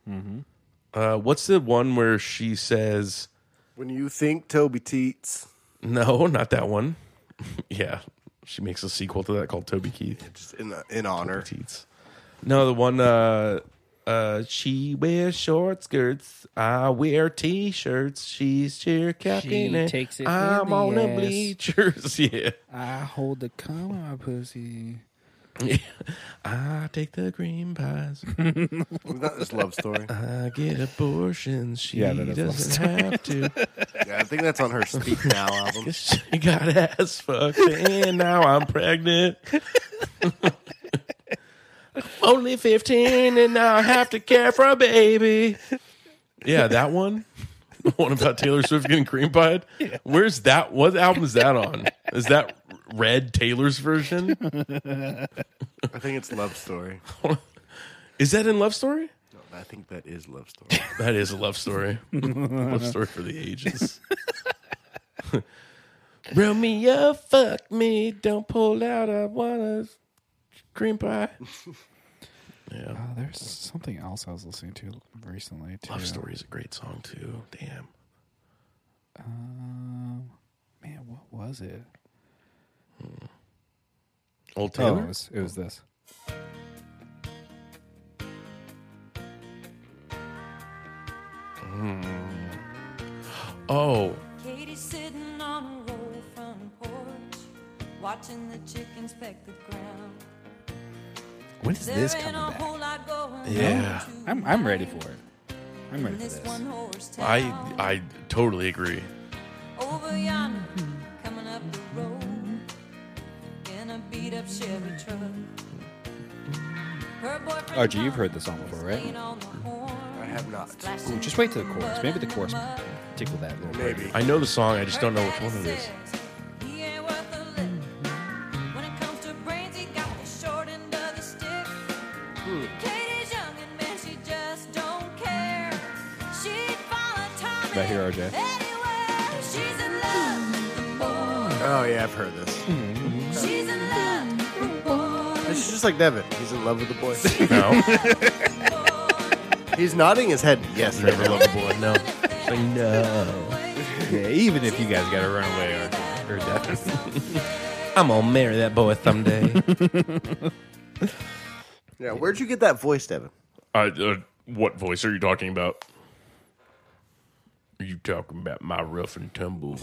Speaker 2: Uh, what's the one where she says,
Speaker 3: When you think Toby Teats,
Speaker 2: no, not that one? yeah. She makes a sequel to that called Toby Keith.
Speaker 3: just in in honor.
Speaker 2: Teats. No, the one, uh, uh, she wears short skirts. I wear t shirts. She's cheer captain. and
Speaker 1: takes it for
Speaker 2: I'm
Speaker 1: the
Speaker 2: on the
Speaker 1: ass.
Speaker 2: bleachers. yeah.
Speaker 1: I hold the cum on my pussy.
Speaker 2: I take the green pies.
Speaker 3: Isn't that this love story?
Speaker 2: I get abortions. She
Speaker 7: Yeah, that is
Speaker 2: doesn't have to.
Speaker 3: yeah, I think that's on her Speak Now album.
Speaker 2: She got ass fucked and now I'm pregnant. Only 15 and now I have to care for a baby. Yeah, that one. The one about Taylor Swift getting cream pied. Where's that? What album is that on? Is that Red Taylor's version?
Speaker 3: I think it's Love Story.
Speaker 2: Is that in Love Story?
Speaker 3: No, I think that is Love Story.
Speaker 2: That is a love story. love story for the ages. Romeo, fuck me. Don't pull out. I want a cream pie. Yeah.
Speaker 7: Oh, there's something else I was listening to recently too.
Speaker 2: Love story is a great song, too. Damn.
Speaker 7: Um, man, what was it?
Speaker 2: Old
Speaker 7: Oh, it
Speaker 2: Taylor?
Speaker 7: was, it was this.
Speaker 2: Oh,
Speaker 8: Katie's sitting on a roll front porch, watching the chickens peck the ground.
Speaker 7: When is
Speaker 8: There
Speaker 7: this
Speaker 8: ain't
Speaker 7: coming
Speaker 8: a
Speaker 7: back?
Speaker 8: whole lot going
Speaker 2: Yeah.
Speaker 8: on
Speaker 7: I'm I'm ready for it.
Speaker 8: tonight.
Speaker 7: I'm ready for
Speaker 8: this
Speaker 7: this.
Speaker 8: one horse town.
Speaker 2: I I totally agree.
Speaker 8: over yonder, coming up the road in a beat up Chevy truck. Her boyfriend
Speaker 7: RG, you've heard this song before, right?
Speaker 8: playing on the horn.
Speaker 3: I have not.
Speaker 7: Ooh, just wait till the chorus. Maybe the chorus might tickle that little bit.
Speaker 3: Maybe.
Speaker 2: I know the song, I just don't know which one it is.
Speaker 8: Right here,
Speaker 7: RJ?
Speaker 8: RJ.
Speaker 3: Oh yeah, I've heard this.
Speaker 8: She's in love with boys.
Speaker 3: It's just like Devin. He's in love with the boy.
Speaker 2: No,
Speaker 3: He's nodding his head. Yes,
Speaker 2: never
Speaker 3: Devin.
Speaker 2: love a boy. No,
Speaker 7: Yeah, even if you guys got to run away or, or death.
Speaker 2: I'm gonna marry that boy someday.
Speaker 3: Yeah, where'd you get that voice, Devin?
Speaker 2: I, uh, what voice are you talking about? Are you talking about my rough and tumble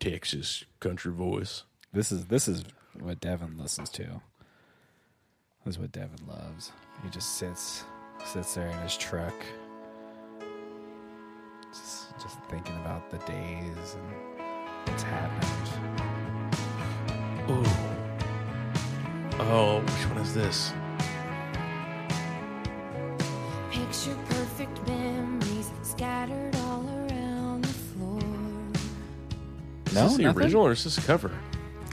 Speaker 2: Texas country voice?
Speaker 7: This is this is what Devin listens to. This is what Devin loves. He just sits sits there in his truck, just just thinking about the days and what's happened.
Speaker 2: Ooh. Oh, which one is this?
Speaker 8: Picture perfect memories scattered all around the floor.
Speaker 2: Is
Speaker 7: No,
Speaker 2: this the
Speaker 7: nothing?
Speaker 2: original or is this a cover?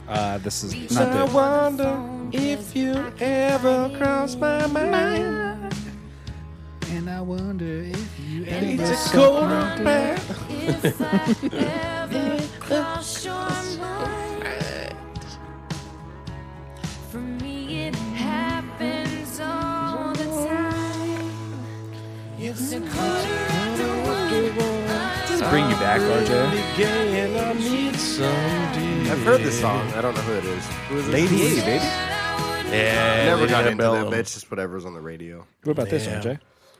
Speaker 7: Uh, this is not the.
Speaker 2: wonder
Speaker 8: if you ever cross
Speaker 2: my mind.
Speaker 7: And I wonder if you
Speaker 2: It's a cold back.
Speaker 8: If I ever cross your mind. For me, it happens all the time. It's a quarter after one. I'm
Speaker 7: Bring you back, RJ.
Speaker 3: I've heard this song. I don't know who it is. Who is it?
Speaker 7: Lady A, baby.
Speaker 8: out.
Speaker 2: Yeah,
Speaker 3: Never
Speaker 2: Lady
Speaker 3: got into that
Speaker 2: Antebellum.
Speaker 3: bitch. Just whatever's on the radio.
Speaker 7: What about this
Speaker 2: Yeah.
Speaker 7: one, Jay?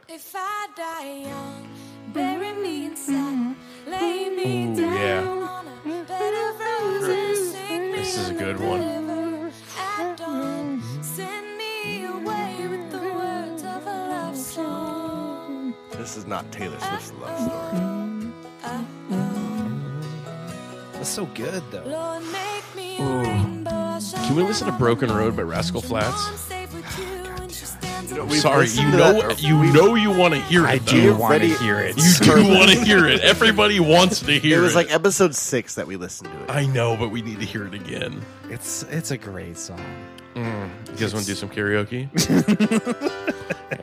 Speaker 8: If I die young, bury me inside, lay me
Speaker 2: Mm-hmm. Ooh,
Speaker 8: down
Speaker 2: yeah.
Speaker 8: on a bed of roses, sink me
Speaker 2: This is
Speaker 8: in
Speaker 2: a good
Speaker 8: the
Speaker 2: one.
Speaker 8: river at dawn, send me away with the words of a love song.
Speaker 3: This is not Taylor Swift's love story.
Speaker 7: That's so good though.
Speaker 8: Lord, make me a rainbow. I shall
Speaker 2: Can we listen to
Speaker 8: never
Speaker 2: Broken
Speaker 8: know.
Speaker 2: Road by Rascal
Speaker 8: She know I'm
Speaker 2: Flats?
Speaker 8: safe with you when she stands alone.
Speaker 3: We've
Speaker 2: Sorry, you
Speaker 3: listened to
Speaker 2: know
Speaker 3: that-
Speaker 2: you know you want to hear it.
Speaker 7: I
Speaker 2: though.
Speaker 7: do want to
Speaker 3: ready-
Speaker 7: hear it.
Speaker 2: You do want to hear it. Everybody wants to hear it.
Speaker 3: It was like episode six that we listened to it.
Speaker 2: I know, but we need to hear it again.
Speaker 7: It's it's a great song.
Speaker 2: You guys want to do some karaoke?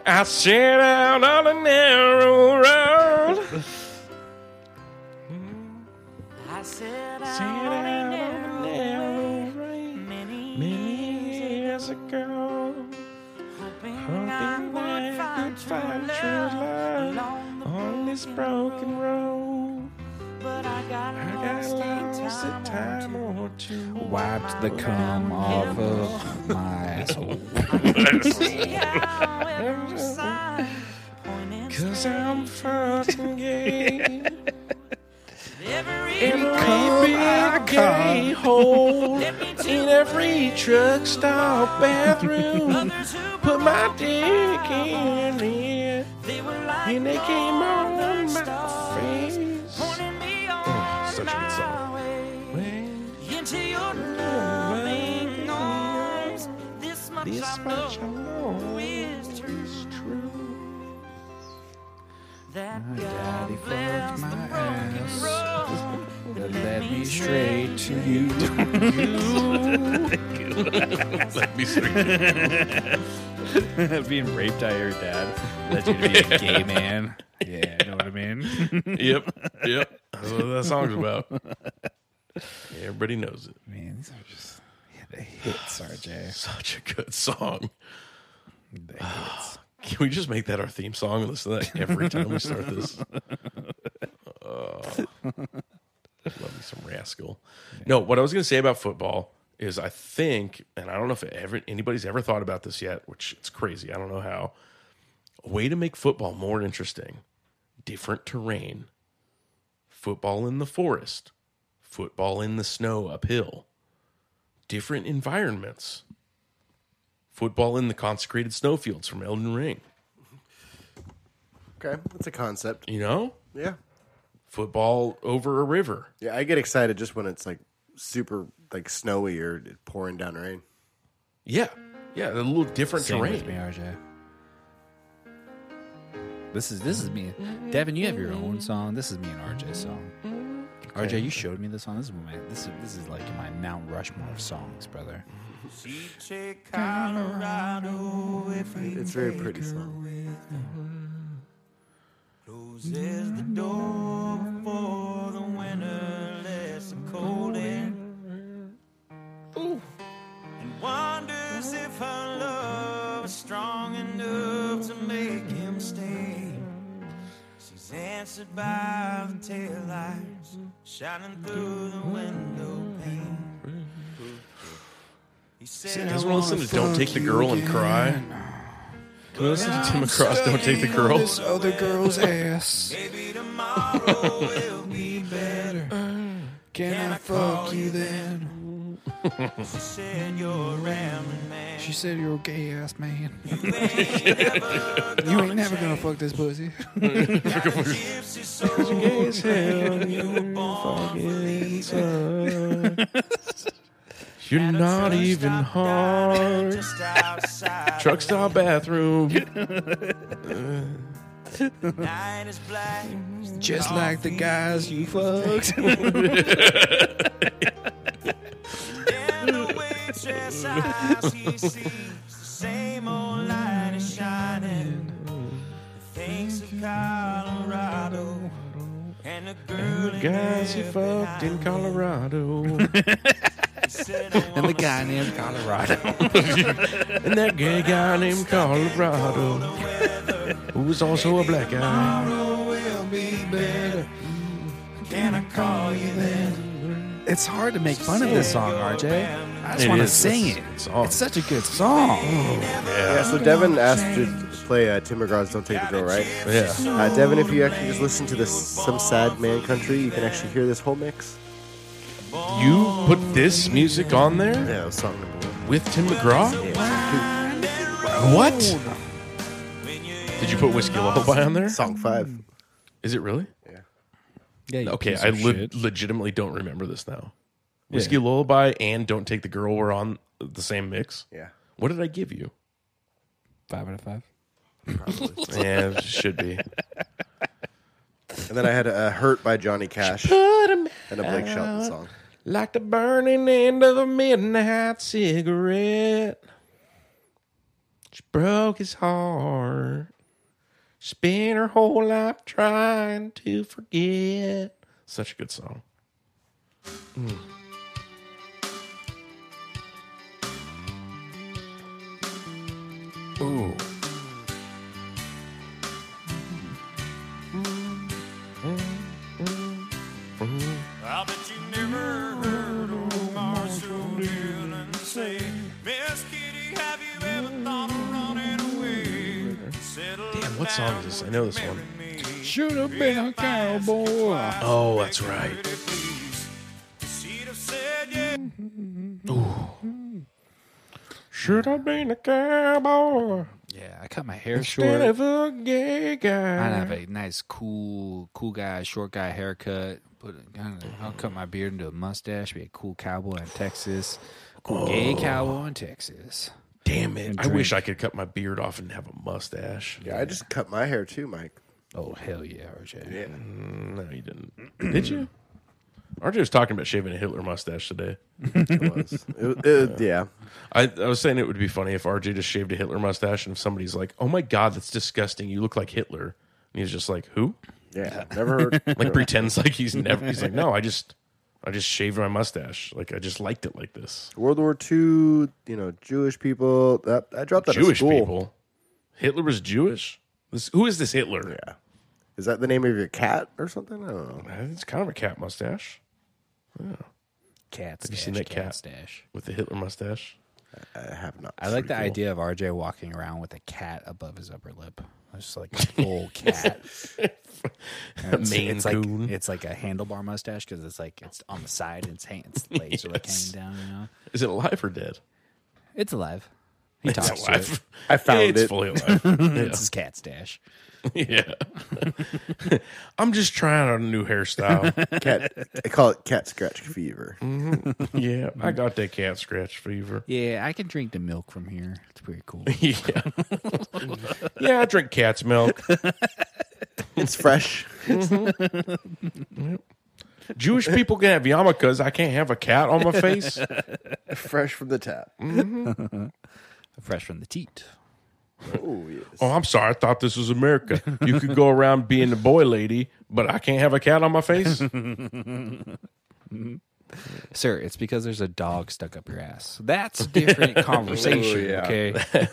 Speaker 2: I sit out on a narrow road.
Speaker 5: I said
Speaker 2: Sit out on a narrow road. Many years ago, hoping that I could find true love on this broken road.
Speaker 5: But I got
Speaker 2: I got lost a time or two.
Speaker 7: Wiped the cum off of my asshole.
Speaker 2: Cause I'm fucking gay.
Speaker 5: Every
Speaker 2: Maybe a gay hole in every truck stop bathroom.
Speaker 5: others who
Speaker 2: Put my dick in it.
Speaker 5: they were like
Speaker 2: And they came on my
Speaker 5: stars,
Speaker 2: face.
Speaker 5: pointing me on
Speaker 2: such a good song.
Speaker 5: my way
Speaker 2: Well,
Speaker 5: into your loving arms. This much
Speaker 2: This
Speaker 5: I know
Speaker 2: much I know
Speaker 5: is true
Speaker 2: is true.
Speaker 5: that
Speaker 7: Daddy
Speaker 5: God
Speaker 7: fucked
Speaker 5: bless
Speaker 7: my
Speaker 5: the
Speaker 7: ass.
Speaker 5: broken road that
Speaker 7: Led me straight to you.
Speaker 2: Let me see.
Speaker 7: Being raped by your dad led you to be a gay man. Yeah, you know what I mean?
Speaker 2: Yep, yep. That's what that song's about. Everybody knows it.
Speaker 7: Man, these are just the hits, RJ.
Speaker 2: Such a good song.
Speaker 7: The hits.
Speaker 2: Can we just make that our theme song and listen to that every time we start this? Oh. love me some rascal. No, what I was going to say about football is I think, and I don't know if ever, anybody's ever thought about this yet, which it's crazy. I don't know how. A way to make football more interesting, different terrain, football in the forest, football in the snow uphill, different environments football in the consecrated snowfields from Elden Ring.
Speaker 3: Okay, that's a concept.
Speaker 2: You know,
Speaker 3: Yeah,
Speaker 2: football over a river.
Speaker 3: yeah. I get excited just when it's like super like snowy or pouring down rain.
Speaker 2: Yeah, yeah, a little different
Speaker 1: Same with me,
Speaker 2: terrain.
Speaker 1: RJ. This is this is me. Devin, you have your own song. This is me and RJ's song. RJ, you showed me this song. This is my this is this is like my Mount Rushmore of songs, brother.
Speaker 3: It's a very pretty song.
Speaker 4: Closes the door before the winter lets the cold in. And wonders if her love is strong enough to make him stay. She's answered by the taillights shining through the window pane. He
Speaker 2: See,
Speaker 4: said,
Speaker 2: I just want to listen to "Don't Take the Girl and Cry." Can we listen to Tim McCross? Don't take the girl.
Speaker 1: other girl's ass.
Speaker 4: Maybe tomorrow will be better.
Speaker 1: Can I fuck you then?
Speaker 4: She said, You're a rambling man.
Speaker 1: She said you're a gay ass man.
Speaker 4: You ain't never
Speaker 1: You ain't never gonna fuck this pussy.
Speaker 4: gypsy soul. You were born for leaving.
Speaker 2: You're not
Speaker 4: Truck
Speaker 2: even
Speaker 4: stop diner
Speaker 2: hard.
Speaker 4: Just outside.
Speaker 2: Truck stop bathroom.
Speaker 4: Night is black.
Speaker 1: Just like the guys you fucked.
Speaker 4: And the waitress eyes he sees. The same old light is shining. The things of Colorado. And the girl in
Speaker 2: Guys, you
Speaker 4: there
Speaker 2: fucked in
Speaker 4: behind
Speaker 2: Colorado,
Speaker 4: said, "I
Speaker 1: and the
Speaker 4: wanna
Speaker 1: guy named Colorado.
Speaker 2: and that gay guy named Colorado, who was also a black guy.
Speaker 4: Can I call you then?
Speaker 1: It's hard to make fun of this song, RJ. I just
Speaker 2: It
Speaker 1: want to
Speaker 2: is.
Speaker 1: sing
Speaker 2: It's-
Speaker 1: it.
Speaker 2: it's awesome.
Speaker 1: It's such a good song.
Speaker 3: Yeah, so Devin asked to play uh, Tim McGraw's "Don't Take the Girl," right?
Speaker 2: Yeah.
Speaker 3: Uh, Devin, if you actually just listen to this "Some Sad Man Country," you can actually hear this whole mix.
Speaker 2: You put this music on there
Speaker 3: Yeah, song number one.
Speaker 2: with Tim McGraw? What? Did you put Whiskey Lullaby on there?
Speaker 3: Song five.
Speaker 2: Is it really?
Speaker 1: Yeah. you
Speaker 2: Okay,
Speaker 1: piece
Speaker 2: I
Speaker 1: of
Speaker 2: le-
Speaker 1: shit.
Speaker 2: legitimately don't remember this now. Whiskey Lullaby and Don't Take the Girl were on the same mix.
Speaker 3: Yeah.
Speaker 2: What did I give you?
Speaker 1: five out of five.
Speaker 2: yeah, it should be.
Speaker 3: And then I had uh, "Hurt" by Johnny Cash and a Blake Shelton song.
Speaker 2: Like the burning end of a midnight cigarette. She broke his heart. Spent her whole life trying to forget. Such a good song. Ooh.
Speaker 4: I bet you never heard old Marshall Dillon say, Miss Kitty, have you ever thought of running away? Damn,
Speaker 2: What song is this? I know this one.
Speaker 1: Should have been a cowboy.
Speaker 2: Oh, that's right.
Speaker 4: She'd have said yeah.
Speaker 2: Should have been a cowboy
Speaker 1: Yeah, I cut my hair
Speaker 2: instead
Speaker 1: short.
Speaker 2: of a gay guy.
Speaker 1: I'd have a nice, cool, cool guy, short guy haircut. Put it kind of, I'll cut my beard into a mustache. Be a cool cowboy in Texas. Cool
Speaker 2: Oh.
Speaker 1: gay cowboy in Texas.
Speaker 2: Damn it.
Speaker 1: And
Speaker 2: I wish I
Speaker 1: drink.
Speaker 2: could cut my beard off and have a mustache.
Speaker 3: Yeah, I just cut my hair too, Mike.
Speaker 1: Oh hell yeah, RJ.
Speaker 3: Yeah.
Speaker 2: No, you didn't. Did you? RJ was talking about shaving a Hitler mustache today.
Speaker 3: It was. It- it- yeah.
Speaker 2: I, I was saying it would be funny if RJ just shaved a Hitler mustache and if somebody's like, oh my God, that's disgusting. You look like Hitler. And he's just like, who?
Speaker 3: Yeah. Never heard.
Speaker 2: Like pretends like he's never. He's like, no, I just. I just shaved my mustache. Like I just liked it like this.
Speaker 3: World War II, you know, Jewish people. That I dropped that
Speaker 2: Jewish
Speaker 3: at school.
Speaker 2: people. Hitler was Jewish. This who is this Hitler?
Speaker 3: Yeah. Is that the name of your cat or something? I don't know.
Speaker 2: Uh, It's kind of a cat mustache
Speaker 1: Cat. Have
Speaker 2: you seen that cat?
Speaker 1: stash?
Speaker 2: with the Hitler mustache.
Speaker 3: I have not.
Speaker 1: I like the
Speaker 2: pretty cool.
Speaker 1: idea of RJ walking around with a cat above his upper lip. It's just like a full cat. And it's,
Speaker 2: Maine
Speaker 1: it's
Speaker 2: Coon.
Speaker 1: like it's like a handlebar mustache because it's like it's on the side and it's, hang, its legs are like
Speaker 2: Yes.
Speaker 1: hanging down. You know,
Speaker 2: Is it alive or dead?
Speaker 1: it's alive. He talks to it.
Speaker 2: alive.
Speaker 3: I found
Speaker 2: it's
Speaker 3: it.
Speaker 2: fully alive. yeah.
Speaker 1: It's his cat stash.
Speaker 2: Yeah. I'm just trying out a new hairstyle.
Speaker 3: Cat, I call it cat scratch fever.
Speaker 2: yeah, I got that cat scratch fever.
Speaker 1: Yeah, I can drink the milk from here. It's pretty cool.
Speaker 2: Yeah. yeah, I drink cat's milk.
Speaker 3: It's fresh.
Speaker 2: Jewish people can have yarmulkes. I can't have a cat on my face.
Speaker 3: fresh from the tap.
Speaker 1: Fresh from the teat.
Speaker 3: Oh, yes.
Speaker 2: Oh, I'm sorry. I thought this was America. You could go around being a boy lady, but I can't have a cat on my face. Oh,
Speaker 1: Sir, it's because there's a dog stuck up your ass. That's different conversation.
Speaker 3: Ooh, yeah.
Speaker 1: Okay.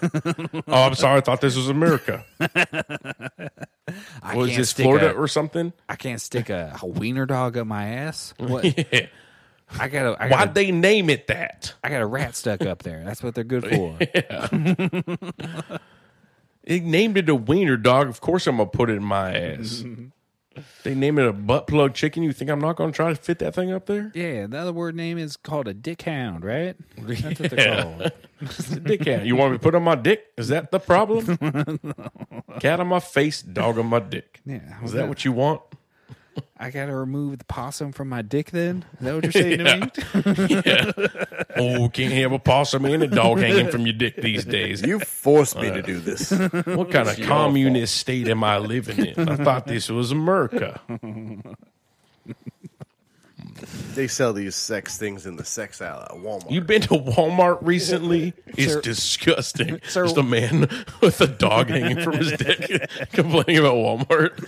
Speaker 2: Oh, I'm sorry. I thought this was America.
Speaker 1: I
Speaker 2: Was
Speaker 1: can't
Speaker 2: this
Speaker 1: stick
Speaker 2: Florida
Speaker 1: a-
Speaker 2: or something?
Speaker 1: I can't stick a, a wiener dog up my ass. What? I got a I got
Speaker 2: Why'd
Speaker 1: a-
Speaker 2: they name it that?
Speaker 1: I got a rat stuck up there. That's what they're good for.
Speaker 2: They named it a wiener dog. Of course, I'm gonna put it in my ass. they name it a butt plug chicken. You think I'm not gonna try to fit that thing up there?
Speaker 1: yeah, the other word name is called a dick hound, right? That's what they're called.
Speaker 2: It's a dick cat. You want me to put it on my dick? Is that the problem? cat on my face, dog on my dick.
Speaker 1: Yeah.
Speaker 2: Is that what you want?
Speaker 1: I gotta remove the possum from my dick then? Is that what you're saying to me?
Speaker 2: Oh, can't have a possum and a dog hanging from your dick these days.
Speaker 3: You forced me to do this.
Speaker 2: What kind of communist state am I living in? I thought this was America.
Speaker 3: they sell these sex things in the sex aisle at Walmart.
Speaker 2: You've been to Walmart recently? It's
Speaker 1: Sir-
Speaker 2: disgusting.
Speaker 1: Sir-
Speaker 2: Just a man with a dog hanging from his dick complaining about Walmart.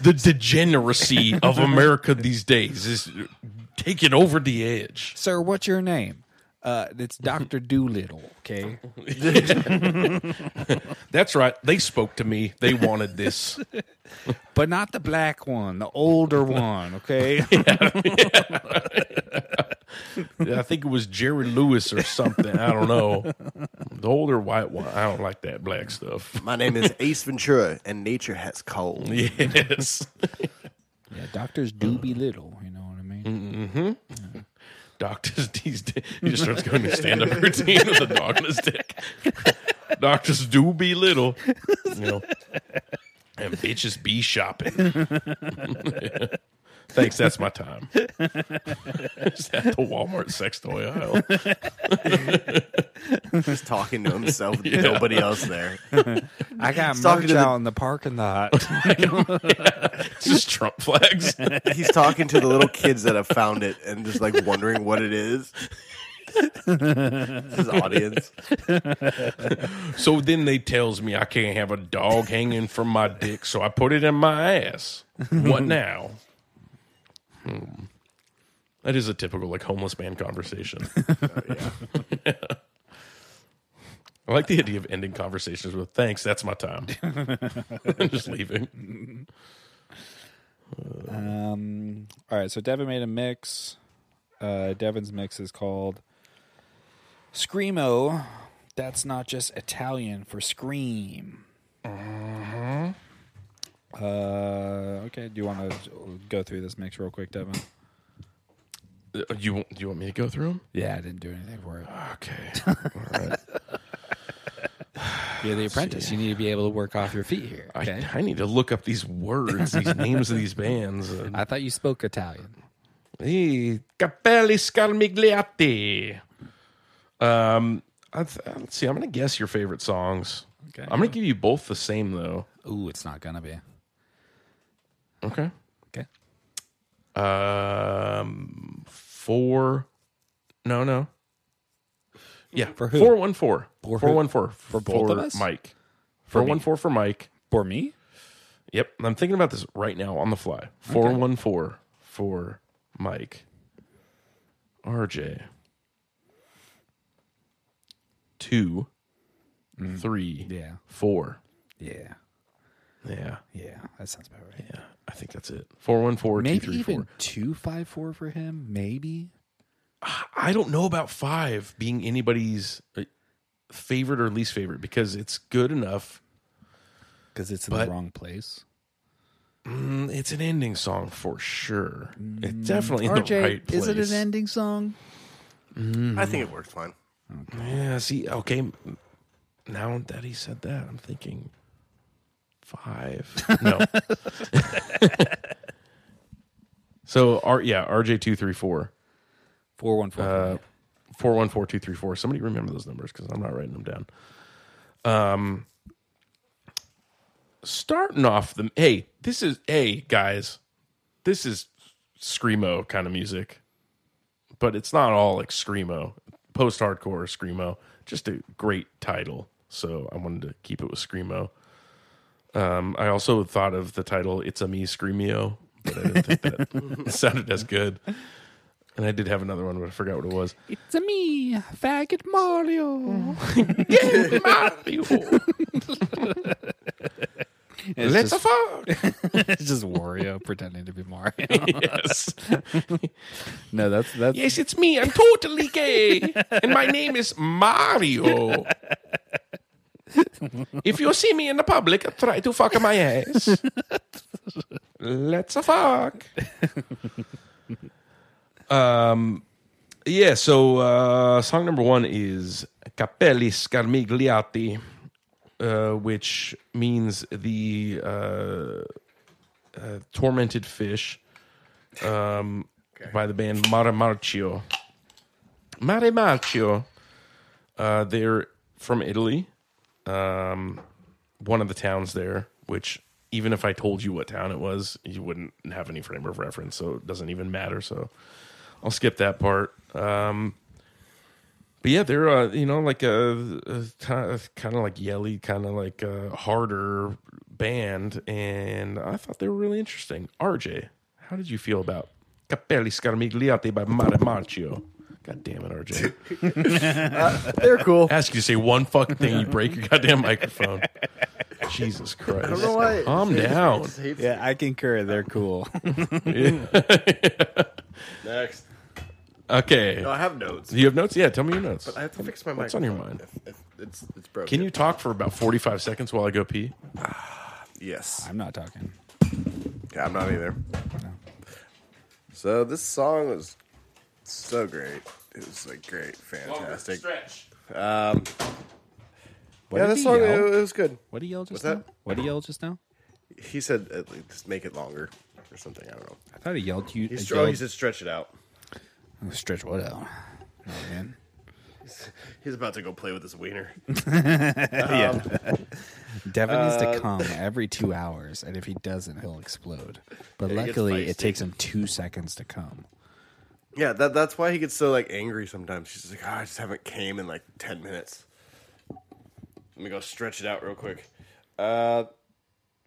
Speaker 2: The degeneracy of America these days is taking over the edge.
Speaker 1: Sir, what's your name? Uh, it's Doctor Doolittle. Okay,
Speaker 2: That's right. They spoke to me. They wanted this.
Speaker 1: but not the black one, the older one. Okay,
Speaker 2: I think it was Jerry Lewis or something. I don't know. The older white one. I don't like that black stuff.
Speaker 3: My name is Ace Ventura, and nature has cold.
Speaker 2: Yes.
Speaker 1: yeah, doctors do be little. You know what I
Speaker 3: Mm.
Speaker 1: mean?
Speaker 2: doctors these days. He just starts going to stand up routine with a dog on his dick. doctors do be little, you know, and bitches be shopping. Thanks, that's my time. Just at the Walmart sex toy aisle.
Speaker 3: Just talking to himself. Nobody else there.
Speaker 1: I got
Speaker 3: He's talking
Speaker 1: merch
Speaker 3: to the-
Speaker 1: out in the parking lot.
Speaker 2: It's just Trump flags.
Speaker 3: He's talking to the little kids that have found it and just like wondering what it is. His audience.
Speaker 2: So then they tells me I can't have a dog hanging from my dick, so I put it in my ass. What now? Hmm. That is a typical like homeless man conversation. I like the idea of ending conversations with "Thanks, that's my time," and just leaving.
Speaker 7: Um, all right, so Devin made a mix. Uh, Devin's mix is called Screamo. That's not just Italian for scream. Uh-huh. okay, do you want to go through this mix real quick, Devin?
Speaker 2: Uh, You want- you want me to go through them?
Speaker 1: yeah, I didn't do anything for it.
Speaker 2: Okay. All right.
Speaker 1: You're the apprentice. You need to be able to work off your feet here.
Speaker 2: I,
Speaker 1: Okay.
Speaker 2: I need to look up these words, these names of these bands. Uh,
Speaker 1: I thought you spoke Italian.
Speaker 2: Hey, Capelli Scalmigliati. Um, I th- let's see. I'm gonna guess your favorite songs.
Speaker 1: Okay.
Speaker 2: I'm gonna give you both the same though.
Speaker 1: Ooh, it's not gonna be.
Speaker 2: Okay.
Speaker 1: Okay.
Speaker 2: Um, four. No, no. Yeah,
Speaker 1: For who?
Speaker 2: Four one four.
Speaker 1: For who?
Speaker 2: four one four for
Speaker 7: both of us?
Speaker 2: Mike. Four one four for Mike.
Speaker 7: For me?
Speaker 2: Yep. and I'm thinking about this right now on the fly. Four one four for Mike. RJ. Two, three,
Speaker 1: Yeah.
Speaker 2: four.
Speaker 1: Yeah.
Speaker 2: Yeah.
Speaker 1: Yeah. That sounds about right.
Speaker 2: Yeah. I think that's it. Four one four two
Speaker 1: Maybe
Speaker 2: three
Speaker 1: even
Speaker 2: four.
Speaker 1: two five four for him. Maybe.
Speaker 2: I don't know about five being anybody's uh, favorite or least favorite because it's good enough.
Speaker 1: Because it's in
Speaker 2: But-
Speaker 1: the wrong place.
Speaker 2: Mm, It's an ending song for sure. It's definitely in the
Speaker 1: RJ,
Speaker 2: right place.
Speaker 1: is it an ending song?
Speaker 3: I think it works fine.
Speaker 2: Yeah, see, okay. m- now that he said that, I'm thinking five. No. so R yeah, RJ two three four.
Speaker 7: Four one four.
Speaker 2: Uh four one four two three four. Somebody remember those numbers because I'm not writing them down. Um starting off the hey, this is hey guys, this is Screamo kind of music. But it's not all like Screamo. Post hardcore Screamo. Just a great title. So I wanted to keep it with Screamo. Um, I also thought of the title It's a Me Screamio, but I didn't think that sounded as good. And I did have another one, but I forgot what it was.
Speaker 7: it's a me, faggot Mario. It's
Speaker 2: Let's
Speaker 7: just,
Speaker 2: fuck.
Speaker 7: it's just Wario pretending to be Mario.
Speaker 2: yes.
Speaker 7: no, that's that's
Speaker 2: Yes, it's me. I'm totally gay. And my name is Mario. If you see me in the public, try to fuck my ass. Let's a fuck. Um, yeah, so uh, song number one is Capelli Scarmigliati, uh, which means the uh, uh, tormented fish um, by the band Mare Marcio. Mare Marcio. Uh, they're from Italy. Um, one of the towns there, which even if I told you what town it was, you wouldn't have any frame of reference, so it doesn't even matter. So I'll skip that part. Um, but yeah, they're uh, you know like a, kind of like yelly, kind of like a harder band, and I thought they were really interesting. RJ, how did you feel about Capelli Scarmigliati by Mare Marcio? God damn it, RJ!
Speaker 3: They're cool. I
Speaker 2: Ask you to say one fucking thing, you break your goddamn microphone. Jesus Christ!
Speaker 3: don't know why.
Speaker 2: Calm down.
Speaker 9: Yeah, I concur. They're cool.
Speaker 3: Next.
Speaker 2: Okay.
Speaker 3: No, I have notes.
Speaker 2: Do you have notes? Yeah, tell me your notes.
Speaker 3: I have to fix my mic.
Speaker 2: What's on your mind?
Speaker 3: If, if it's it's broken.
Speaker 2: Can you talk for about forty-five seconds while I go pee?
Speaker 3: Yes.
Speaker 9: I'm not talking.
Speaker 3: Yeah, I'm not either. So this song was so great. It was like great, fantastic. Um, yeah,
Speaker 7: did
Speaker 3: this
Speaker 7: he
Speaker 3: song it,
Speaker 7: yell?
Speaker 3: it was good.
Speaker 7: what do you yell just
Speaker 3: What's that?
Speaker 7: now? What do you yell just now?
Speaker 3: He said uh, like, just make it longer or something. I don't know.
Speaker 7: I thought he yelled you. uh,
Speaker 3: He's, oh,
Speaker 7: yelled,
Speaker 3: he said stretch it out.
Speaker 7: stretch what out? Oh, man.
Speaker 3: He's about to go play with his wiener.
Speaker 9: Devin
Speaker 3: Uh,
Speaker 9: needs to come every two hours, and if he doesn't, he'll explode. But
Speaker 3: gets
Speaker 9: luckily, it
Speaker 3: feisty.
Speaker 9: takes him two seconds to come.
Speaker 3: yeah, that, that's why he gets so like angry sometimes. She's like, "Ah, I just haven't came in like ten minutes. Let me go stretch it out real quick. Uh,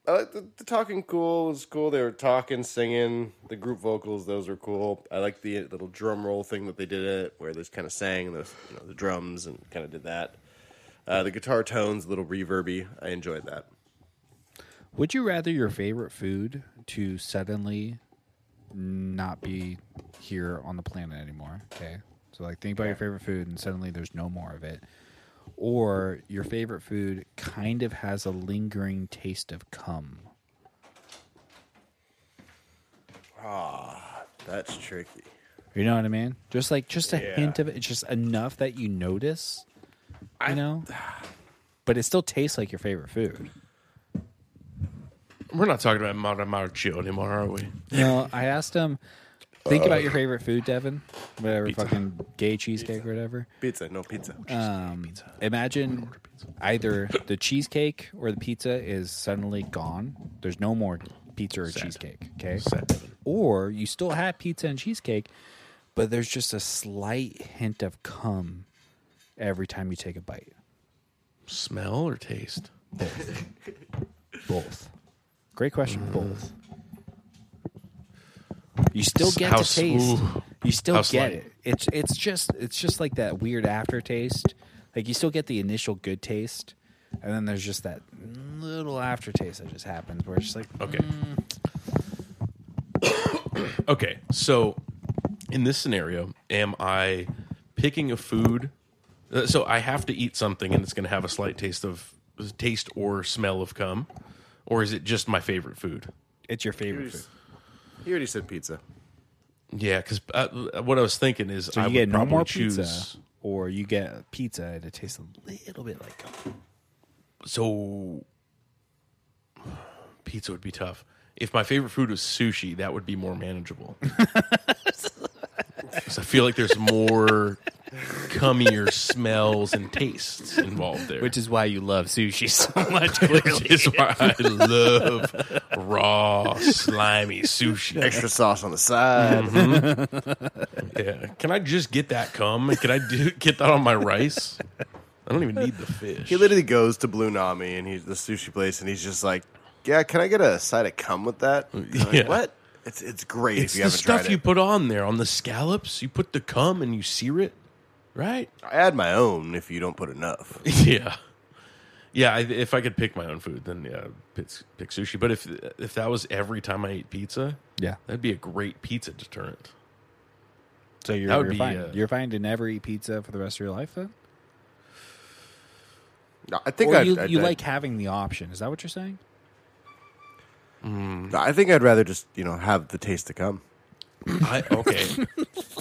Speaker 3: I like the, the talking cool was cool. They were talking, singing. The group vocals, those were cool. I like the little drum roll thing that they did it, where they just kind of sang and those you know the drums and kind of did that. Uh, the guitar tones, a little reverby. I enjoyed that.
Speaker 7: Would you rather your favorite food to suddenly not be here on the planet anymore? Okay. So like think about your favorite food and suddenly there's no more of it. Or your favorite food kind of has a lingering taste of cum.
Speaker 3: That's tricky.
Speaker 7: You know what I mean? Just like just a
Speaker 3: Yeah.
Speaker 7: hint of it, it's just enough that you notice. You know? But it still tastes like your favorite food.
Speaker 2: We're not talking about Mare Marcio anymore, are we?
Speaker 7: No, I asked him. Think about your favorite food, Devin. Whatever, fucking gay cheesecake or whatever.
Speaker 3: Pizza, no pizza.
Speaker 7: Um, imagine either the cheesecake or the pizza is suddenly gone. There's no more pizza or cheesecake. Okay. Or you still have pizza and cheesecake, but there's just a slight hint of cum every time you take a bite.
Speaker 2: Smell or taste?
Speaker 7: Both. Great question. Both. You still get
Speaker 2: How
Speaker 7: to taste.
Speaker 2: ooh.
Speaker 7: you still
Speaker 2: How
Speaker 7: get
Speaker 2: slight.
Speaker 7: it. It's it's just it's just like that weird aftertaste. Like you still get the initial good taste, and then there's just that little aftertaste that just happens where it's just like
Speaker 2: Okay. okay. So, in this scenario, am I picking a food? uh, So I have to eat something, and it's going to have a slight taste of taste or smell of cum, or is it just my favorite food?
Speaker 7: it's your favorite food.
Speaker 3: He already said pizza.
Speaker 2: Yeah, because uh, what I was thinking is
Speaker 7: So
Speaker 2: I
Speaker 7: you
Speaker 2: would
Speaker 7: get no
Speaker 2: probably
Speaker 7: more
Speaker 2: choose.
Speaker 7: pizza, or you get pizza and it tastes a little bit like cum.
Speaker 2: so pizza would be tough. If my favorite food was sushi, that would be more manageable. 'Cause I feel like there's more cummier smells and tastes involved there.
Speaker 1: Which is why you love sushi so much. Clearly.
Speaker 2: This is why I love raw, slimy sushi.
Speaker 3: Extra sauce on the side.
Speaker 2: Yeah. Can I just get that cum? Can I do, get that on my rice? I don't even need the fish.
Speaker 3: He literally goes to Blue Nami and he's the sushi place, and he's just like, "Yeah, can I get a side of cum with that?" I'm like,
Speaker 2: Oh, Yeah.
Speaker 3: what? It's it's great
Speaker 2: it's
Speaker 3: if you
Speaker 2: the
Speaker 3: haven't
Speaker 2: stuff
Speaker 3: tried
Speaker 2: you
Speaker 3: it.
Speaker 2: put on there on the scallops. You put the cum and you sear it, right?
Speaker 3: I add my own if you don't put enough.
Speaker 2: Yeah, yeah. I, if I could pick my own food, then yeah, pick, pick sushi. But if if that was every time I ate pizza,
Speaker 1: Yeah.
Speaker 2: that'd be a great pizza deterrent.
Speaker 1: So you're,
Speaker 2: That would
Speaker 1: you're
Speaker 2: be,
Speaker 1: fine.
Speaker 2: uh,
Speaker 1: you're fine to never eat pizza for the rest of your life, then.
Speaker 3: No, I think
Speaker 1: or
Speaker 3: I'd,
Speaker 1: you,
Speaker 3: I'd-
Speaker 1: you
Speaker 3: I'd-
Speaker 1: like having the option. Is that what you're saying?
Speaker 3: no, I think I'd rather just you know have the taste to cum.
Speaker 2: I, okay,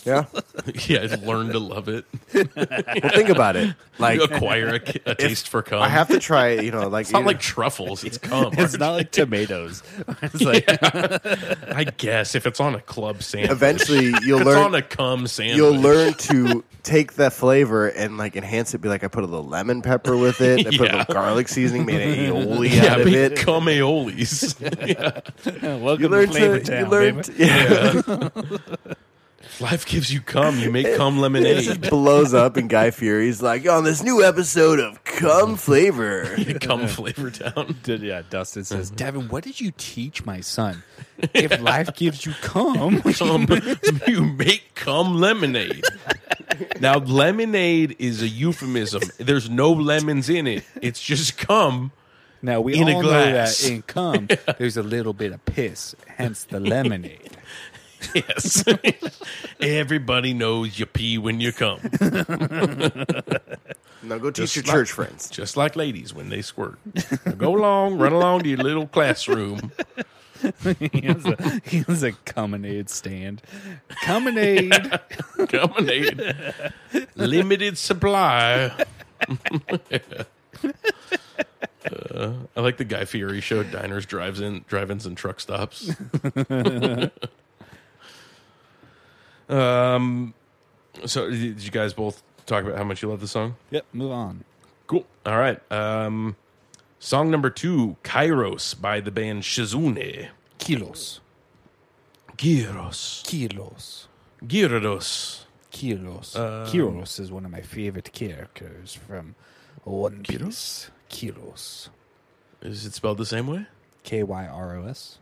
Speaker 3: Yeah.
Speaker 2: yeah, I'd learn to love it,
Speaker 3: well, think about it. Like
Speaker 2: acquire a, a taste for cum.
Speaker 3: I have to try it. You know, like
Speaker 2: it's not
Speaker 3: either-
Speaker 2: like truffles; it's cum.
Speaker 1: It's not like tomatoes. It's like
Speaker 2: I guess if it's on a club sandwich,
Speaker 3: eventually you'll
Speaker 2: if it's on a
Speaker 3: learn.
Speaker 2: cum sandwich.
Speaker 3: You'll learn to take that flavor and like enhance it. Be like, I put a little lemon pepper with it. I put a
Speaker 2: Yeah.
Speaker 3: little garlic seasoning, made an aioli
Speaker 2: Yeah,
Speaker 3: out of
Speaker 2: be
Speaker 3: it.
Speaker 2: cum aiolis.
Speaker 1: welcome
Speaker 3: You
Speaker 1: to
Speaker 3: learn to.
Speaker 1: Flavor
Speaker 3: You
Speaker 1: Town,
Speaker 3: learn.
Speaker 1: baby.
Speaker 3: To, yeah.
Speaker 2: Life gives you cum. You make cum
Speaker 3: It
Speaker 2: lemonade.
Speaker 3: just blows up, and Guy Fury's like, on this new episode of Cum Flavor.
Speaker 2: cum flavor town.
Speaker 1: Did- yeah, Dustin says, Devin, what did you teach my son? If life gives you cum,
Speaker 2: Cum, you make cum lemonade. Now, lemonade is a euphemism. There's no lemons in it. It's just cum.
Speaker 1: now we
Speaker 2: In a
Speaker 1: all know that
Speaker 2: glass.
Speaker 1: in cum, there's a little bit of piss, hence the lemonade.
Speaker 2: Yes. Everybody knows you pee when you cum,
Speaker 3: Now go teach your
Speaker 2: like-
Speaker 3: church friends.
Speaker 2: just like ladies when they squirt. Now go along, run along to your little classroom.
Speaker 1: He has a, he has a cuminade stand. Cuminade.
Speaker 2: Lemonade. Limited supply. Uh, I like the Guy Fieri show. Diners, drives in, drive-ins, and truck stops. um, so did you guys both talk about how much you love the song?
Speaker 1: Yep, move on.
Speaker 2: Cool. All right. Um, song number two, "Kairos" by the band Shizune.
Speaker 1: Kilos.
Speaker 2: Gyros,
Speaker 1: Kilos.
Speaker 2: Gyros.
Speaker 1: Kilos. Kiros is one of my favorite characters from One Piece. Kilos.
Speaker 2: Is it spelled the same way?
Speaker 1: K Y R O S.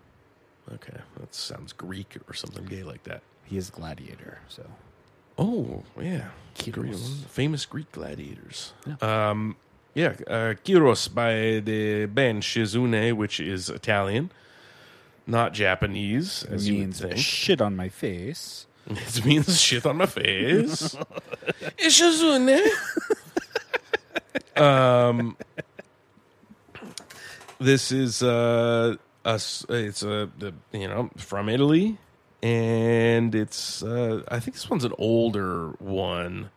Speaker 2: Okay, that sounds Greek or something gay like that.
Speaker 1: He is gladiator, so
Speaker 2: Oh yeah,
Speaker 1: Kyros.
Speaker 2: Greek- famous Greek gladiators. Yeah. Um, yeah, uh, Kyros by the band Shizune, which is Italian, not Japanese, as you would
Speaker 1: means
Speaker 2: think.
Speaker 1: shit on my face.
Speaker 2: It means shit on my face. it's Shizune. um, this is uh, us. It's uh, the you know from Italy, and it's uh, I think this one's an older one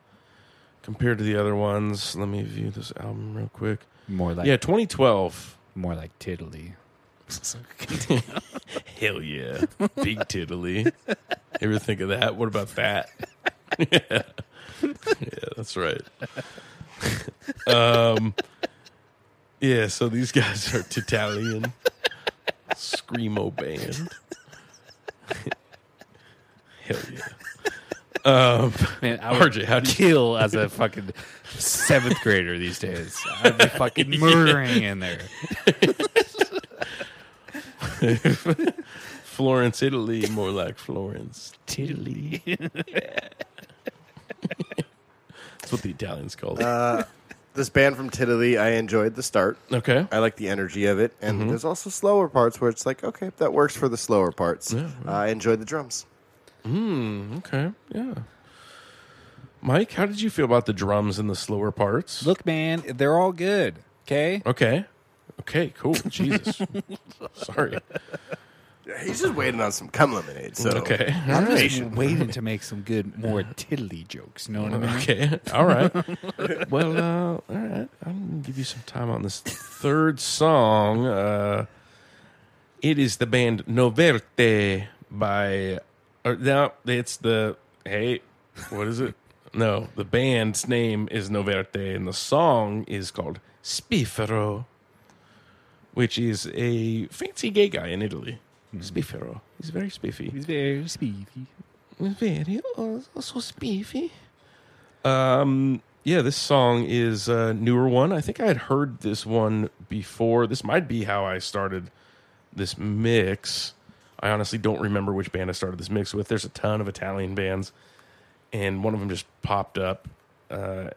Speaker 2: compared to the other ones. Let me view this album real quick.
Speaker 1: More like
Speaker 2: Yeah, 2012.
Speaker 1: more like tiddly.
Speaker 2: Hell yeah. Big tiddly. Ever think of that? What about that? yeah. yeah, that's right. um, yeah, so these guys are Italian Screamo band. Hell yeah. Um,
Speaker 1: Man, I would
Speaker 2: RJ, how do you
Speaker 1: kill as a fucking seventh grader these days. I'd be fucking murdering in there.
Speaker 2: Florence, Italy, more like Florence, Italy. That's what the Italians call it.
Speaker 3: This band from Tiddly, I enjoyed the start.
Speaker 2: okay.
Speaker 3: I like the energy of it, and there's also slower parts where it's like, okay, that works for the slower parts. Uh, I enjoyed the drums.
Speaker 2: Okay, yeah. Mike, how did you feel about the drums in the slower parts?
Speaker 1: Look, man, they're all good. Okay?
Speaker 2: Okay. Okay, cool. Jesus. Sorry.
Speaker 3: He's just waiting on some cum lemonade. So
Speaker 2: Okay.
Speaker 1: I'm just waiting to make some good, more tiddly jokes. Know what I mean?
Speaker 2: Okay. All right. well, uh, all right. I'm going to give you some time on this third song. Uh, it is the band Noverte by. Or, no, it's the. Hey, what is it? No, the band's name is Noverte, and the song is called Spifero, which is a fancy gay guy in Italy. Spifero. He's very spiffy.
Speaker 1: He's very speedy.
Speaker 2: Very also spiffy. Um, yeah, this song is a newer one. I think I had heard this one before. This might be how I started this mix. I honestly don't remember which band I started this mix with. There's a ton of Italian bands, and one of them just popped up, uh,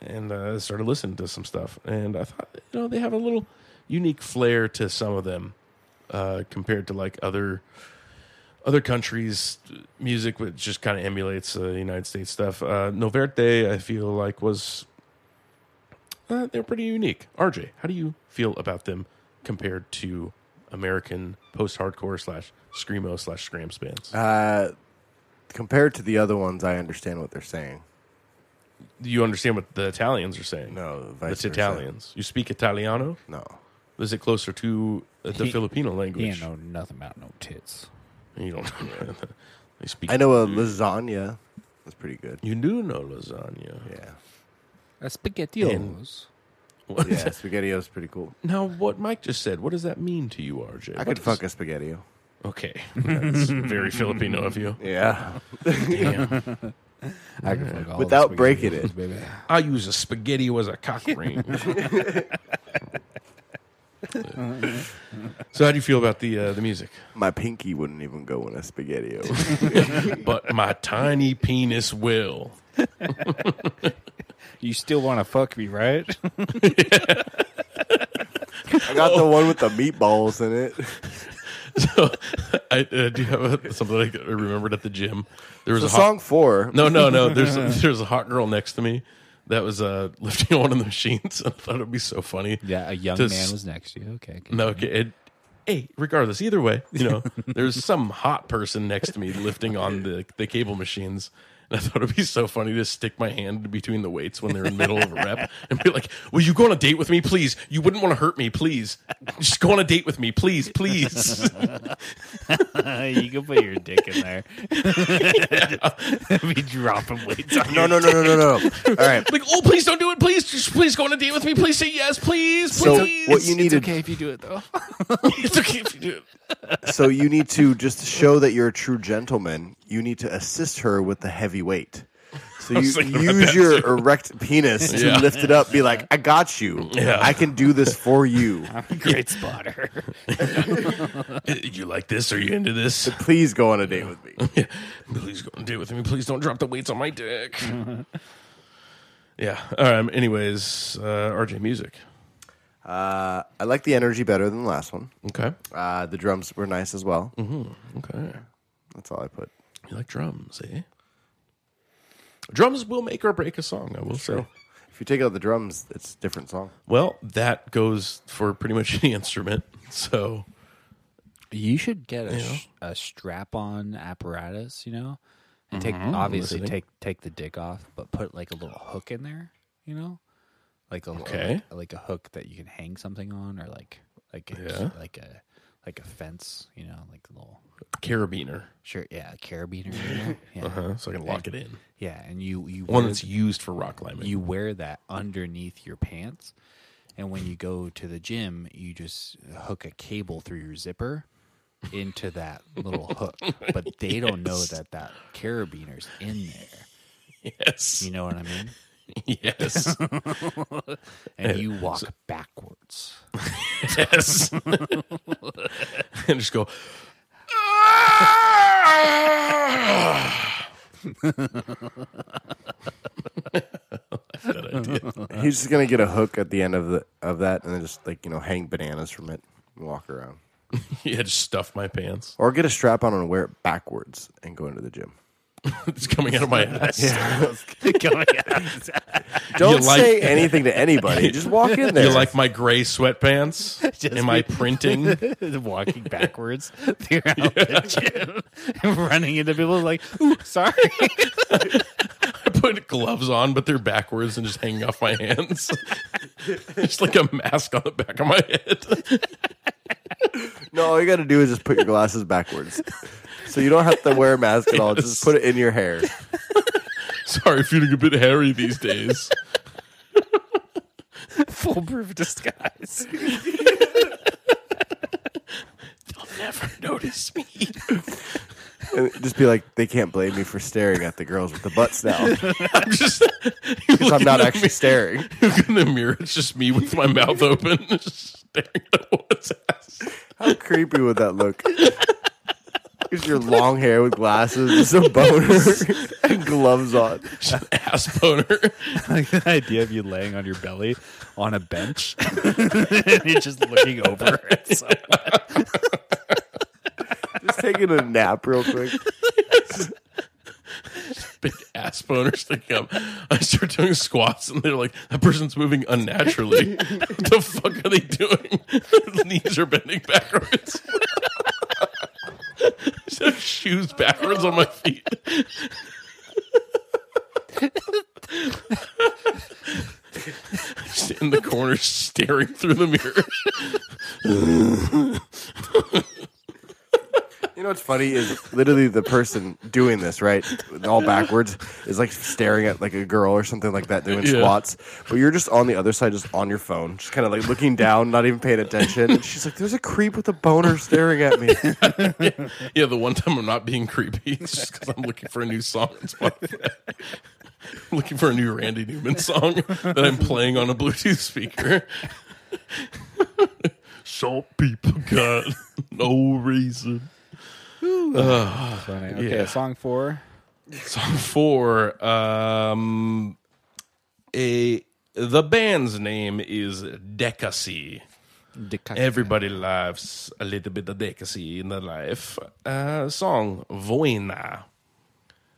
Speaker 2: and uh, started listening to some stuff. And I thought, you know, they have a little unique flair to some of them uh, compared to like other other countries' music, which just kind of emulates uh, United States stuff. Uh, Noverte, I feel like was uh, they're pretty unique. RJ, how do you feel about them compared to American post-hardcore slash screamo slash scram bands?
Speaker 3: uh, compared to the other ones, I understand what they're saying.
Speaker 2: Do you understand what the Italians are saying?
Speaker 3: No, vice
Speaker 2: it's
Speaker 3: versa.
Speaker 2: Italians. You speak Italiano.
Speaker 3: No,
Speaker 2: Is it closer to uh, the
Speaker 1: He-
Speaker 2: Filipino
Speaker 1: He
Speaker 2: language?
Speaker 1: ain't
Speaker 7: Oh,
Speaker 1: know nothing about no tits.
Speaker 2: You don't. know. they speak.
Speaker 3: I know a lasagna. That's pretty good.
Speaker 2: You do know lasagna.
Speaker 3: Yeah,
Speaker 1: That's spaghettios.
Speaker 2: What-
Speaker 3: yeah. Spaghettios pretty cool.
Speaker 2: Now, what Mike just said, what does that mean to you, RJ?
Speaker 3: I
Speaker 2: What
Speaker 3: could
Speaker 2: does-
Speaker 3: fuck a spaghettio.
Speaker 2: Okay. That's very Filipino of you.
Speaker 3: Yeah,
Speaker 2: Damn.
Speaker 1: I can fuck all the
Speaker 3: without breaking
Speaker 1: spaghettios,
Speaker 3: it.
Speaker 1: baby.
Speaker 2: I use a spaghetti as a cock ring. so, how do you feel about the uh, the music?
Speaker 3: My pinky wouldn't even go in a spaghettio.
Speaker 2: But my tiny penis will.
Speaker 1: You still want to fuck me, right?
Speaker 3: I got the one with the meatballs in it.
Speaker 2: So, I uh, do have a, something I remembered at the gym. There was
Speaker 3: The
Speaker 2: a hot-
Speaker 3: song four.
Speaker 2: No, no, no. There's there's a hot girl next to me that was uh, lifting one of the machines, and I thought it would be so funny.
Speaker 1: Yeah, a young
Speaker 2: To s-
Speaker 1: man was next to you. Okay. good.
Speaker 2: No, okay, it, hey, regardless, either way, you know, there's some hot person next to me lifting on the, the cable machines. And I thought it'd be so funny to stick my hand between the weights when they're in the middle of a rep and be like, Will you go on a date with me, please? You wouldn't want to hurt me, please. Just go on a date with me, please, please.
Speaker 1: Uh, you can put your dick in there. Be dropping weights on
Speaker 3: no, no, no, no, no, no. All right.
Speaker 2: like, oh, please don't do it, please. Just please go on a date with me, please. Say yes, please,
Speaker 3: So
Speaker 2: please.
Speaker 3: what you need to
Speaker 1: if you do it though.
Speaker 2: it's okay if you do it.
Speaker 3: so you need to just show that you're a true gentleman. You need to assist her with the heavy weight. So you
Speaker 2: thinking about
Speaker 3: use
Speaker 2: that,
Speaker 3: your erect penis to
Speaker 2: Yeah.
Speaker 3: lift it up. Be like, I got you.
Speaker 2: Yeah.
Speaker 3: I can do this for you.
Speaker 1: Great spotter.
Speaker 2: You like this? Are you into this?
Speaker 3: Please go on a date with me.
Speaker 2: Please go and do it with me. Please don't drop the weights on my dick. yeah. Um, anyways, uh, RJ Music.
Speaker 3: Uh, I like the energy better than the last one.
Speaker 2: Okay.
Speaker 3: Uh, the drums were nice as well.
Speaker 2: Mm-hmm. Okay.
Speaker 3: That's all I put.
Speaker 2: You like drums, eh? Drums will make or break a song, I will say.
Speaker 3: If you take out the drums, it's a different song.
Speaker 2: Well, that goes for pretty much any instrument. So,
Speaker 1: You should get a, sh- a strap-on apparatus, you know, and take obviously
Speaker 2: listening.
Speaker 1: take take the dick off, but put like a little hook in there, you know, like a
Speaker 2: Okay.
Speaker 1: like, like a hook that you can hang something on, or like like a,
Speaker 2: Yeah.
Speaker 1: like a like a fence, you know, like a little
Speaker 2: carabiner.
Speaker 1: sure, yeah, a carabiner, you know? yeah,
Speaker 2: Uh-huh. So I can lock it in.
Speaker 1: yeah, and you you
Speaker 2: One
Speaker 1: wear-
Speaker 2: that's used for rock climbing.
Speaker 1: you wear that underneath your pants and when you go to the gym you just hook a cable through your zipper into that little hook but they don't know that that carabiner's in there
Speaker 2: yes.
Speaker 1: you know what i mean
Speaker 2: Yes.
Speaker 1: and you walk backwards
Speaker 2: yes. and just go.
Speaker 3: He's just gonna get a hook at the end of the of that, and then just like you know, hang bananas from it and walk around,
Speaker 2: Yeah, just stuff my pants.
Speaker 3: or get a strap on and wear it backwards and go into the gym.
Speaker 2: it's coming out of my ass.
Speaker 3: Don't
Speaker 2: You like-
Speaker 3: say anything to anybody. Just walk in there.
Speaker 2: You like my gray sweatpants? Am I printing?
Speaker 1: walking backwards throughout the gym and running into people like, ooh, sorry.
Speaker 2: I put gloves on, but they're backwards and just hanging off my hands. just like a mask on the back of my head.
Speaker 3: no, all you got to do is just put your glasses backwards. So you don't have to wear a mask at all. Just put it in your hair.
Speaker 2: Sorry, feeling a bit hairy these days.
Speaker 1: Foolproof disguise.
Speaker 2: Never notice me.
Speaker 3: And just be like, they can't blame me for staring at the girls with the butts now because
Speaker 2: I'm just
Speaker 3: I'm not actually staring.
Speaker 2: Look in the mirror. It's just me with my mouth open, just staring at a woman's ass.
Speaker 3: How creepy would that look? Is your long hair with glasses, just a boner, and gloves on.
Speaker 2: Just an ass boner.
Speaker 1: like the idea of you laying on your belly on a bench and you're just looking over at someone.
Speaker 3: Just taking a nap real quick.
Speaker 2: Big ass boner sticking up. I start doing squats, and they're like, "That person's moving unnaturally. what the fuck are they doing? Their knees are bending backwards." Just have shoes backwards on my feet. Just in the corner, staring through the mirror.
Speaker 3: You know what's funny is literally the person doing this right, all backwards, is like staring at like a girl or something like that doing
Speaker 2: Yeah.
Speaker 3: squats. But you're just on the other side, just on your phone, just kind of like looking down, not even paying attention. And she's like, "There's a creep with a boner staring at me."
Speaker 2: Yeah, the one time I'm not being creepy it's just because I'm looking for a new song. on Spotify. I'm looking for a new Randy Newman song that I'm playing on a Bluetooth speaker. Some people got no reason.
Speaker 1: Funny. Okay,
Speaker 2: Yeah.
Speaker 1: song four.
Speaker 2: Song four. Um, a the band's name is Decacy. Everybody loves a little bit of decacy in their life. Uh, song Voina,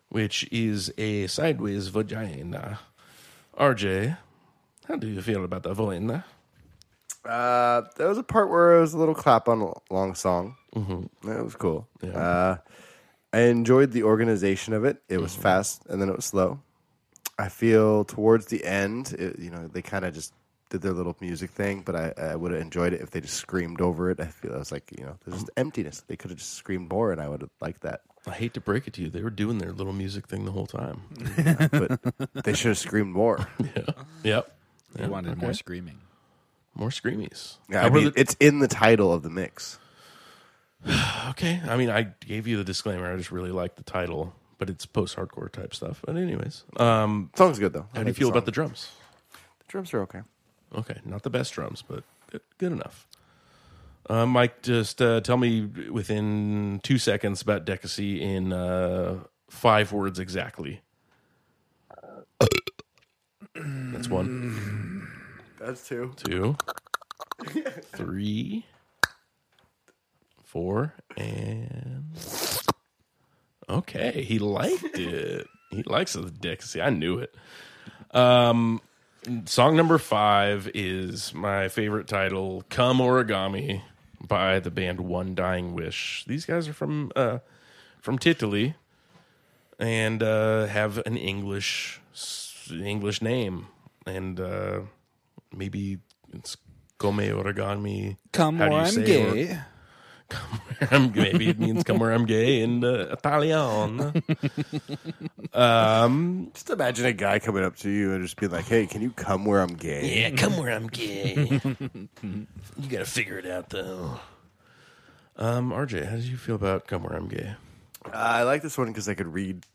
Speaker 2: which is a sideways vagina. RJ, how do you feel about the Voina?
Speaker 3: Uh, there was a part where it was a little clap on a long song. Mm-hmm. That was cool. Uh, I enjoyed the organization of it. It was
Speaker 2: Mm-hmm.
Speaker 3: fast and then it was slow. I feel towards the end, it, you know, they kind of just did their little music thing, but I, I would have enjoyed it if they just screamed over it. I feel I was like, you know, there's just emptiness. They could have just screamed more, and I would have liked that.
Speaker 2: I hate to break it to you, they were doing their little music thing the whole time.
Speaker 3: But they should have screamed more.
Speaker 2: yep,
Speaker 1: You wanted more screaming.
Speaker 2: more screamies.
Speaker 3: Yeah,
Speaker 2: How
Speaker 3: I
Speaker 2: were
Speaker 3: mean,
Speaker 2: the-
Speaker 3: it's in the title of the mix.
Speaker 2: okay, I mean, I gave you the disclaimer. I just really like the title, but it's post-hardcore type stuff. But anyways, um,
Speaker 3: Song's good though.
Speaker 2: how do you feel about the drums?
Speaker 3: drums? Are okay.
Speaker 2: Okay, not the best drums, but good- good enough. Uh, Mike, just uh, tell me within two seconds about Decacy in uh, five words exactly. That's one,
Speaker 3: That's two.
Speaker 2: two, three, four, and okay, he liked it. He likes the Decacy. I knew it. Um, Song number five is my favorite title, Come Origami by the band One Dying Wish. These guys are from uh, from Italy and uh, have an English s- English name. And uh, maybe it's Come Origami.
Speaker 1: Come
Speaker 2: How do
Speaker 1: or
Speaker 2: you
Speaker 1: I'm
Speaker 2: say
Speaker 1: gay.
Speaker 2: or- I'm- maybe it means come where I'm gay in uh, Italian.
Speaker 3: Just imagine a guy coming up to you and just being like, "Hey, can you come where I'm gay?"
Speaker 2: Yeah, come where I'm gay. you gotta figure it out though. Um, RJ, how did you feel about Come Where I'm Gay?
Speaker 3: Uh, I like this one because I could read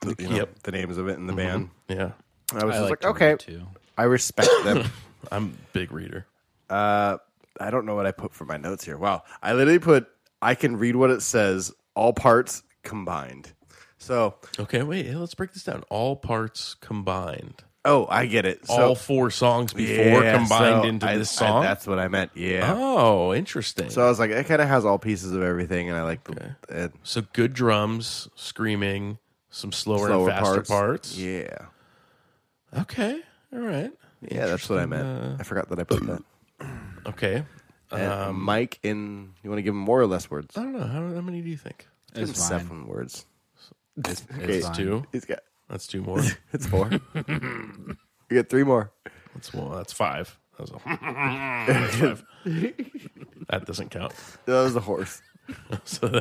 Speaker 3: the, you know,
Speaker 2: Yep. Mm-hmm.
Speaker 3: the names of it in the band.
Speaker 2: Yeah.
Speaker 3: I was
Speaker 1: I
Speaker 3: just
Speaker 1: like
Speaker 3: like,
Speaker 1: to
Speaker 3: okay,
Speaker 1: read, too.
Speaker 3: I respect them.
Speaker 2: I'm a big reader.
Speaker 3: uh, I don't know what I put for my notes here. Wow, I literally put I can read what it says, all parts combined. So,
Speaker 2: Okay, wait, hey, let's break this down. All parts combined.
Speaker 3: oh, I get it. So,
Speaker 2: All four songs before
Speaker 3: Yeah,
Speaker 2: combined
Speaker 3: so
Speaker 2: into
Speaker 3: I-
Speaker 2: this
Speaker 3: I-
Speaker 2: song.
Speaker 3: that's what I meant. Yeah.
Speaker 2: oh, interesting.
Speaker 3: So I was like, it kind of has all pieces of everything, and I like the.
Speaker 2: Okay.
Speaker 3: and
Speaker 2: So good drums, screaming, some slower,
Speaker 3: Slower
Speaker 2: and faster parts.
Speaker 3: Yeah.
Speaker 2: Okay. All right.
Speaker 3: Yeah, that's what I
Speaker 2: uh,
Speaker 3: meant. I forgot that I put that.
Speaker 2: Okay.
Speaker 3: And
Speaker 7: Um,
Speaker 3: Mike in you want to give him more or less words?
Speaker 2: I don't know. How, how many do you think?
Speaker 3: Give him seven words.
Speaker 7: It's,
Speaker 3: Okay.
Speaker 7: it's fine.
Speaker 2: Two.
Speaker 3: He's got
Speaker 2: That's two more.
Speaker 3: it's four. you get three more.
Speaker 2: That's one. That's five. That was a, that's five. that doesn't count.
Speaker 3: That was the horse.
Speaker 2: So,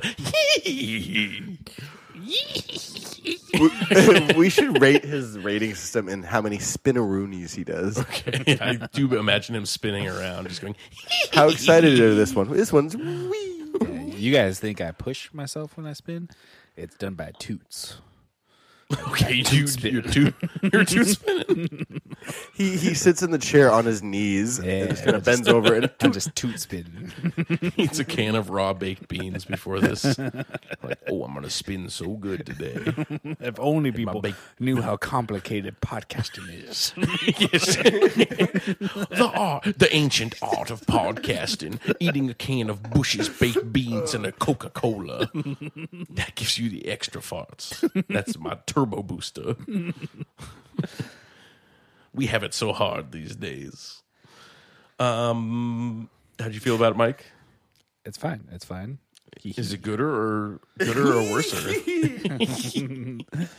Speaker 3: we should rate his rating system and how many spinneroonies he does.
Speaker 2: okay, I do imagine him spinning around, just going.
Speaker 3: How excited are this one? This one's wee.
Speaker 7: Yeah, You guys think I push myself when I spin? It's done by toots.
Speaker 2: Okay, you, you're too, you're too spinning.
Speaker 3: He he sits in the chair on his knees and just kind of bends over and
Speaker 7: I just toot spin.
Speaker 2: Eats a can of raw baked beans before this. Like, oh, I'm gonna spin so good today.
Speaker 7: if only people
Speaker 2: big-
Speaker 7: knew how complicated podcasting is.
Speaker 2: Yes. the art, the ancient art of podcasting, eating a can of Bush's baked beans and a Coca Cola. That gives you the extra farts. That's my turbo booster. we have it so hard these days. Um, how'd you feel about it, Mike?
Speaker 7: it's fine. It's fine.
Speaker 2: Is it gooder or gooder or worser?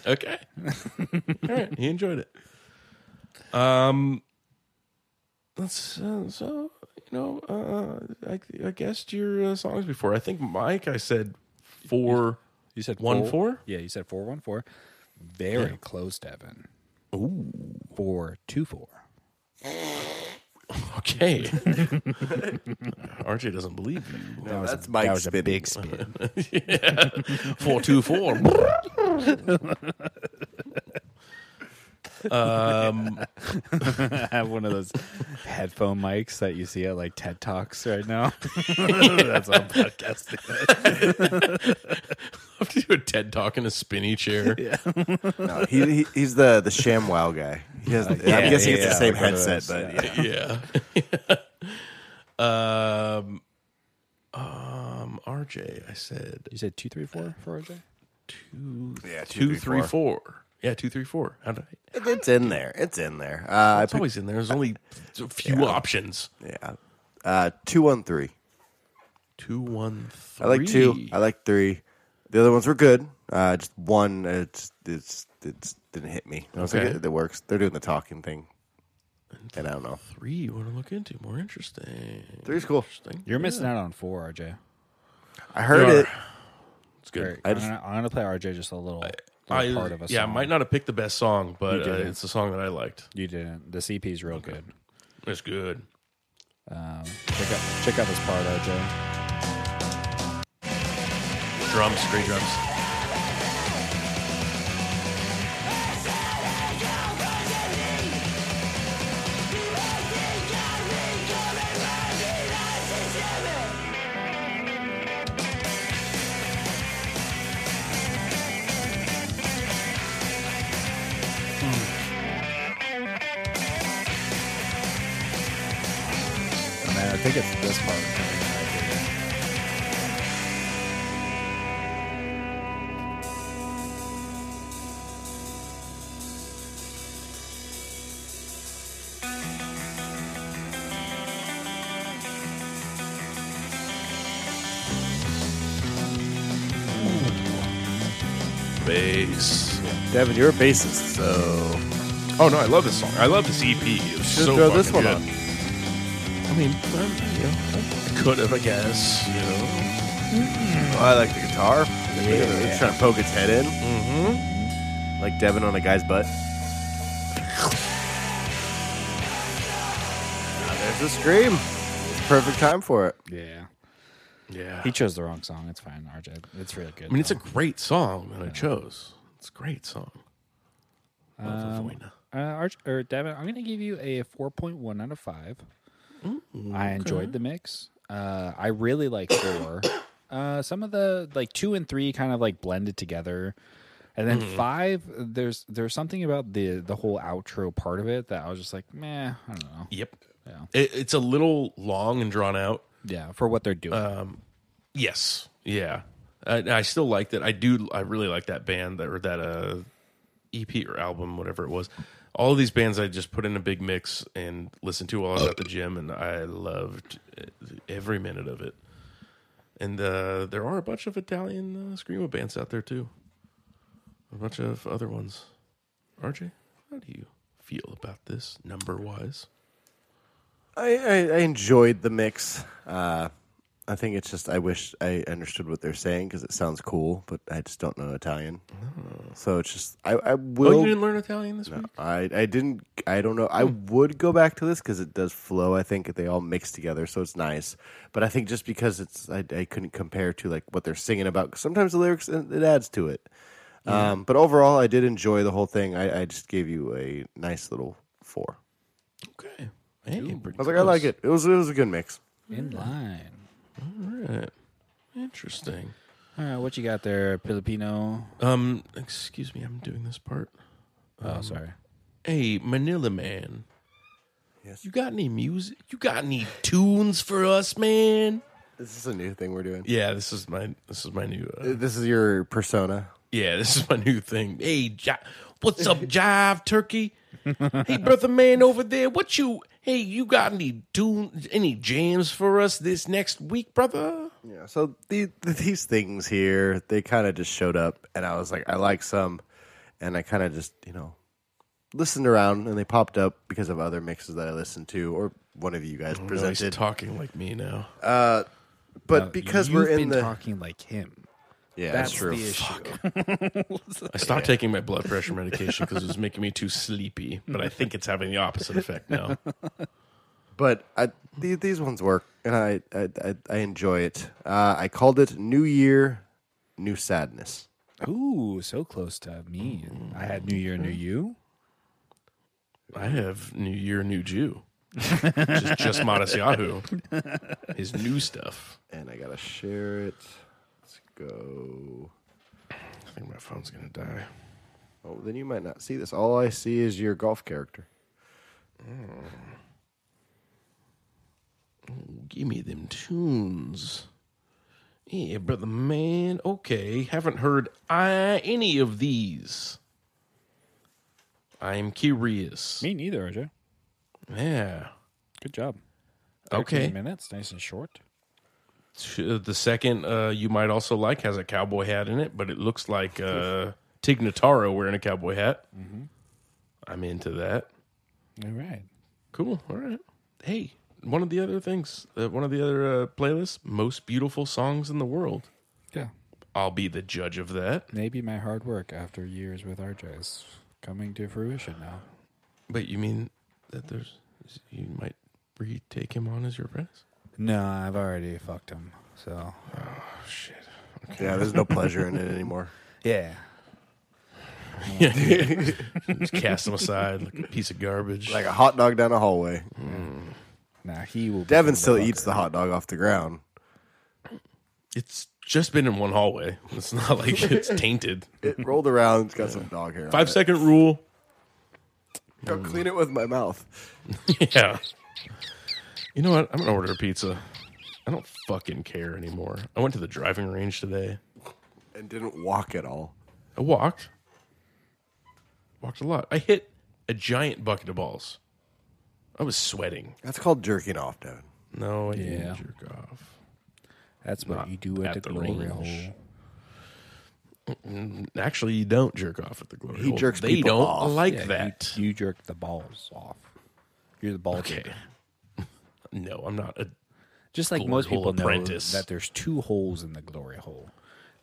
Speaker 2: okay. All right. He enjoyed it. Um. Let's. Uh, so you know, uh, I, I guessed your uh, songs before. I think Mike. I said four.
Speaker 7: You said
Speaker 2: One
Speaker 7: four-
Speaker 2: four?
Speaker 7: Yeah, you said four one four. Very close, Devin. Ooh, four two four.
Speaker 2: Okay. RJ doesn't believe you.
Speaker 3: that's Mike
Speaker 7: that was a
Speaker 3: spinning.
Speaker 7: big spin.
Speaker 2: Four two four.
Speaker 7: I have one of those headphone mics that you see at like TED Talks right now. That's what I'm podcasting.
Speaker 2: Have to do a TED talk in a spinny chair.
Speaker 3: No, he, he he's the the sham wow guy. He has, I'm guessing
Speaker 7: yeah,
Speaker 3: it's the same
Speaker 7: yeah, like one of
Speaker 3: headset,
Speaker 7: those,
Speaker 3: but yeah.
Speaker 2: yeah. um, um, RJ, I said
Speaker 7: You said two three four for RJ.
Speaker 2: two,
Speaker 3: Yeah, two,
Speaker 2: two,
Speaker 3: three,
Speaker 2: three, four. Yeah, two, three, four. How did I,
Speaker 3: It- it's in there. It's in there. Uh, I
Speaker 2: it's
Speaker 3: put,
Speaker 2: always in there. There's only a few options.
Speaker 3: yeah, uh, two one three.
Speaker 2: Two, one, three.
Speaker 3: I like two. I like three. The other ones were good. Uh, just one, uh, it's it's it's didn't hit me. I was
Speaker 2: Okay.
Speaker 3: like, it, it works. They're doing the talking thing, and I don't know.
Speaker 2: three. You want to look into more interesting.
Speaker 3: Three's cool.
Speaker 2: Interesting.
Speaker 7: You're missing out on four, RJ.
Speaker 3: I heard
Speaker 2: You are.
Speaker 3: it.
Speaker 2: It's good.
Speaker 7: I am gonna, I'm gonna play RJ just a little, little
Speaker 2: I-
Speaker 7: part of a
Speaker 2: yeah, I
Speaker 7: song.
Speaker 2: might not have picked the best song, but uh,
Speaker 7: didn't.
Speaker 2: it's a song that I liked.
Speaker 7: You didn't. The CP's real good.
Speaker 2: It's good.
Speaker 7: Check out check out this part, RJ.
Speaker 2: Drums, great drums.
Speaker 7: And then I think it's this part.
Speaker 2: Bass.
Speaker 3: Devin, you're a bassist, so
Speaker 2: Oh no, I love this song. I love this EP. It was so
Speaker 3: throw
Speaker 2: fucking
Speaker 3: this one
Speaker 2: good.
Speaker 3: on.
Speaker 2: I mean, I, you know, I could have, I guess. You know,
Speaker 3: Oh, I like the guitar. It's trying to poke its head in. Mm-hmm.
Speaker 2: Mm-hmm.
Speaker 3: Like Devin on a guy's butt. Now there's the scream. Perfect time for it.
Speaker 7: Yeah.
Speaker 2: yeah.
Speaker 7: He chose the wrong song. It's fine, RJ. It's really good.
Speaker 2: I mean, it's a
Speaker 7: though.
Speaker 2: great song that I chose. It's a great song. Love Avoidna.
Speaker 7: Uh, Arch, or Devin, I'm going to give you a 4.1 out of 5. I enjoyed the mix. Uh, I really like 4. uh, some of the, like, 2 and 3 kind of, like, blended together. And then
Speaker 3: Mm-hmm.
Speaker 7: 5, there's there's something about the the whole outro part of it that I was just like, meh, I don't know.
Speaker 2: Yep.
Speaker 7: Yeah.
Speaker 2: It, it's a little long and drawn out.
Speaker 3: Uh,
Speaker 7: Yeah, for what they're doing.
Speaker 2: Yes. Yeah. I, I still like that. I do. I really like that band that or that uh, EP or album, whatever it was. All of these bands I just put in a big mix and listened to while I was at the gym, and I loved every minute of it. And uh, there are a bunch of Italian uh, screamo bands out there too. A bunch of other ones. RJ, how do you feel about this number wise?
Speaker 3: I, I, I enjoyed the mix. Uh, I think it's just I wish I understood what they're saying because it sounds cool, but I just don't know Italian. So it's just I, I
Speaker 2: Oh,
Speaker 3: will.
Speaker 2: you didn't Hmm. learn Italian this week?
Speaker 3: I I didn't. I don't know. I would go back to this because it does flow. I think they all mix together, so it's nice. But I think just because it's, I, I couldn't compare to like what they're singing about. 'cause sometimes the lyrics it it adds to it. Um, but overall, I did enjoy the whole thing. I, I just gave you a nice little four.
Speaker 2: Okay. Hey,
Speaker 3: I was like, I like it. It was it was a good mix.
Speaker 1: In line.
Speaker 2: Right. Interesting.
Speaker 1: All right, what you got there, Filipino?
Speaker 2: Um, excuse me, I'm doing this part.
Speaker 1: Oh,
Speaker 3: Um,
Speaker 1: sorry.
Speaker 2: Hey, Manila man.
Speaker 3: Yes.
Speaker 2: You got any music? You got any tunes for us, man?
Speaker 3: This is a new thing we're doing.
Speaker 2: Yeah, this is my this is my new uh,
Speaker 3: This is your persona.
Speaker 2: yeah, this is my new thing. Hey, J- what's up, Jive Turkey? Hey, brother man over there, what you? Hey, you got any tunes, any jams for us this next week, brother?
Speaker 3: Yeah. So the, these things here, they kind of just showed up, and I was like, I like some, and I kind of just you know listened around, and they popped up because of other mixes that I listened to, or one of you guys
Speaker 2: No, he's
Speaker 3: presented. Uh,
Speaker 2: talking like me now.
Speaker 3: but because we're
Speaker 1: You've
Speaker 3: in
Speaker 1: been
Speaker 3: the
Speaker 1: talking like him.
Speaker 3: yeah, that's, true.
Speaker 2: I stopped taking my blood pressure medication because it was making me too sleepy, but I think it's having the opposite effect now.
Speaker 3: But I, the, these ones work, and I I, I, I enjoy it. Uh, I called it New Year, New Sadness.
Speaker 1: Ooh, so close to me. I had New Year, New
Speaker 3: Mm-hmm.
Speaker 1: You.
Speaker 2: I have New Year, New Jew. just, just Modest Yahoo. His new stuff.
Speaker 3: And I gotta share it. Let's go.
Speaker 2: I think my phone's going to die.
Speaker 3: Oh, then you might not see this. All I see is your golf character.
Speaker 2: Give me them tunes. Yeah, brother man. Okay. Haven't heard uh, any of these. I'm curious.
Speaker 1: Me neither, RJ.
Speaker 2: Yeah.
Speaker 1: Good job.
Speaker 2: Okay.
Speaker 1: 13 minutes, nice and short.
Speaker 2: Uh, the second uh, you might also like has a cowboy hat in it, but it looks like uh, Tig Notaro wearing a cowboy hat.
Speaker 1: Mm-hmm.
Speaker 2: I'm into that.
Speaker 1: All right.
Speaker 2: Cool. All right. Hey, one of the other things, uh, one of the other uh, playlists, most beautiful songs in the world.
Speaker 1: Yeah.
Speaker 2: I'll be the judge of that.
Speaker 1: Maybe my hard work after years with RJ is coming to fruition now.
Speaker 2: But you mean that there's you might retake him on as your apprentice?
Speaker 1: No, I've already fucked him. So
Speaker 3: Yeah, there's no pleasure in it anymore.
Speaker 1: yeah,
Speaker 2: Just cast him aside like a piece of garbage.
Speaker 3: Like a hot dog down a hallway.
Speaker 1: now he will.
Speaker 3: Devin still eats the hot dog off the ground.
Speaker 2: it's just been in one hallway. It's not like it's tainted.
Speaker 3: It rolled around. It's got some dog hair. on
Speaker 2: Five
Speaker 3: it.
Speaker 2: second rule.
Speaker 3: I'll clean it with my mouth.
Speaker 2: Yeah. You know what? I'm gonna order a pizza. I don't fucking care anymore. I went to the driving range today.
Speaker 3: And didn't walk at all.
Speaker 2: I walked. Walked a lot. I hit a giant bucket of balls. I was sweating.
Speaker 3: That's called jerking off, Devin.
Speaker 2: No, I
Speaker 1: Yeah.
Speaker 2: didn't jerk off.
Speaker 1: That's what
Speaker 2: Not
Speaker 1: you do at,
Speaker 2: at
Speaker 1: the,
Speaker 2: the
Speaker 1: glory
Speaker 2: range.
Speaker 1: hole.
Speaker 2: Actually, you don't jerk off at the glory
Speaker 3: He
Speaker 2: hole.
Speaker 3: jerks
Speaker 2: They
Speaker 3: people
Speaker 2: don't
Speaker 3: off.
Speaker 2: like
Speaker 1: Yeah,
Speaker 2: that.
Speaker 1: You, you jerk the balls off. You're the ball
Speaker 2: okay.
Speaker 1: jerker.
Speaker 2: No, I'm not. A,
Speaker 1: Just like
Speaker 2: Glory
Speaker 1: most
Speaker 2: hole
Speaker 1: people
Speaker 2: apprentice.
Speaker 1: know that there's two holes in the glory hole.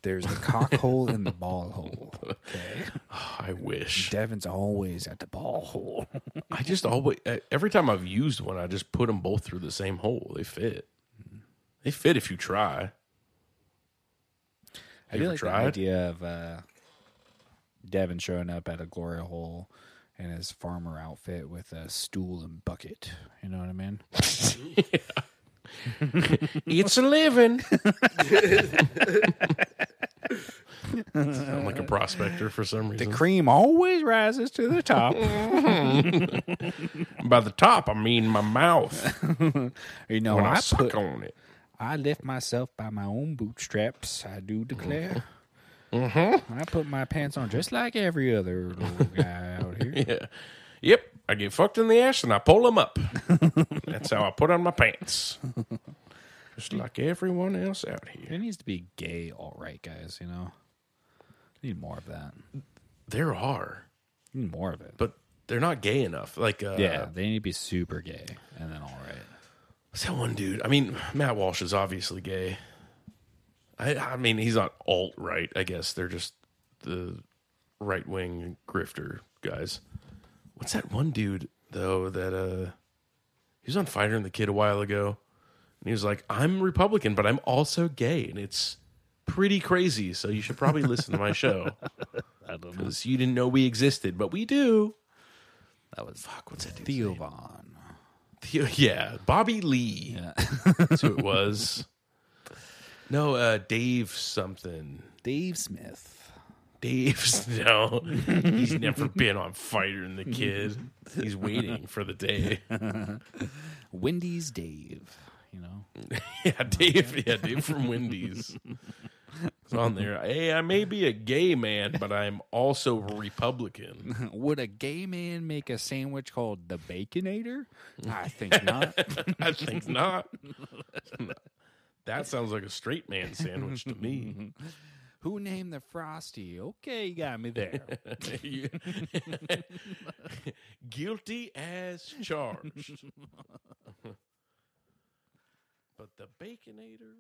Speaker 1: There's the cock hole and the ball hole. Okay.
Speaker 2: I wish.
Speaker 1: Devin's always at the ball hole.
Speaker 2: I just always e, every time I've used one, I just put them both through the same hole. They fit.
Speaker 1: Mm-hmm.
Speaker 2: They fit if you try.
Speaker 1: I
Speaker 2: You
Speaker 1: do
Speaker 2: ever
Speaker 1: like
Speaker 2: tried?
Speaker 1: the idea of uh, Devin showing up at a glory hole in his farmer outfit with a stool and bucket. You know what I mean?
Speaker 2: It's a living. I'm like a prospector for some
Speaker 1: The
Speaker 2: reason.
Speaker 1: cream always rises to the top.
Speaker 2: By the top, I mean my mouth
Speaker 1: you know,
Speaker 2: when Oh, I,
Speaker 1: I
Speaker 2: suck
Speaker 1: put
Speaker 2: on it.
Speaker 7: I lift myself by my own bootstraps, I do declare.
Speaker 2: Mm-hmm.
Speaker 7: I put my pants on just like every other little guy out here.
Speaker 2: Yeah. Yep. I get fucked in the ass and I pull them up. That's how I put on my pants. Just like everyone else out here.
Speaker 7: There needs to be gay all right guys, you know. Need more of that.
Speaker 2: There are,
Speaker 7: Need more of it.
Speaker 2: but they're not gay enough. Like, uh,
Speaker 7: yeah, they need to be super gay and then all right.
Speaker 2: what's that one dude? I mean, Matt Walsh is obviously gay. I, I mean, he's not alt right. I guess they're just the right wing grifter guys. What's that one dude though that uh he was on Fighter and the Kid a while ago, and he was like, "I'm Republican, but I'm also gay," and it's pretty crazy. So you should probably listen to my show because you didn't know we existed, but we do. That was fuck. What's that dude's
Speaker 7: Theo
Speaker 2: name?
Speaker 7: Vaughn.
Speaker 2: Theo- yeah, Bobby Lee. That's who it was. No, uh, Dave something.
Speaker 7: Dave Smith.
Speaker 2: Dave's no. He's never been on Fighter and the Kid. He's waiting for the day.
Speaker 7: Wendy's Dave, you know.
Speaker 2: Yeah, Dave. Yeah, Dave from Wendy's. It's on there. Hey, I may be a gay man, but I'm also Republican.
Speaker 7: Would a gay man make a sandwich called the Baconator? I think not.
Speaker 2: I think not. That sounds like a straight man sandwich to me.
Speaker 7: Who named the Frosty? Okay, you got me there.
Speaker 2: You- Guilty as charged. but the baconator.